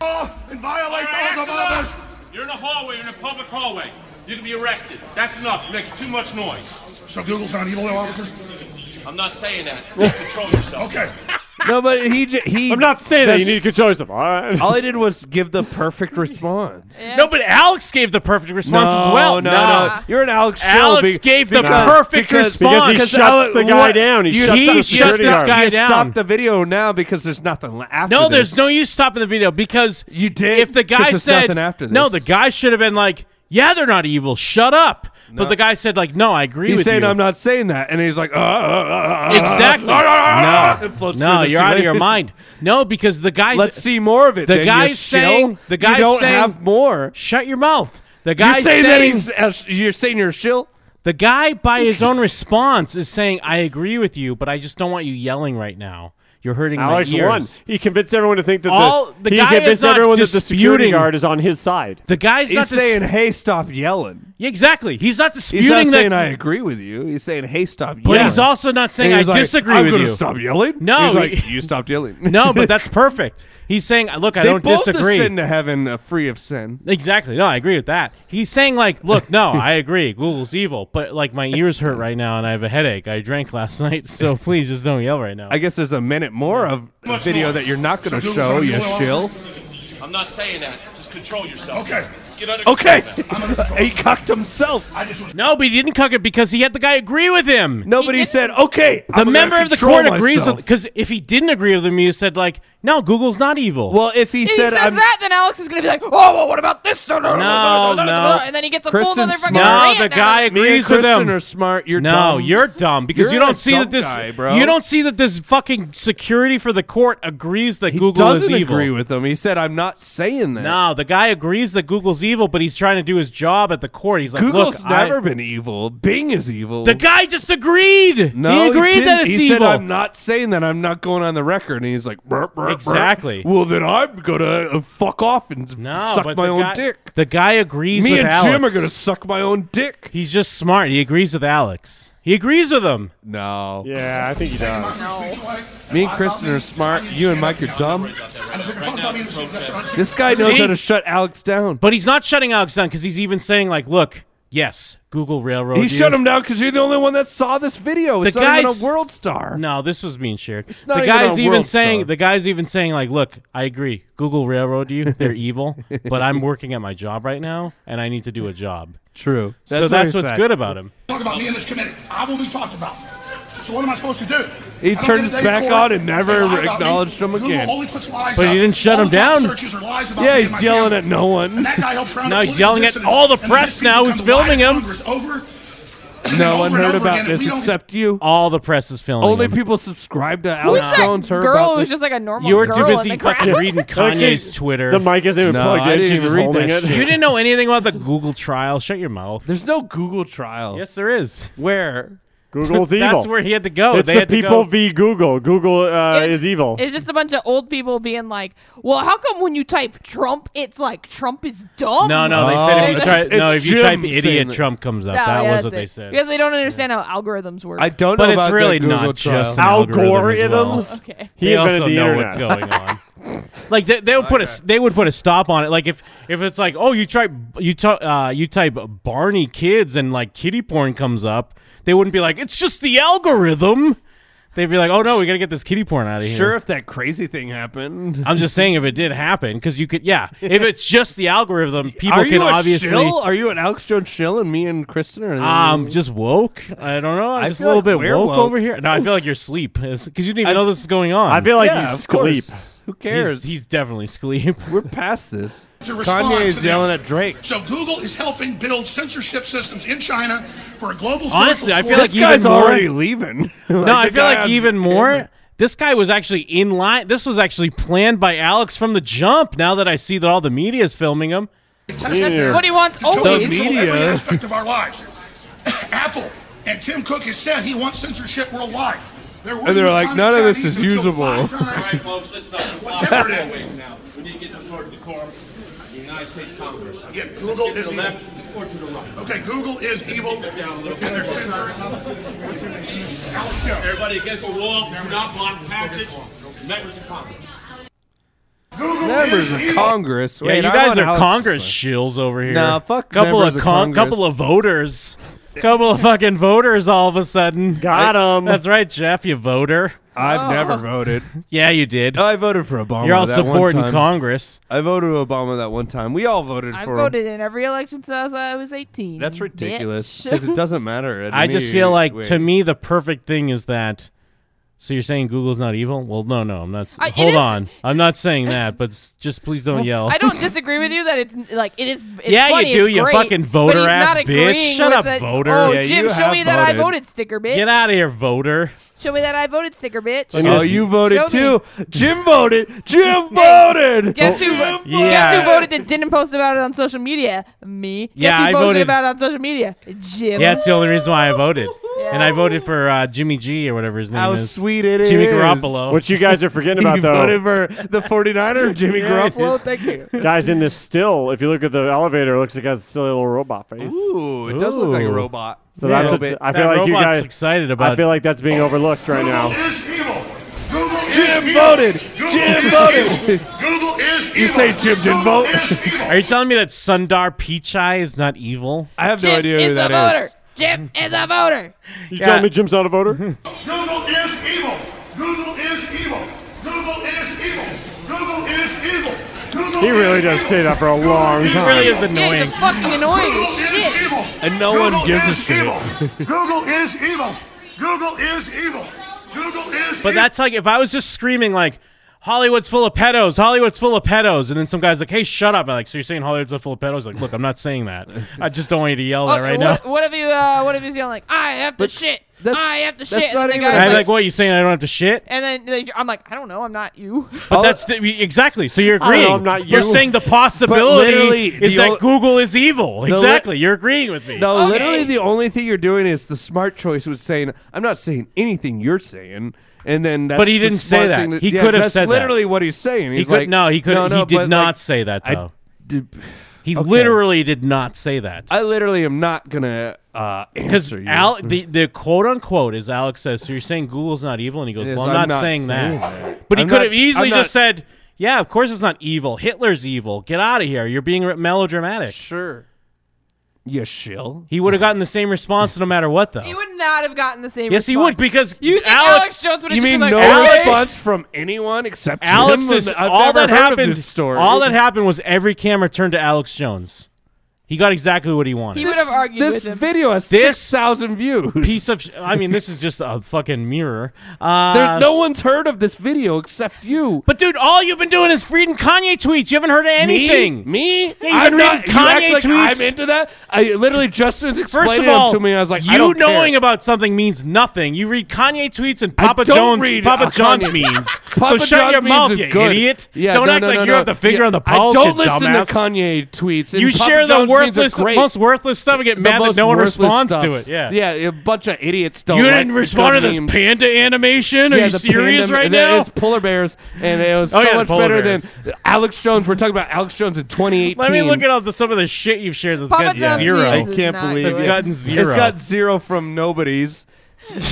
Speaker 13: and violate those of others. You're in a hallway, you're in a public hallway. You can be arrested. That's enough. You're making too much noise.
Speaker 12: So Google's not evil, though, officer?
Speaker 13: I'm not saying that. Just control yourself.
Speaker 12: Okay.
Speaker 5: No, but he j- he.
Speaker 3: I'm not saying that. You
Speaker 5: that's-
Speaker 3: need to control yourself. All right.
Speaker 5: All I did was give the perfect response.
Speaker 6: No, but Alex gave the perfect response
Speaker 5: no,
Speaker 6: as well.
Speaker 5: No, no, you're an Alex. Schill
Speaker 6: Alex
Speaker 5: be-
Speaker 6: gave the
Speaker 5: because-
Speaker 6: perfect
Speaker 5: because-
Speaker 6: response.
Speaker 5: because
Speaker 6: Because he shuts
Speaker 5: Alex-
Speaker 6: the guy
Speaker 5: Oh, uh, what-
Speaker 6: down. He
Speaker 5: you
Speaker 6: shuts
Speaker 5: he
Speaker 6: the
Speaker 5: shut
Speaker 6: security
Speaker 5: this
Speaker 6: guard.
Speaker 5: guy
Speaker 6: You
Speaker 5: down.
Speaker 6: stopped
Speaker 5: the video now because there's nothing after.
Speaker 6: no, there's no use stopping the video because you did. If the guy
Speaker 5: 'cause there's
Speaker 6: said
Speaker 5: nothing after
Speaker 6: no, the
Speaker 5: this.
Speaker 6: guy should have been like, "Yeah, they're not evil. Shut up." But the guy said like, "No, I agree
Speaker 5: He's
Speaker 6: with
Speaker 5: saying
Speaker 6: you."
Speaker 5: I'm not saying that, and he's like, uh, uh, uh, uh, uh,
Speaker 6: Exactly.
Speaker 5: uh, uh, uh, uh, it
Speaker 6: no,
Speaker 5: floats
Speaker 6: no,
Speaker 5: through the
Speaker 6: you're out of
Speaker 5: ceiling.
Speaker 6: your mind. No, because the guy.
Speaker 5: Let's see more of it.
Speaker 6: The
Speaker 5: then, you
Speaker 6: guy's
Speaker 5: shill.
Speaker 6: saying. The guy's
Speaker 5: you don't
Speaker 6: saying.
Speaker 5: have more.
Speaker 6: Shut your mouth. The
Speaker 5: You're
Speaker 6: guy's
Speaker 5: saying that
Speaker 6: saying-
Speaker 5: he's. uh, sh- You're saying you're a shill.
Speaker 6: The guy, by his own response, is saying, "I agree with you, but I just don't want you yelling right now. You're hurting
Speaker 3: Alex
Speaker 6: my ears."
Speaker 3: won. He convinced everyone to think that
Speaker 6: All- the
Speaker 3: he
Speaker 6: guy is
Speaker 3: convinced
Speaker 6: not
Speaker 3: everyone that the security
Speaker 6: disputing-
Speaker 3: guard is on his side.
Speaker 6: The guy's
Speaker 5: He's
Speaker 6: not dis-
Speaker 5: saying, "Hey, stop yelling."
Speaker 6: Yeah, exactly. He's not disputing
Speaker 5: He's not
Speaker 6: that.
Speaker 5: saying I agree with you. He's saying, "Hey, stop yelling."
Speaker 6: But he's also not saying
Speaker 5: And he's
Speaker 6: I
Speaker 5: like,
Speaker 6: disagree
Speaker 5: I'm
Speaker 6: with
Speaker 5: gonna
Speaker 6: you.
Speaker 5: Stop yelling.
Speaker 6: No,
Speaker 5: he's like,
Speaker 6: he-
Speaker 5: you stopped yelling.
Speaker 6: no, but that's perfect. He's saying, "Uh, "Look, I
Speaker 5: they
Speaker 6: don't
Speaker 5: both
Speaker 6: disagree."
Speaker 5: ascend to heaven uh, free of sin.
Speaker 6: Exactly. No, I agree with that. He's saying like, look, no, I agree. Google's evil, but like my ears hurt right now and I have a headache. I drank last night, so please just don't yell right now.
Speaker 5: I guess there's a minute more of
Speaker 13: Much
Speaker 5: video
Speaker 13: more.
Speaker 5: that you're not going to
Speaker 13: So do
Speaker 5: show,
Speaker 13: what you
Speaker 5: you
Speaker 13: want.
Speaker 5: shill.
Speaker 13: I'm not saying that. Just control yourself.
Speaker 12: Okay.
Speaker 13: Get under
Speaker 5: Okay,
Speaker 13: control now.
Speaker 5: he cucked himself.
Speaker 12: I just was
Speaker 6: No, but he didn't cuck it because he had the guy agree with him.
Speaker 5: Nobody said, "Okay."
Speaker 6: The
Speaker 5: I'm gonna
Speaker 6: member of the
Speaker 5: control
Speaker 6: court agrees with
Speaker 5: myself."
Speaker 6: because if he didn't agree with him, he said like, no, Google's not evil.
Speaker 5: Well, if he
Speaker 4: If he
Speaker 5: said,
Speaker 4: says
Speaker 5: "I'm,"
Speaker 4: that, then Alex is gonna be like, "Oh, well, what about this?" No,
Speaker 6: no.
Speaker 4: And then he gets a full
Speaker 5: Kristen
Speaker 4: other fucking
Speaker 6: no,
Speaker 4: rant
Speaker 6: the
Speaker 4: out.
Speaker 6: guy agrees
Speaker 5: Me and
Speaker 6: with him.
Speaker 5: Kristen are smart. You're
Speaker 6: no,
Speaker 5: dumb.
Speaker 6: you're dumb because
Speaker 5: You're
Speaker 6: you
Speaker 5: a
Speaker 6: don't see
Speaker 5: dumb
Speaker 6: that this
Speaker 5: guy, bro.
Speaker 6: you don't see that this fucking security for the court agrees that
Speaker 5: He
Speaker 6: Google
Speaker 5: doesn't
Speaker 6: is evil.
Speaker 5: agree with him. He said, "I'm not saying that."
Speaker 6: No, the guy agrees that Google's evil, but he's trying to do his job at the court. He's like,
Speaker 5: Google's
Speaker 6: look, I-
Speaker 5: never been evil. Bing is evil.
Speaker 6: The guy just agreed.
Speaker 5: No,
Speaker 6: he agreed
Speaker 5: didn't.
Speaker 6: that it's
Speaker 5: he
Speaker 6: evil.
Speaker 5: said, "I'm not saying that. I'm not going on the record." And he's like, burp, burp, burp.
Speaker 6: Exactly.
Speaker 5: Well, then I'm gonna uh, fuck off and
Speaker 6: no,
Speaker 5: suck
Speaker 6: but
Speaker 5: my
Speaker 6: the
Speaker 5: own
Speaker 6: guy-
Speaker 5: dick.
Speaker 6: The guy agrees
Speaker 5: Me
Speaker 6: with
Speaker 5: and
Speaker 6: Alex.
Speaker 5: Jim are gonna suck my own dick.
Speaker 6: He's just smart. He agrees with Alex. He agrees with him.
Speaker 5: No.
Speaker 3: Yeah, I think he does.
Speaker 5: Me and Kristen are smart. You and Mike are dumb.
Speaker 12: Right now, you protest.
Speaker 5: This guy knows
Speaker 6: See?
Speaker 5: how to shut Alex down.
Speaker 6: But he's not shutting Alex down because he's even saying, like, look, yes, Google Railroad.
Speaker 5: He
Speaker 6: you.
Speaker 5: shut him down because you're the only one that saw this video. It's
Speaker 6: Oh, The
Speaker 5: not even
Speaker 6: guy's-
Speaker 5: a world star.
Speaker 6: No, this was mean shared.
Speaker 5: not
Speaker 6: the
Speaker 5: even
Speaker 6: guy's
Speaker 5: a
Speaker 6: even
Speaker 5: world
Speaker 6: saying
Speaker 5: star.
Speaker 6: the guy's even saying like, look, I agree. Google railroad you. They're evil, but I'm working at my job right now, and I need to do a job.
Speaker 5: True.
Speaker 6: so
Speaker 5: what
Speaker 6: that's
Speaker 5: he
Speaker 6: what's
Speaker 5: said.
Speaker 6: good about him.
Speaker 12: Talk about me in this committee. I will be talked about. So what am I supposed to do?
Speaker 5: He
Speaker 12: I don't
Speaker 5: turned
Speaker 12: get a
Speaker 5: his
Speaker 12: day
Speaker 5: back
Speaker 12: in court.
Speaker 5: on and never
Speaker 12: They lie about me.
Speaker 5: acknowledged him
Speaker 12: Google
Speaker 5: again.
Speaker 12: only puts lies
Speaker 6: But he
Speaker 12: out.
Speaker 6: didn't shut
Speaker 12: All
Speaker 6: him
Speaker 12: the top
Speaker 6: down.
Speaker 12: Searches are lies about
Speaker 5: Yeah,
Speaker 12: me and
Speaker 5: he's
Speaker 12: my
Speaker 5: yelling
Speaker 12: family.
Speaker 5: at no one.
Speaker 12: And that guy helps around
Speaker 6: No,
Speaker 12: the
Speaker 6: he's
Speaker 12: political
Speaker 6: yelling at
Speaker 12: dissidents.
Speaker 6: all the
Speaker 12: And then
Speaker 6: press
Speaker 12: this
Speaker 6: now
Speaker 12: becomes
Speaker 6: who's filming
Speaker 12: live
Speaker 6: him.
Speaker 12: Congress Over,
Speaker 5: No
Speaker 12: Over
Speaker 5: one
Speaker 12: and
Speaker 5: heard
Speaker 12: over
Speaker 5: about
Speaker 12: again, and
Speaker 5: this
Speaker 12: we don't-
Speaker 5: except you.
Speaker 6: All the press is filming.
Speaker 5: Only
Speaker 6: him.
Speaker 5: people subscribe to
Speaker 4: Who's
Speaker 5: Alex
Speaker 4: that
Speaker 5: Jones. heard
Speaker 4: girl
Speaker 5: about
Speaker 4: who's
Speaker 5: this.
Speaker 4: just like a normal
Speaker 6: You were
Speaker 4: girl
Speaker 6: too busy
Speaker 4: in the crowd?
Speaker 6: fucking reading Kanye's
Speaker 3: Actually,
Speaker 6: Twitter.
Speaker 3: The mic isn't even
Speaker 5: No,
Speaker 3: plugged
Speaker 5: I
Speaker 3: in.
Speaker 5: didn't
Speaker 3: She's
Speaker 5: even
Speaker 3: just
Speaker 5: read
Speaker 3: holding
Speaker 5: that
Speaker 3: it.
Speaker 5: shit.
Speaker 6: you didn't know anything about the Google trial. Shut your mouth.
Speaker 5: There's no Google trial.
Speaker 6: Yes, there is.
Speaker 5: Where?
Speaker 3: Google's evil.
Speaker 6: That's where he had to go.
Speaker 3: It's
Speaker 6: they
Speaker 3: the
Speaker 6: had to go-
Speaker 3: people v. Google. Google uh, is evil.
Speaker 4: It's just a bunch of old people being like, "Well, how come when you type Trump, it's like Trump is dumb?"
Speaker 6: No, no, they said if you
Speaker 5: Oh,
Speaker 6: try, no,
Speaker 5: it's
Speaker 6: if you type
Speaker 5: Jim saying
Speaker 6: idiot,
Speaker 5: that.
Speaker 6: Trump comes up.
Speaker 4: No,
Speaker 6: that
Speaker 4: yeah,
Speaker 6: was what
Speaker 4: that's
Speaker 6: they
Speaker 4: it.
Speaker 6: said.
Speaker 4: because they don't understand how algorithms work.
Speaker 5: I don't
Speaker 6: But
Speaker 5: know
Speaker 6: it's
Speaker 5: about
Speaker 6: really
Speaker 5: the Google
Speaker 6: not
Speaker 5: trial.
Speaker 6: just an algorithm as well.
Speaker 3: Algorithms.
Speaker 4: Okay.
Speaker 3: He
Speaker 6: They
Speaker 3: invented
Speaker 6: also
Speaker 3: the
Speaker 6: know
Speaker 3: internet.
Speaker 6: what's going on. like they, they would put a they would put a stop on it. Like if if it's like oh you type you type uh, you type Barney kids and like kitty porn comes up, they wouldn't be like it's just the algorithm. They'd be like oh no we gotta get this kitty porn out of here.
Speaker 5: Sure, if that crazy thing happened.
Speaker 6: I'm just saying if it did happen because you could yeah if it's just the algorithm people
Speaker 5: Are
Speaker 6: can
Speaker 5: you a
Speaker 6: obviously
Speaker 5: shill? Are you an Alex Jones shill and me and Kristen are?
Speaker 6: um just woke. I don't know. I'm
Speaker 5: I
Speaker 6: just a
Speaker 5: feel
Speaker 6: little
Speaker 5: like
Speaker 6: bit
Speaker 5: we're
Speaker 6: woke,
Speaker 5: woke.
Speaker 6: over here. No, I feel like you're asleep because you didn't even know this is going on.
Speaker 3: I feel like
Speaker 5: yeah,
Speaker 3: you
Speaker 5: of
Speaker 3: sleep.
Speaker 5: course. Who cares?
Speaker 6: He's, he's definitely Skleep.
Speaker 5: We're past this.
Speaker 12: To respond
Speaker 5: Kanye is
Speaker 12: to them.
Speaker 5: yelling at Drake.
Speaker 12: So Google is helping build censorship systems in China for a global.
Speaker 6: Honestly,
Speaker 12: social
Speaker 6: I feel
Speaker 12: score-
Speaker 6: like even more- no,
Speaker 5: the
Speaker 6: I feel
Speaker 5: guy
Speaker 6: like
Speaker 5: on
Speaker 6: even more.
Speaker 5: camera.
Speaker 6: This guy was actually in line. This was actually planned by Alex from the jump. Now that I see that all the media is filming him,
Speaker 4: That's what he wants
Speaker 12: Totally
Speaker 4: always.
Speaker 12: control Every
Speaker 13: uh,
Speaker 12: aspect of our lives. Apple and Tim Cook has said he wants censorship worldwide. They're
Speaker 5: And they're like, none of this is usable.
Speaker 13: All right, folks, listen up. Whatever it is now, we need to get some sort of decorum in the United States Congress.
Speaker 12: Yeah, Google
Speaker 13: Let's get
Speaker 12: is
Speaker 13: to the
Speaker 12: evil.
Speaker 13: left or to the right.
Speaker 12: Okay, Google is evil, and they're censoring us. Alex Jones.
Speaker 13: Everybody against the wall, do not block passage. Members of Congress.
Speaker 5: Members of Congress.
Speaker 6: yeah,
Speaker 5: Wait,
Speaker 6: you
Speaker 5: I
Speaker 6: guys
Speaker 5: want
Speaker 6: are
Speaker 5: Alex-
Speaker 6: Congress shills over here.
Speaker 5: Nah, fuck
Speaker 6: couple
Speaker 5: members
Speaker 6: of,
Speaker 5: of
Speaker 6: con-
Speaker 5: Congress.
Speaker 6: couple of voters, couple of fucking voters. All of a sudden,
Speaker 3: Got 'em.
Speaker 6: That's right, Jeff. You voter.
Speaker 5: I've never voted.
Speaker 6: Yeah, you did.
Speaker 5: I voted for Obama.
Speaker 6: Oh. You're all
Speaker 5: Oh, that one
Speaker 6: supporting
Speaker 5: time.
Speaker 6: Congress.
Speaker 5: I voted for Obama that one time. We all voted
Speaker 4: I
Speaker 5: for
Speaker 4: voted in every election since I was 18.
Speaker 5: him. That's ridiculous
Speaker 4: bitch.
Speaker 5: because it doesn't matter.
Speaker 6: I just feel like to me the perfect thing is that. So you're saying Google's not evil? Well, no, no, I'm not. s-
Speaker 4: I- it
Speaker 6: hold
Speaker 4: is-
Speaker 6: on, I'm not saying that, but s- just please don't yell.
Speaker 4: I don't disagree with you that it's like it is. It's
Speaker 6: Yeah, you
Speaker 4: funny,
Speaker 6: do,
Speaker 4: it's
Speaker 6: you
Speaker 4: great,
Speaker 6: fucking
Speaker 4: but
Speaker 6: voter
Speaker 4: he's
Speaker 6: ass
Speaker 4: not
Speaker 6: bitch.
Speaker 4: agreeing
Speaker 6: Shut
Speaker 4: with
Speaker 6: up,
Speaker 4: that-
Speaker 6: voter.
Speaker 4: Oh,
Speaker 6: Yeah,
Speaker 4: Jim,
Speaker 5: you
Speaker 4: show
Speaker 5: have
Speaker 4: me that I
Speaker 5: voted.
Speaker 4: voted sticker, bitch.
Speaker 6: Get out of here, voter.
Speaker 4: Show me that I voted sticker, bitch.
Speaker 5: Oh, you voted
Speaker 4: Show
Speaker 5: too. Jim voted.
Speaker 4: Hey,
Speaker 5: Jim voted.
Speaker 4: Guess who?
Speaker 6: Yeah.
Speaker 4: Guess who voted and didn't post about it on social media? Me. Guess
Speaker 6: Yeah,
Speaker 4: who
Speaker 6: I
Speaker 4: posted
Speaker 6: voted-
Speaker 4: about it on social media? Jim.
Speaker 6: Yeah, it's the only reason why I voted. And I voted for uh, Jimmy G or whatever his name
Speaker 5: Oh, How
Speaker 6: is.
Speaker 5: sweet it is.
Speaker 6: Jimmy Garoppolo.
Speaker 3: What you guys are forgetting about,
Speaker 5: He
Speaker 3: though,
Speaker 5: voted for the 49er, Jimmy
Speaker 6: Yeah,
Speaker 5: Garoppolo. Thank you.
Speaker 3: guys, in this still, if you look at the elevator, it looks like it has a silly little robot face.
Speaker 5: Ooh, it does look like a
Speaker 6: Ooh.
Speaker 5: robot.
Speaker 3: So
Speaker 5: Yeah.
Speaker 3: that's
Speaker 5: Little
Speaker 3: a-
Speaker 5: bit.
Speaker 3: I feel
Speaker 6: That
Speaker 3: like you
Speaker 6: robot's
Speaker 3: guys
Speaker 6: excited about-
Speaker 3: I feel like that's being overlooked right now.
Speaker 12: Google is evil. Google
Speaker 5: Jim
Speaker 12: is evil.
Speaker 5: voted.
Speaker 12: Google
Speaker 5: Jim
Speaker 12: is
Speaker 5: voted.
Speaker 12: evil. Google is evil.
Speaker 5: You say Jim didn't
Speaker 12: Google
Speaker 5: vote?
Speaker 12: is evil.
Speaker 6: Are you telling me that Sundar Pichai is not evil?
Speaker 5: I have no
Speaker 4: Jim
Speaker 5: idea
Speaker 4: is
Speaker 5: who that
Speaker 4: a voter. Jim is a voter.
Speaker 3: You
Speaker 6: Yeah.
Speaker 3: telling me Jim's not a voter?
Speaker 12: Google is evil. Google is evil. Google is evil. Google is evil. Google
Speaker 3: He really
Speaker 12: is
Speaker 3: does
Speaker 12: evil.
Speaker 3: say that for a
Speaker 12: Google
Speaker 3: long
Speaker 12: is
Speaker 3: time.
Speaker 6: He really
Speaker 12: evil.
Speaker 6: is
Speaker 4: Yeah,
Speaker 6: annoying.
Speaker 4: he's a fucking annoying
Speaker 12: Google
Speaker 4: as
Speaker 12: is
Speaker 4: shit.
Speaker 12: evil.
Speaker 5: And no one
Speaker 12: Google
Speaker 5: gives a
Speaker 12: is
Speaker 5: shit.
Speaker 12: evil. Google is evil. Google is evil. Google is
Speaker 6: But
Speaker 12: evil.
Speaker 6: that's like if I was just screaming like Hollywood's full of pedos, Hollywood's full of pedos, and then some guy's like, "Hey, shut up!" I'm like, "So you're saying Hollywood's full of pedos?" Like, look, I'm not saying that. I just don't want you to yell that
Speaker 4: Oh,
Speaker 6: right
Speaker 4: what,
Speaker 6: now.
Speaker 4: What if you? Uh, what if he's yelling like, I have to shit.
Speaker 5: that's-
Speaker 4: I have to
Speaker 5: that's
Speaker 4: shit.
Speaker 5: not
Speaker 4: and, the
Speaker 5: even-
Speaker 4: guy's
Speaker 5: I
Speaker 6: I'm
Speaker 4: like,
Speaker 6: like, "What? You saying I don't have to shit?"
Speaker 4: and then they- I'm like, I don't know. I'm not you.
Speaker 6: But that's the, exactly. So you're
Speaker 5: Oh,
Speaker 3: I don't know,
Speaker 6: agreeing.
Speaker 3: I'm not
Speaker 6: You're
Speaker 3: you.
Speaker 6: saying the
Speaker 5: literally,
Speaker 6: possibility is
Speaker 5: the
Speaker 6: that
Speaker 5: o-
Speaker 6: Google is evil.
Speaker 5: li-
Speaker 6: exactly. you're agreeing with me.
Speaker 5: No,
Speaker 4: Okay.
Speaker 5: literally the only thing you're doing is the smart choice was saying, "I'm not saying anything you're saying," and then that's
Speaker 6: But he
Speaker 5: the
Speaker 6: didn't say
Speaker 5: smart
Speaker 6: that.
Speaker 5: thing to-
Speaker 6: He
Speaker 5: yeah,
Speaker 6: could have
Speaker 5: that's
Speaker 6: said that.
Speaker 5: literally what he's saying.
Speaker 6: he
Speaker 5: He's
Speaker 6: could
Speaker 5: like,
Speaker 6: no. He could.
Speaker 5: No, no,
Speaker 6: he did
Speaker 5: but,
Speaker 6: not
Speaker 5: like,
Speaker 6: say that
Speaker 5: I
Speaker 6: though.
Speaker 5: did-
Speaker 6: he
Speaker 5: okay.
Speaker 6: literally did not say that.
Speaker 5: I literally am not gonna uh,
Speaker 6: Because
Speaker 5: answer you.
Speaker 6: Al, the, the quote unquote is Alex says, "So you're saying Google's not evil?" And he goes,
Speaker 5: Yes,
Speaker 6: "Well, I'm, not, saying, that."
Speaker 5: that.
Speaker 6: But he
Speaker 5: I'm
Speaker 6: could
Speaker 5: not
Speaker 6: have
Speaker 5: s-
Speaker 6: easily
Speaker 5: I'm
Speaker 6: just
Speaker 5: not-
Speaker 6: said, "Yeah, of course it's not evil. Hitler's evil. Get out of here. You're being re- melodramatic."
Speaker 5: sure, you shill.
Speaker 6: He would have gotten the same response no matter what, though.
Speaker 4: He would not have gotten the same.
Speaker 6: yes, he would
Speaker 4: response.
Speaker 6: because
Speaker 4: You think
Speaker 6: Alex,
Speaker 4: Alex Jones would have
Speaker 5: You
Speaker 4: just
Speaker 5: mean
Speaker 4: been like,
Speaker 5: no
Speaker 4: Alex,
Speaker 5: response from anyone except
Speaker 6: Alex
Speaker 5: him?
Speaker 6: is
Speaker 5: I've
Speaker 6: all
Speaker 5: never
Speaker 6: that
Speaker 5: heard of
Speaker 6: happened.
Speaker 5: This story.
Speaker 6: All that happened was every camera turned to Alex Jones. He got exactly what he wanted.
Speaker 4: He would have argued
Speaker 5: This
Speaker 4: with him.
Speaker 5: video has
Speaker 6: This
Speaker 5: six thousand views.
Speaker 6: piece of. Sh- I mean, this is just a fucking mirror. Uh,
Speaker 3: Um,
Speaker 5: There- no one's heard of this video except you.
Speaker 6: But dude, all you've been doing is reading Kanye tweets. You haven't heard of anything.
Speaker 5: Me? me?
Speaker 6: been
Speaker 5: I'm
Speaker 6: reading
Speaker 5: not. you act
Speaker 6: Kanye
Speaker 5: like
Speaker 6: tweets.
Speaker 5: I'm into that. I literally Justin's
Speaker 6: First
Speaker 5: explaining
Speaker 6: of all,
Speaker 5: them to me. I was like,
Speaker 6: you
Speaker 5: I don't
Speaker 6: knowing
Speaker 5: care.
Speaker 6: about something means nothing. You read Kanye tweets and
Speaker 5: I
Speaker 6: Papa
Speaker 5: don't
Speaker 6: Jones,
Speaker 5: read,
Speaker 6: Papa
Speaker 5: uh,
Speaker 6: John's
Speaker 5: Kanye.
Speaker 6: memes.
Speaker 5: Papa
Speaker 6: so shut
Speaker 5: John
Speaker 6: your
Speaker 5: means
Speaker 6: mouth,
Speaker 5: is
Speaker 6: you
Speaker 5: good.
Speaker 6: idiot!
Speaker 5: Yeah,
Speaker 6: don't
Speaker 5: no,
Speaker 6: act
Speaker 5: no,
Speaker 6: like
Speaker 5: no,
Speaker 6: you
Speaker 5: no.
Speaker 6: have the finger
Speaker 5: Yeah,
Speaker 6: on the pulse.
Speaker 5: I
Speaker 6: you
Speaker 5: don't listen
Speaker 6: dumbass.
Speaker 5: to Kanye tweets. And
Speaker 6: You
Speaker 5: Papa
Speaker 6: share the
Speaker 5: John's memes are
Speaker 6: worthless,
Speaker 5: great.
Speaker 6: most worthless stuff and get
Speaker 5: The
Speaker 6: mad that
Speaker 5: most
Speaker 6: no one
Speaker 5: worthless
Speaker 6: responds to
Speaker 5: stuffs.
Speaker 6: it. Yeah,
Speaker 5: yeah, a bunch of idiots don't.
Speaker 6: You
Speaker 5: like
Speaker 6: didn't
Speaker 5: the
Speaker 6: respond to
Speaker 5: good
Speaker 6: this
Speaker 5: memes.
Speaker 6: panda animation. Are
Speaker 5: yeah,
Speaker 6: you
Speaker 5: the
Speaker 6: serious
Speaker 5: pandem-
Speaker 6: right
Speaker 5: the-
Speaker 6: now?
Speaker 5: It's polar bears, and it was
Speaker 6: Oh,
Speaker 5: so
Speaker 6: yeah, the
Speaker 5: much
Speaker 6: polar
Speaker 5: better
Speaker 6: bears.
Speaker 5: than Alex Jones. We're talking about Alex Jones in 2018.
Speaker 6: Let me look at all the, some of the shit you've shared that's
Speaker 4: Papa
Speaker 6: gotten
Speaker 4: John's
Speaker 6: zero.
Speaker 4: memes is not good.
Speaker 6: It's gotten zero.
Speaker 5: It's got zero from nobodies.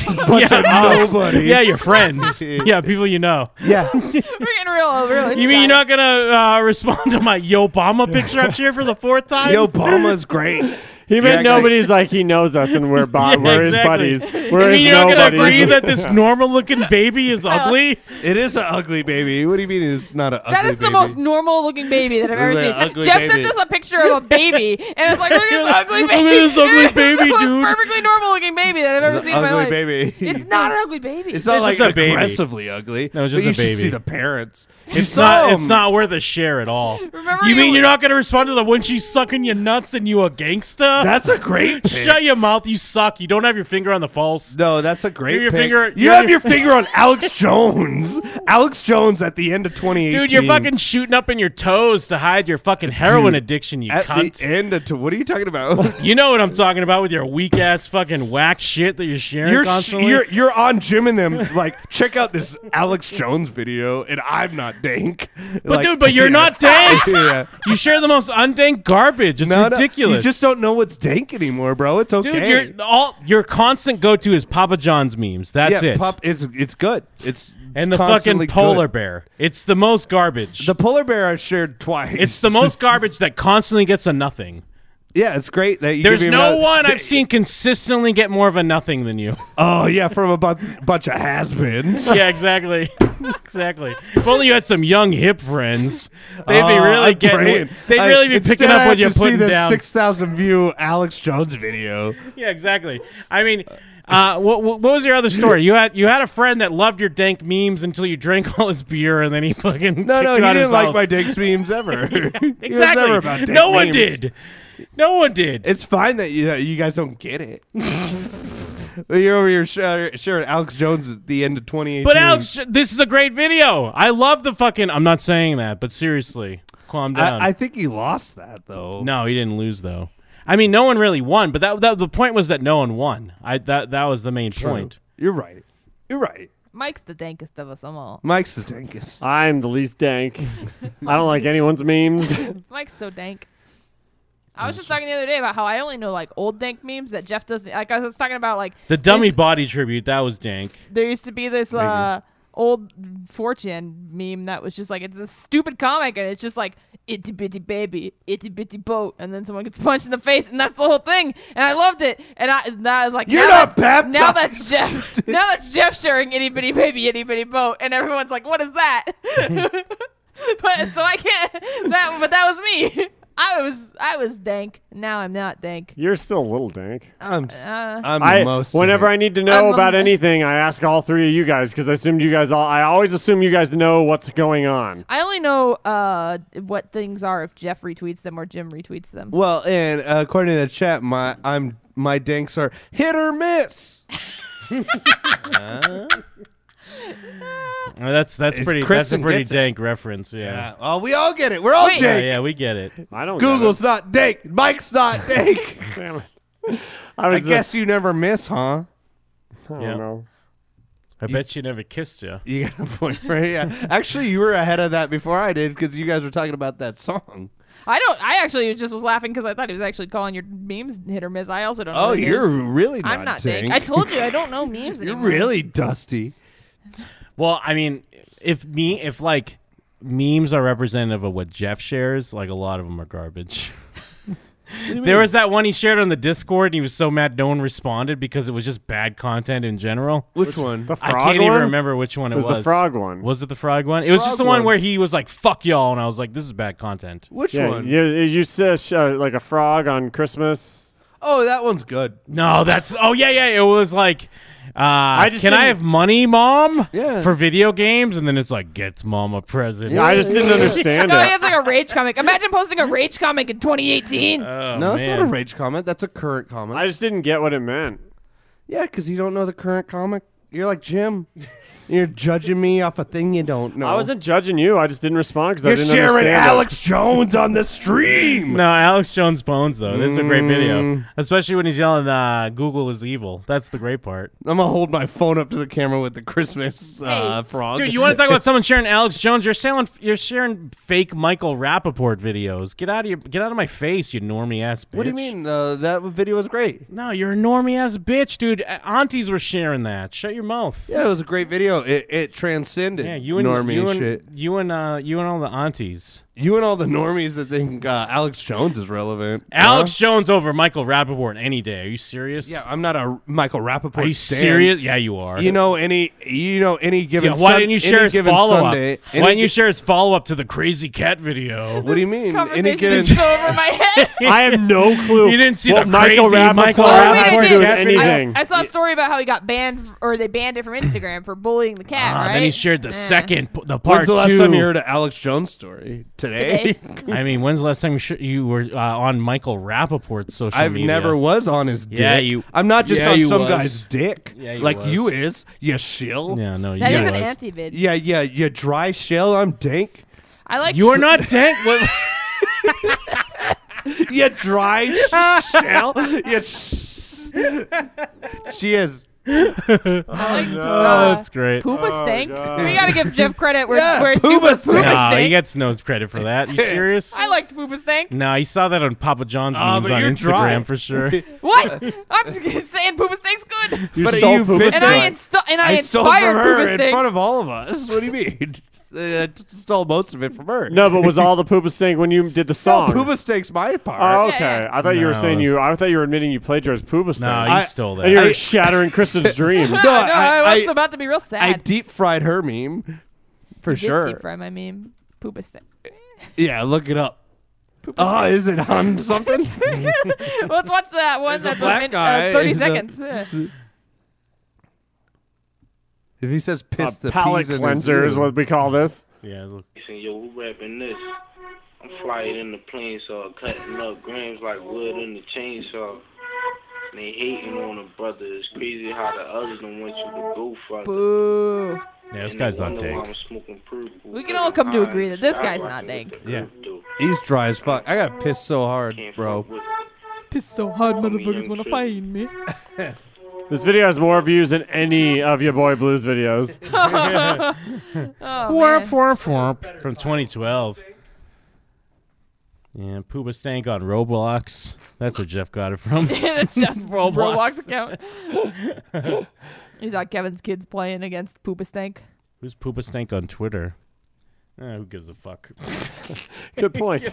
Speaker 5: Bunch
Speaker 6: yeah,
Speaker 5: of nobodies.
Speaker 6: yeah, your friends. yeah, people you know.
Speaker 5: Yeah.
Speaker 4: We're getting real, real.
Speaker 6: You mean you're not gonna uh, respond to my Obama picture I've shared for the fourth time?
Speaker 5: Yo, Obama's great.
Speaker 3: He
Speaker 6: You
Speaker 3: made
Speaker 6: act
Speaker 3: nobody's like he knows us and we're bo-
Speaker 6: Yeah,
Speaker 3: we're
Speaker 6: exactly.
Speaker 3: his buddies. We're
Speaker 6: you
Speaker 3: his
Speaker 6: mean you're not
Speaker 3: nobodies.
Speaker 6: gonna agree that this normal-looking baby is ugly?
Speaker 5: It is an ugly baby. What do you mean it's not an ugly
Speaker 4: That is the
Speaker 5: baby?
Speaker 4: most normal looking baby that I've ever
Speaker 5: This is
Speaker 4: seen.
Speaker 5: an ugly
Speaker 4: Jeff
Speaker 5: baby.
Speaker 4: sent us a picture of a baby, and it's like, look at this ugly
Speaker 5: Look
Speaker 4: baby.
Speaker 5: at this ugly
Speaker 4: It is
Speaker 5: baby,
Speaker 4: the most
Speaker 5: dude.
Speaker 4: perfectly normal looking baby that I've ever
Speaker 5: It's an
Speaker 4: seen in my
Speaker 5: ugly
Speaker 4: life.
Speaker 5: baby.
Speaker 4: It's not an ugly baby.
Speaker 5: It's not like aggressively ugly.
Speaker 6: No, it's
Speaker 5: but
Speaker 6: just
Speaker 5: you
Speaker 6: a
Speaker 5: should
Speaker 6: baby.
Speaker 5: see the parents. You
Speaker 6: It's
Speaker 5: saw
Speaker 6: not. It's
Speaker 5: them.
Speaker 6: not worth a share at all.
Speaker 4: Remember
Speaker 6: you
Speaker 5: you-
Speaker 6: mean you're not going to respond to the when she's sucking you nuts and you a gangsta?
Speaker 5: That's a great pick.
Speaker 6: Shut your mouth. You suck. You don't have your finger on the pulse.
Speaker 5: No, that's a great.
Speaker 6: Your
Speaker 5: pick.
Speaker 6: finger.
Speaker 5: You have your finger on Alex Jones. Alex Jones at the end of 2018.
Speaker 6: Dude, you're fucking shooting up in your toes to hide your fucking heroin addiction. You
Speaker 5: at
Speaker 6: cunt.
Speaker 5: the end of. What are you talking about?
Speaker 6: you know what I'm talking about with your weak ass fucking whack shit that you're sharing
Speaker 5: You're, sh-
Speaker 6: constantly.
Speaker 5: you're you're on Jim and them like check out this Alex Jones video and I'm not dank.
Speaker 6: but dude, but you're not dank.
Speaker 5: Yeah.
Speaker 6: You share the most undank garbage. It's ridiculous.
Speaker 5: you just don't know what's dank anymore, bro. It's okay.
Speaker 6: Dude, your all your constant go to is Papa John's memes. That's
Speaker 5: yeah,
Speaker 6: it.
Speaker 5: Pop, it's it's good. It's
Speaker 6: and the
Speaker 5: constantly
Speaker 6: fucking polar
Speaker 5: good.
Speaker 6: bear. It's the most garbage.
Speaker 5: The polar bear I shared twice.
Speaker 6: It's the most garbage that constantly gets a nothing.
Speaker 5: Yeah, it's great that you
Speaker 6: There's
Speaker 5: give me
Speaker 6: no
Speaker 5: another-
Speaker 6: one I've seen consistently get more of a nothing than you.
Speaker 5: Oh yeah, from a bu- bunch of has-beens.
Speaker 6: yeah, exactly. exactly. If only you had some young hip friends, they'd be
Speaker 5: Oh,
Speaker 6: really
Speaker 5: I'm
Speaker 6: getting.
Speaker 5: praying.
Speaker 6: They'd
Speaker 5: I-
Speaker 6: really be
Speaker 5: instead
Speaker 6: picking
Speaker 5: I
Speaker 6: up
Speaker 5: have
Speaker 6: what you're
Speaker 5: to see
Speaker 6: putting
Speaker 5: this
Speaker 6: down.
Speaker 5: Six thousand view Alex Jones video.
Speaker 6: Yeah, exactly. I mean, uh, what, what was your other story? You had you had a friend that loved your dank memes until you drank all his beer, and then he fucking
Speaker 5: No,
Speaker 6: kicked
Speaker 5: no,
Speaker 6: you
Speaker 5: he
Speaker 6: out of his
Speaker 5: didn't like
Speaker 6: house.
Speaker 5: my dank memes ever. He was
Speaker 6: Exactly.
Speaker 5: never about dank
Speaker 6: No one
Speaker 5: memes.
Speaker 6: did. No one did.
Speaker 5: It's fine that you, you guys don't get it. But You're over here sharing, sharing Alex Jones at the end of 2018.
Speaker 6: But Alex, this is a great video. I love the fucking. I'm not saying that, but seriously, calm down.
Speaker 5: I, I think he lost that though.
Speaker 6: no, he didn't lose though. I mean, no one really won, but that, that the point was that no one won. I that that was the main point.
Speaker 5: You're right. You're right.
Speaker 4: Mike's the dankest of us all.
Speaker 5: Mike's the dankest.
Speaker 3: I'm the least dank. I don't like anyone's memes.
Speaker 4: Mike's so dank. I was just talking the other day about how I only know like old dank memes that Jeff doesn't like. I was talking about like
Speaker 6: The dummy body tribute that was dank.
Speaker 4: there used to be this
Speaker 6: Thank you.
Speaker 4: uh, old fortune meme that was just like it's a stupid comic and it's just like itty bitty baby itty bitty boat and then someone gets punched in the face and that's the whole thing and I loved it and I and I was like
Speaker 5: You're
Speaker 4: now
Speaker 5: not
Speaker 4: that's- now that's
Speaker 5: baptized.
Speaker 4: Jeff now that's Jeff sharing itty bitty baby itty bitty boat and everyone's like what is that but so I can't that but that was me I was I was dank now I'm not dank
Speaker 3: You're still a little dank.
Speaker 5: I'm
Speaker 4: uh,
Speaker 5: I'm
Speaker 3: I-
Speaker 5: most
Speaker 3: Whenever I need to know
Speaker 4: I'm
Speaker 3: about
Speaker 4: a-
Speaker 3: anything, I ask all three of you guys because I assumed you guys all. I always assume you guys know what's going on.
Speaker 4: I only know uh, what things are if Jeff retweets them or Jim retweets them.
Speaker 5: Well, and uh, according to the chat, my I'm my danks are hit or miss. Huh?
Speaker 6: Uh, that's that's
Speaker 5: If
Speaker 6: pretty.
Speaker 5: Kristen
Speaker 6: that's a pretty
Speaker 5: gets it.
Speaker 6: dank reference. Yeah.
Speaker 5: Yeah. Oh, we all get it. We're all
Speaker 4: Wait.
Speaker 6: Yeah,
Speaker 5: dank.
Speaker 6: yeah, we get it.
Speaker 3: I don't.
Speaker 5: Google's not dank. Mike's not dank.
Speaker 3: Damn it.
Speaker 5: I,
Speaker 3: I was. uh,
Speaker 5: guess you never miss, huh?
Speaker 3: I don't
Speaker 6: Yeah.
Speaker 3: know.
Speaker 6: I bet she never kissed you.
Speaker 5: You got a point, right? Yeah. Actually, you were ahead of that before I did because you guys were talking about that song.
Speaker 4: I don't. I actually just was laughing because I thought he was actually calling your memes hit or miss. I also don't. know
Speaker 5: Oh,
Speaker 4: what it
Speaker 5: you're
Speaker 4: is.
Speaker 5: really not
Speaker 4: I'm not
Speaker 5: dank.
Speaker 4: dank. I told you I don't know memes
Speaker 5: You're
Speaker 4: anymore.
Speaker 5: really dusty.
Speaker 6: Well, I mean, if me, if like memes are representative of what Jeff shares, like a lot of them are garbage. there was that one he shared on the Discord, and he was so mad no one responded because it was just bad content in general.
Speaker 5: Which, one?
Speaker 3: The
Speaker 6: I
Speaker 3: frog
Speaker 6: can't even
Speaker 3: one?
Speaker 6: remember which one it
Speaker 3: It was
Speaker 6: was.
Speaker 3: the frog one.
Speaker 6: Was it the frog one? It was just
Speaker 5: Frog
Speaker 6: the one
Speaker 5: one.
Speaker 6: where he was like, "Fuck y'all," and I was like, "This is bad content."
Speaker 5: Which
Speaker 3: yeah,
Speaker 5: one?
Speaker 3: You, you said sh- uh, like a frog on Christmas.
Speaker 5: Oh, that one's good.
Speaker 6: No, that's oh yeah yeah. It was like, uh,
Speaker 3: just
Speaker 6: can I
Speaker 3: didn't-
Speaker 6: have money, mom?
Speaker 5: Yeah.
Speaker 6: For video games, and then it's like, get mom a present.
Speaker 3: Yeah, I just didn't understand
Speaker 4: No,
Speaker 3: it.
Speaker 4: it's like a rage comic. Imagine posting a rage comic in 2018.
Speaker 6: Oh,
Speaker 5: no, that's not a
Speaker 6: man.
Speaker 5: rage comment. That's a current comment.
Speaker 3: I just didn't get what it meant.
Speaker 5: yeah, because you don't know the current comic. You're like Jim. You're judging me off a thing you don't know.
Speaker 3: I wasn't judging you. I just didn't respond because I
Speaker 5: Oh. You're
Speaker 3: didn't
Speaker 5: sharing
Speaker 3: understand.
Speaker 5: Alex Jones on the stream.
Speaker 6: No, Alex Jones Bones though. This is a great video, especially when he's yelling, uh, "Google is evil." That's the great part,
Speaker 5: I'm gonna hold my phone up to the camera with the Christmas uh, frog.
Speaker 6: dude. You want to talk about someone sharing Alex Jones? You're selling, you're sharing fake Michael Rappaport videos. Get out of your, get out of my face, you normie ass bitch.
Speaker 5: What do you mean? Uh, that video was great.
Speaker 6: No, you're a normie ass bitch, dude. Uh, Aunties were sharing that. Shut your mouth.
Speaker 5: Yeah, it was a great video. It, it transcended
Speaker 6: Yeah, you and
Speaker 5: normie
Speaker 6: you and
Speaker 5: shit.
Speaker 6: you and uh, you and all the aunties.
Speaker 5: You and all the normies that think uh, Alex Jones is relevant.
Speaker 6: Alex Jones over Michael Rappaport any day. Are you serious?
Speaker 5: Yeah, I'm not a Michael Rappaport.
Speaker 6: Are you
Speaker 5: stan.
Speaker 6: serious? Yeah, you are.
Speaker 5: You know any? You know any given?
Speaker 6: Yeah, why
Speaker 5: Sun-
Speaker 6: didn't you
Speaker 5: any
Speaker 6: share his
Speaker 5: given
Speaker 6: follow up?
Speaker 5: Sunday-
Speaker 6: Why
Speaker 5: any
Speaker 6: didn't you
Speaker 5: gi-
Speaker 6: share his follow up to the crazy cat video?
Speaker 5: What do you mean? Any
Speaker 4: Conversation
Speaker 5: given?
Speaker 4: is so over my head.
Speaker 3: I have no clue.
Speaker 6: You didn't see
Speaker 3: what
Speaker 6: the
Speaker 3: Michael
Speaker 6: crazy
Speaker 3: Rappaport, Oh,
Speaker 6: Michael
Speaker 3: Rappaport
Speaker 6: Rappaport
Speaker 3: doing
Speaker 6: cat video.
Speaker 3: anything.
Speaker 4: I saw a story about how he got banned, or they banned it from Instagram for bullying the cat.
Speaker 6: Ah,
Speaker 4: right? Eh.
Speaker 6: Then he shared the
Speaker 4: Yeah.
Speaker 6: second, p- the part
Speaker 5: When's the last
Speaker 6: two.
Speaker 5: time you heard an Alex Jones story? Today.
Speaker 4: Today.
Speaker 6: I mean, when's the last time you, sh- you were uh, on Michael Rappaport's social
Speaker 5: I've
Speaker 6: media?
Speaker 5: never was on his dick.
Speaker 6: Yeah, you-
Speaker 5: I'm not just
Speaker 6: yeah,
Speaker 5: on
Speaker 6: you
Speaker 5: some
Speaker 6: was.
Speaker 5: guy's dick.
Speaker 6: Yeah, you
Speaker 5: like
Speaker 6: was.
Speaker 5: you is. You shill.
Speaker 6: Yeah, no,
Speaker 4: That
Speaker 6: you
Speaker 4: is an
Speaker 6: was.
Speaker 4: anti vid.
Speaker 5: Yeah, yeah, you dry shell. I'm dank.
Speaker 4: I like.
Speaker 6: You are not dank. What-
Speaker 5: you dry sh- shell. You sh- she is.
Speaker 4: I like.
Speaker 6: Oh, No,
Speaker 4: uh,
Speaker 6: that's great.
Speaker 4: Poopa stank.
Speaker 3: God.
Speaker 4: we gotta give Jeff credit where
Speaker 5: Yeah,
Speaker 4: where it's due,
Speaker 5: Poopa
Speaker 4: but
Speaker 5: stank.
Speaker 4: Poopa
Speaker 6: Nah, he
Speaker 4: stank.
Speaker 6: gets no credit for that. You serious?
Speaker 4: I liked Poopa stank.
Speaker 6: No, you saw that on Papa John's
Speaker 5: Ah,
Speaker 6: memes
Speaker 5: but
Speaker 6: on
Speaker 5: you're
Speaker 6: Instagram
Speaker 5: dry.
Speaker 6: for sure.
Speaker 4: What? I'm just saying Poopa stank's good.
Speaker 6: You
Speaker 5: But
Speaker 6: stole
Speaker 5: you
Speaker 6: Poopa
Speaker 5: bitch-
Speaker 4: And I,
Speaker 6: Stank.
Speaker 4: insta- and I,
Speaker 5: stole from
Speaker 4: inspired
Speaker 5: her
Speaker 4: Poopa
Speaker 5: in
Speaker 4: stank.
Speaker 5: front of all of us. What do you mean? Uh, I t- stole most of it from her.
Speaker 3: No, but was all the Poopa Stink when you did the
Speaker 5: no
Speaker 3: song?
Speaker 5: Pooba stakes my part.
Speaker 3: Oh, okay.
Speaker 4: Yeah, yeah.
Speaker 3: I thought you were saying
Speaker 6: No.
Speaker 3: you. I thought you were admitting you plagiarized Poopa Stink.
Speaker 6: No, you
Speaker 5: I-
Speaker 6: stole that.
Speaker 3: and you're
Speaker 5: I-
Speaker 3: shattering Kristen's dreams.
Speaker 5: No,
Speaker 4: no, I,
Speaker 5: I-
Speaker 4: was
Speaker 5: I-
Speaker 4: about to be real sad.
Speaker 5: I deep fried her meme for
Speaker 4: You did
Speaker 5: sure.
Speaker 4: deep fry my meme. Poopa stank.
Speaker 5: Yeah, look it up. Oh, is it on something?
Speaker 4: Let's watch that one. That's a
Speaker 5: black
Speaker 4: min-
Speaker 5: guy
Speaker 4: uh, thirty
Speaker 5: is the-
Speaker 4: seconds. Yeah.
Speaker 5: if he says
Speaker 3: A
Speaker 5: piss the
Speaker 3: palate
Speaker 5: peas in
Speaker 3: cleanser
Speaker 5: his
Speaker 3: is what we call this.
Speaker 6: yeah, look.
Speaker 10: And yo, we rapping this. I'm flying in the plane, so cutting up grams like wood in the chainsaw. And they hating on a brother. It's crazy how the others don't want you to go further.
Speaker 4: Boo.
Speaker 6: Yeah, this
Speaker 10: And
Speaker 6: guy's
Speaker 10: they
Speaker 6: not
Speaker 10: wonder why
Speaker 6: dank.
Speaker 10: I'm smoking purple.
Speaker 4: We can all come to agree that this guy's not dank.
Speaker 5: Yeah. He's dry as fuck. I got pissed so hard, bro.
Speaker 4: Piss so hard,
Speaker 10: motherfuckers wanna find
Speaker 4: me.
Speaker 3: This video has more views than any of your boy blues videos.
Speaker 4: Oh,
Speaker 6: Warp,
Speaker 4: man.
Speaker 6: warp, warp. From 2012. Yeah, Poopa Stank on Roblox. That's where Jeff got it from.
Speaker 4: That's just
Speaker 6: Roblox.
Speaker 4: Roblox account. He's like Kevin's kids playing against Poopa Stank.
Speaker 6: Who's Poopa Stank on Twitter? Eh, who gives a fuck?
Speaker 3: Good point.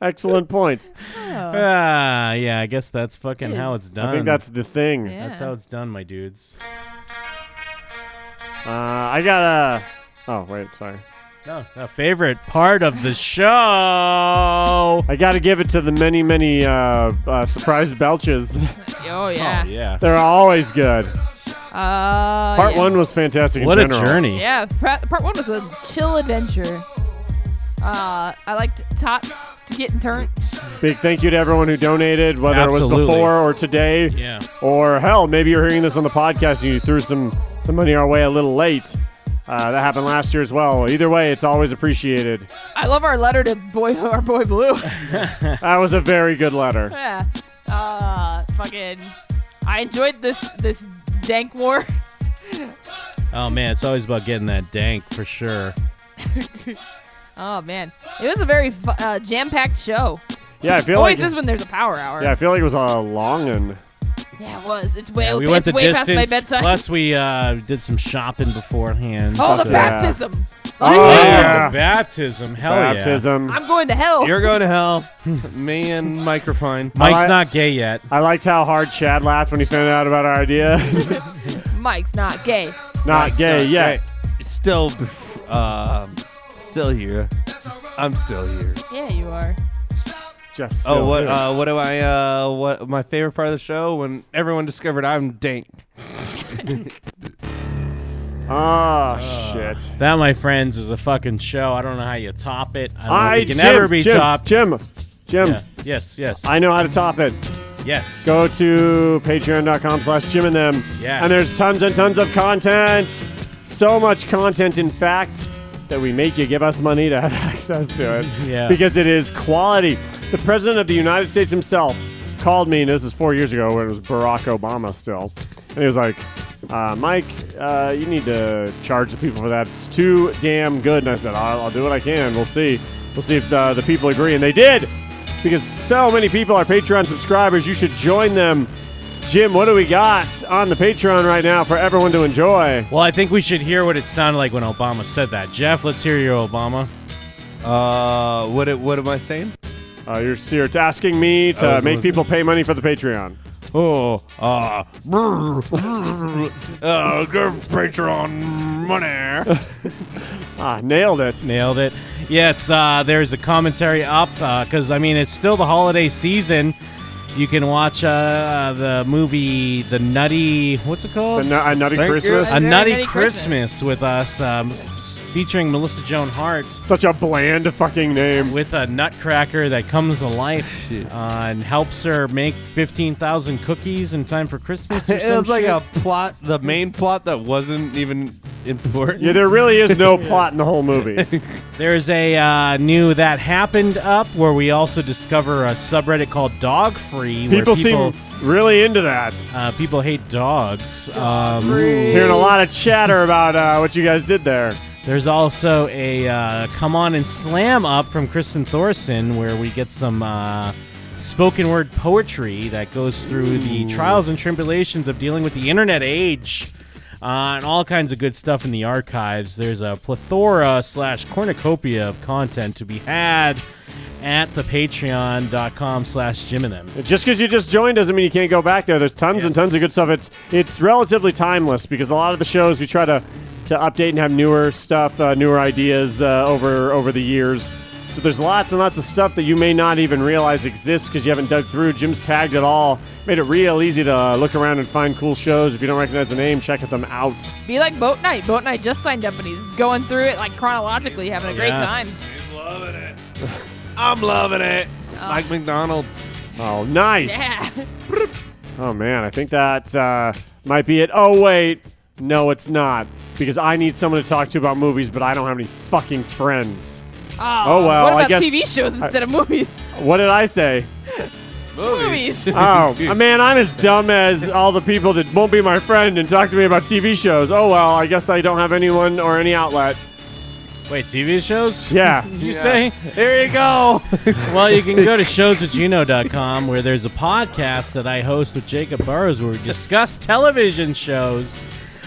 Speaker 3: Excellent point.
Speaker 6: Ah, yeah, I guess that's fucking
Speaker 4: It
Speaker 6: how
Speaker 4: is.
Speaker 6: it's done.
Speaker 3: I think that's the thing.
Speaker 4: Yeah.
Speaker 6: That's how it's done, my dudes.
Speaker 3: Uh, I got a. Oh wait, sorry.
Speaker 6: No, the favorite part of the show. Oh,
Speaker 3: I got to give it to the many, many uh, uh, surprise belches.
Speaker 4: Oh yeah.
Speaker 6: Yeah.
Speaker 3: They're always good.
Speaker 4: Uh,
Speaker 3: Part
Speaker 4: yeah.
Speaker 3: one was fantastic. in
Speaker 6: Oh, What a
Speaker 3: general.
Speaker 6: journey.
Speaker 4: Yeah, pra- part one was a chill adventure. Uh, I liked tots to get in turn.
Speaker 3: Big thank you to everyone who donated, whether it
Speaker 6: Absolutely.
Speaker 3: was before or today,
Speaker 6: Yeah.
Speaker 3: or hell, maybe you're hearing this on the podcast and you threw some some money our way a little late. Uh, that happened last year as well. Either way, it's always appreciated.
Speaker 4: I love our letter to boy our boy Blue.
Speaker 3: That was a very good letter.
Speaker 4: yeah. Uh, fucking. I enjoyed this this dank war.
Speaker 6: Oh man, it's always about getting that dank for sure.
Speaker 4: Oh man, it was a very fu- uh, jam-packed show.
Speaker 3: Yeah, I feel
Speaker 4: Always
Speaker 3: like
Speaker 4: is when there's a power hour.
Speaker 3: yeah, I feel like it was a long one.
Speaker 4: Yeah, it was. It's way,
Speaker 6: Yeah, we
Speaker 4: it's
Speaker 6: went the
Speaker 4: way
Speaker 6: distance.
Speaker 4: past my bedtime.
Speaker 6: Plus, we uh, did some shopping beforehand.
Speaker 4: oh, the
Speaker 6: So-
Speaker 3: back-
Speaker 4: baptism. The
Speaker 3: Oh,
Speaker 6: Oh,
Speaker 4: baptism.
Speaker 3: yeah.
Speaker 6: the baptism. Hell Oh, yeah.
Speaker 3: Baptism.
Speaker 4: I'm going to hell.
Speaker 5: You're going to hell. Me and microphone.
Speaker 6: Mike's
Speaker 3: Alright.
Speaker 6: not gay yet.
Speaker 3: I liked how hard Chad laughed when he found out about our idea.
Speaker 4: Mike's not gay.
Speaker 5: Ah,
Speaker 3: Not gay yet.
Speaker 5: Still, um, still here. I'm still here.
Speaker 4: Yeah, you are.
Speaker 3: Jeff still
Speaker 5: oh, what?
Speaker 3: here.
Speaker 5: Uh, what do I? Uh, what? My favorite part of the show when everyone discovered I'm dank.
Speaker 3: oh, shit.
Speaker 6: That, my friends, is a fucking show. I don't know how you top it. I don't know
Speaker 3: I
Speaker 6: if it can
Speaker 3: Jim,
Speaker 6: ever be
Speaker 3: Jim,
Speaker 6: topped.
Speaker 3: Jim, Jim.
Speaker 6: Yeah. Yes, yes,
Speaker 3: I know how to top it.
Speaker 6: yes.
Speaker 3: Go to patreon.com slash Jim and them.
Speaker 6: Yes.
Speaker 3: And there's tons and tons of content. So much content, in fact, that we make you give us money to have access to it.
Speaker 6: Yeah.
Speaker 3: Because it is quality. The president of the United States himself called me, and this is four years ago when it was Barack Obama still. And he was like, uh, Mike, uh, you need to charge the people for that. It's too damn good. And I said, I'll, I'll do what I can. We'll see. We'll see if uh, the people agree. And they did because so many people are Patreon subscribers. You should join them. Jim, what do we got on the Patreon right now for everyone to enjoy?
Speaker 6: Well, I think we should hear what it sounded like when Obama said that. Jeff, let's hear your Obama.
Speaker 5: Uh, what what am I saying?
Speaker 3: Uh, you're so you're asking me
Speaker 5: I
Speaker 3: to
Speaker 5: was
Speaker 3: make people pay money for the Patreon.
Speaker 5: Oh, uh, brr, brr, uh, give Patreon money.
Speaker 3: ah, nailed it.
Speaker 6: Nailed it. Yes, uh, there's a commentary up because, I mean, it's still the holiday season. You can watch uh, the movie The Nutty. What's it called?
Speaker 3: The Nu- A Nutty Thank you. Christmas?
Speaker 6: A
Speaker 3: A Very
Speaker 6: Nutty,
Speaker 3: Nutty
Speaker 6: Christmas. with us, um, s- featuring Melissa Joan Hart.
Speaker 3: Such a bland fucking name.
Speaker 6: With a nutcracker that comes to life uh, and helps her make 15,000 cookies in time for Christmas. Or
Speaker 5: it
Speaker 6: some
Speaker 5: was like
Speaker 6: shit.
Speaker 5: a plot, the main plot that wasn't even important.
Speaker 6: Yeah, there really is no plot
Speaker 3: in the whole movie.
Speaker 6: There's a uh, new that happened up where we also discover a subreddit called Dog Free. where
Speaker 3: People seem really into that.
Speaker 6: Uh, people hate dogs. Um,
Speaker 3: Hearing a lot of chatter about uh, what you guys did there.
Speaker 6: There's also a uh, come on and slam up from Kristen Thorson where we get some uh, spoken word poetry that goes through the trials and tribulations of dealing with the internet age. Uh, and all kinds of good stuff in the archives. There's a plethora slash cornucopia of content to be had at the patreon.com slash Jim and them.
Speaker 3: Just because you just joined doesn't mean you can't go back there. There's tons and tons of good stuff. It's it's relatively timeless because a lot of the shows we try to to update and have newer stuff, uh, newer ideas uh, over over the years. So there's lots and lots of stuff that you may not even realize exists because you haven't dug through. Jim's tagged it all, made it real easy to uh, look around and find cool shows. If you don't recognize the name, check them out.
Speaker 4: Be like Boat Night. Boat Night just signed up and he's going through it like chronologically, having a great
Speaker 5: Yes.
Speaker 4: time.
Speaker 5: I'm loving it. Like McDonald's.
Speaker 3: Oh, nice.
Speaker 4: Yeah.
Speaker 3: Oh man, I think that uh, might be it. Oh wait, no, it's not because I need someone to talk to about movies, but I don't have any fucking friends.
Speaker 4: Oh,
Speaker 3: Oh, well,
Speaker 4: What about
Speaker 3: I guess-
Speaker 4: TV shows instead of movies?
Speaker 3: What did I say?
Speaker 4: Movies.
Speaker 3: oh man, I'm as dumb as all the people that won't be my friend and talk to me about TV shows. Oh well, I guess I don't have anyone or any outlet.
Speaker 6: Wait, TV shows?
Speaker 3: Yeah.
Speaker 6: You say?
Speaker 5: There you go.
Speaker 6: well, you can go to showswithjuno.com where there's a podcast that I host with Jacob Burrows where we discuss television shows,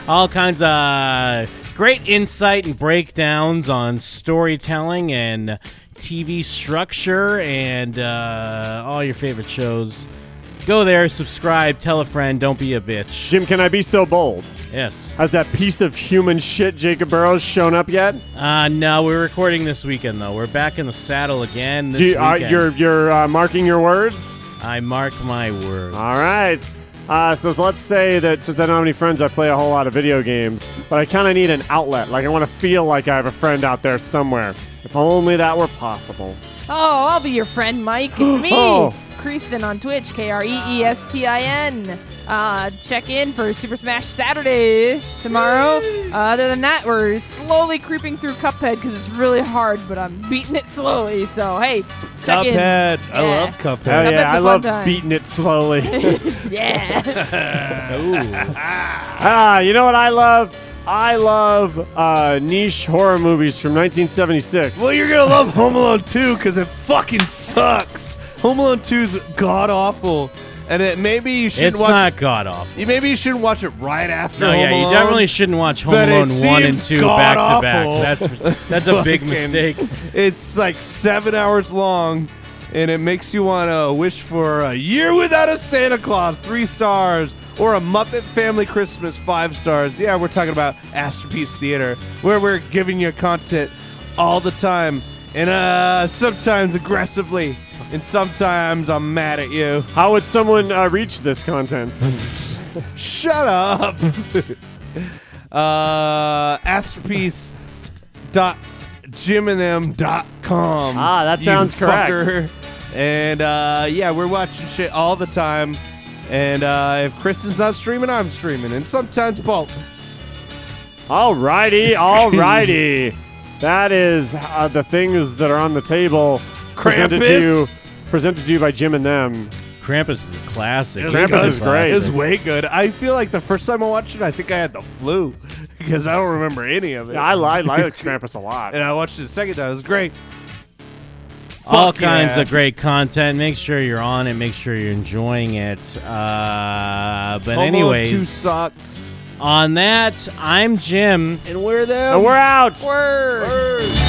Speaker 6: all kinds of uh, great insight and breakdowns on storytelling and TV structure and uh, all your favorite shows. Go there, subscribe, tell a friend, don't be a bitch.
Speaker 3: Jim, can I be so bold?
Speaker 6: Yes.
Speaker 3: Has that piece of human shit, Jacob Burrows, shown up yet?
Speaker 6: Uh, no, we're recording this weekend though. We're back in the saddle again. This
Speaker 3: Do you, are,
Speaker 6: weekend.
Speaker 3: you're you're uh, marking your words.
Speaker 6: I mark my words.
Speaker 3: All right. Uh, so let's say that since I don't have any friends, I play a whole lot of video games, but I kind of need an outlet. Like, I want to feel like I have a friend out there somewhere. If only that were possible.
Speaker 4: Oh, I'll be your friend, Mike. It's me,
Speaker 3: Oh.
Speaker 4: Kreestin on Twitch, K R E E S T I N. Uh, check in for Super Smash Saturday tomorrow. Uh, other than that, we're slowly creeping through Cuphead because it's really hard, but I'm beating it slowly. So hey, check in.
Speaker 5: Cuphead.
Speaker 4: Yeah.
Speaker 5: I love Cuphead.
Speaker 3: Hell
Speaker 4: Cuphead's a
Speaker 3: yeah, I
Speaker 4: fun
Speaker 3: love
Speaker 4: time.
Speaker 3: beating it slowly.
Speaker 4: yeah.
Speaker 3: ah, you know what I love? I love uh, niche horror movies from 1976.
Speaker 5: Well, you're gonna love Home Alone 2 because it fucking sucks. Home Alone 2's god awful, and it maybe you should
Speaker 6: It's
Speaker 5: watch.
Speaker 6: not god awful.
Speaker 5: You maybe you shouldn't watch it right after.
Speaker 6: No,
Speaker 5: Home
Speaker 6: yeah, you
Speaker 5: Alone,
Speaker 6: definitely shouldn't watch Home
Speaker 5: but it
Speaker 6: Alone one and
Speaker 5: seems
Speaker 6: two back to back.
Speaker 5: god-awful.
Speaker 6: That's that's a big
Speaker 5: Fucking-
Speaker 6: mistake.
Speaker 5: It's like seven hours long, and it makes you want to wish for a year without a Santa Claus, three stars, or a Muppet Family Christmas, five stars. Yeah, we're talking about Masterpiece Theater, where we're giving you content all the time, and uh, sometimes aggressively, and sometimes I'm mad at you.
Speaker 3: How would someone uh, reach this content?
Speaker 5: Shut up. uh, masterpiece dot dot com.
Speaker 3: Ah, that
Speaker 5: you
Speaker 3: sounds correct.
Speaker 5: fucker. And uh, yeah, we're watching shit all the time. And uh, if Kristen's not streaming, I'm streaming, and sometimes both.
Speaker 3: Alrighty, alrighty. that is uh, the things that are on the table presented to you,
Speaker 5: Krampus.
Speaker 3: presented to you by Jim and them.
Speaker 6: Krampus is a classic.
Speaker 3: Krampus is great.
Speaker 5: It's way good. I feel like the first time I watched it, I think I had the flu because I don't remember any of it.
Speaker 3: Yeah, I li- I like Krampus a lot.
Speaker 5: and I watched it the second time. It was great.
Speaker 6: all
Speaker 5: Fuck
Speaker 6: kinds
Speaker 5: yeah.
Speaker 6: of great content. Make sure you're on it. Make sure you're enjoying it. Uh, but
Speaker 5: Home Alone
Speaker 6: anyways,
Speaker 5: two socks.
Speaker 6: on that, I'm Jim,
Speaker 5: and we're there.
Speaker 6: and we're out.
Speaker 4: Word.
Speaker 5: Word.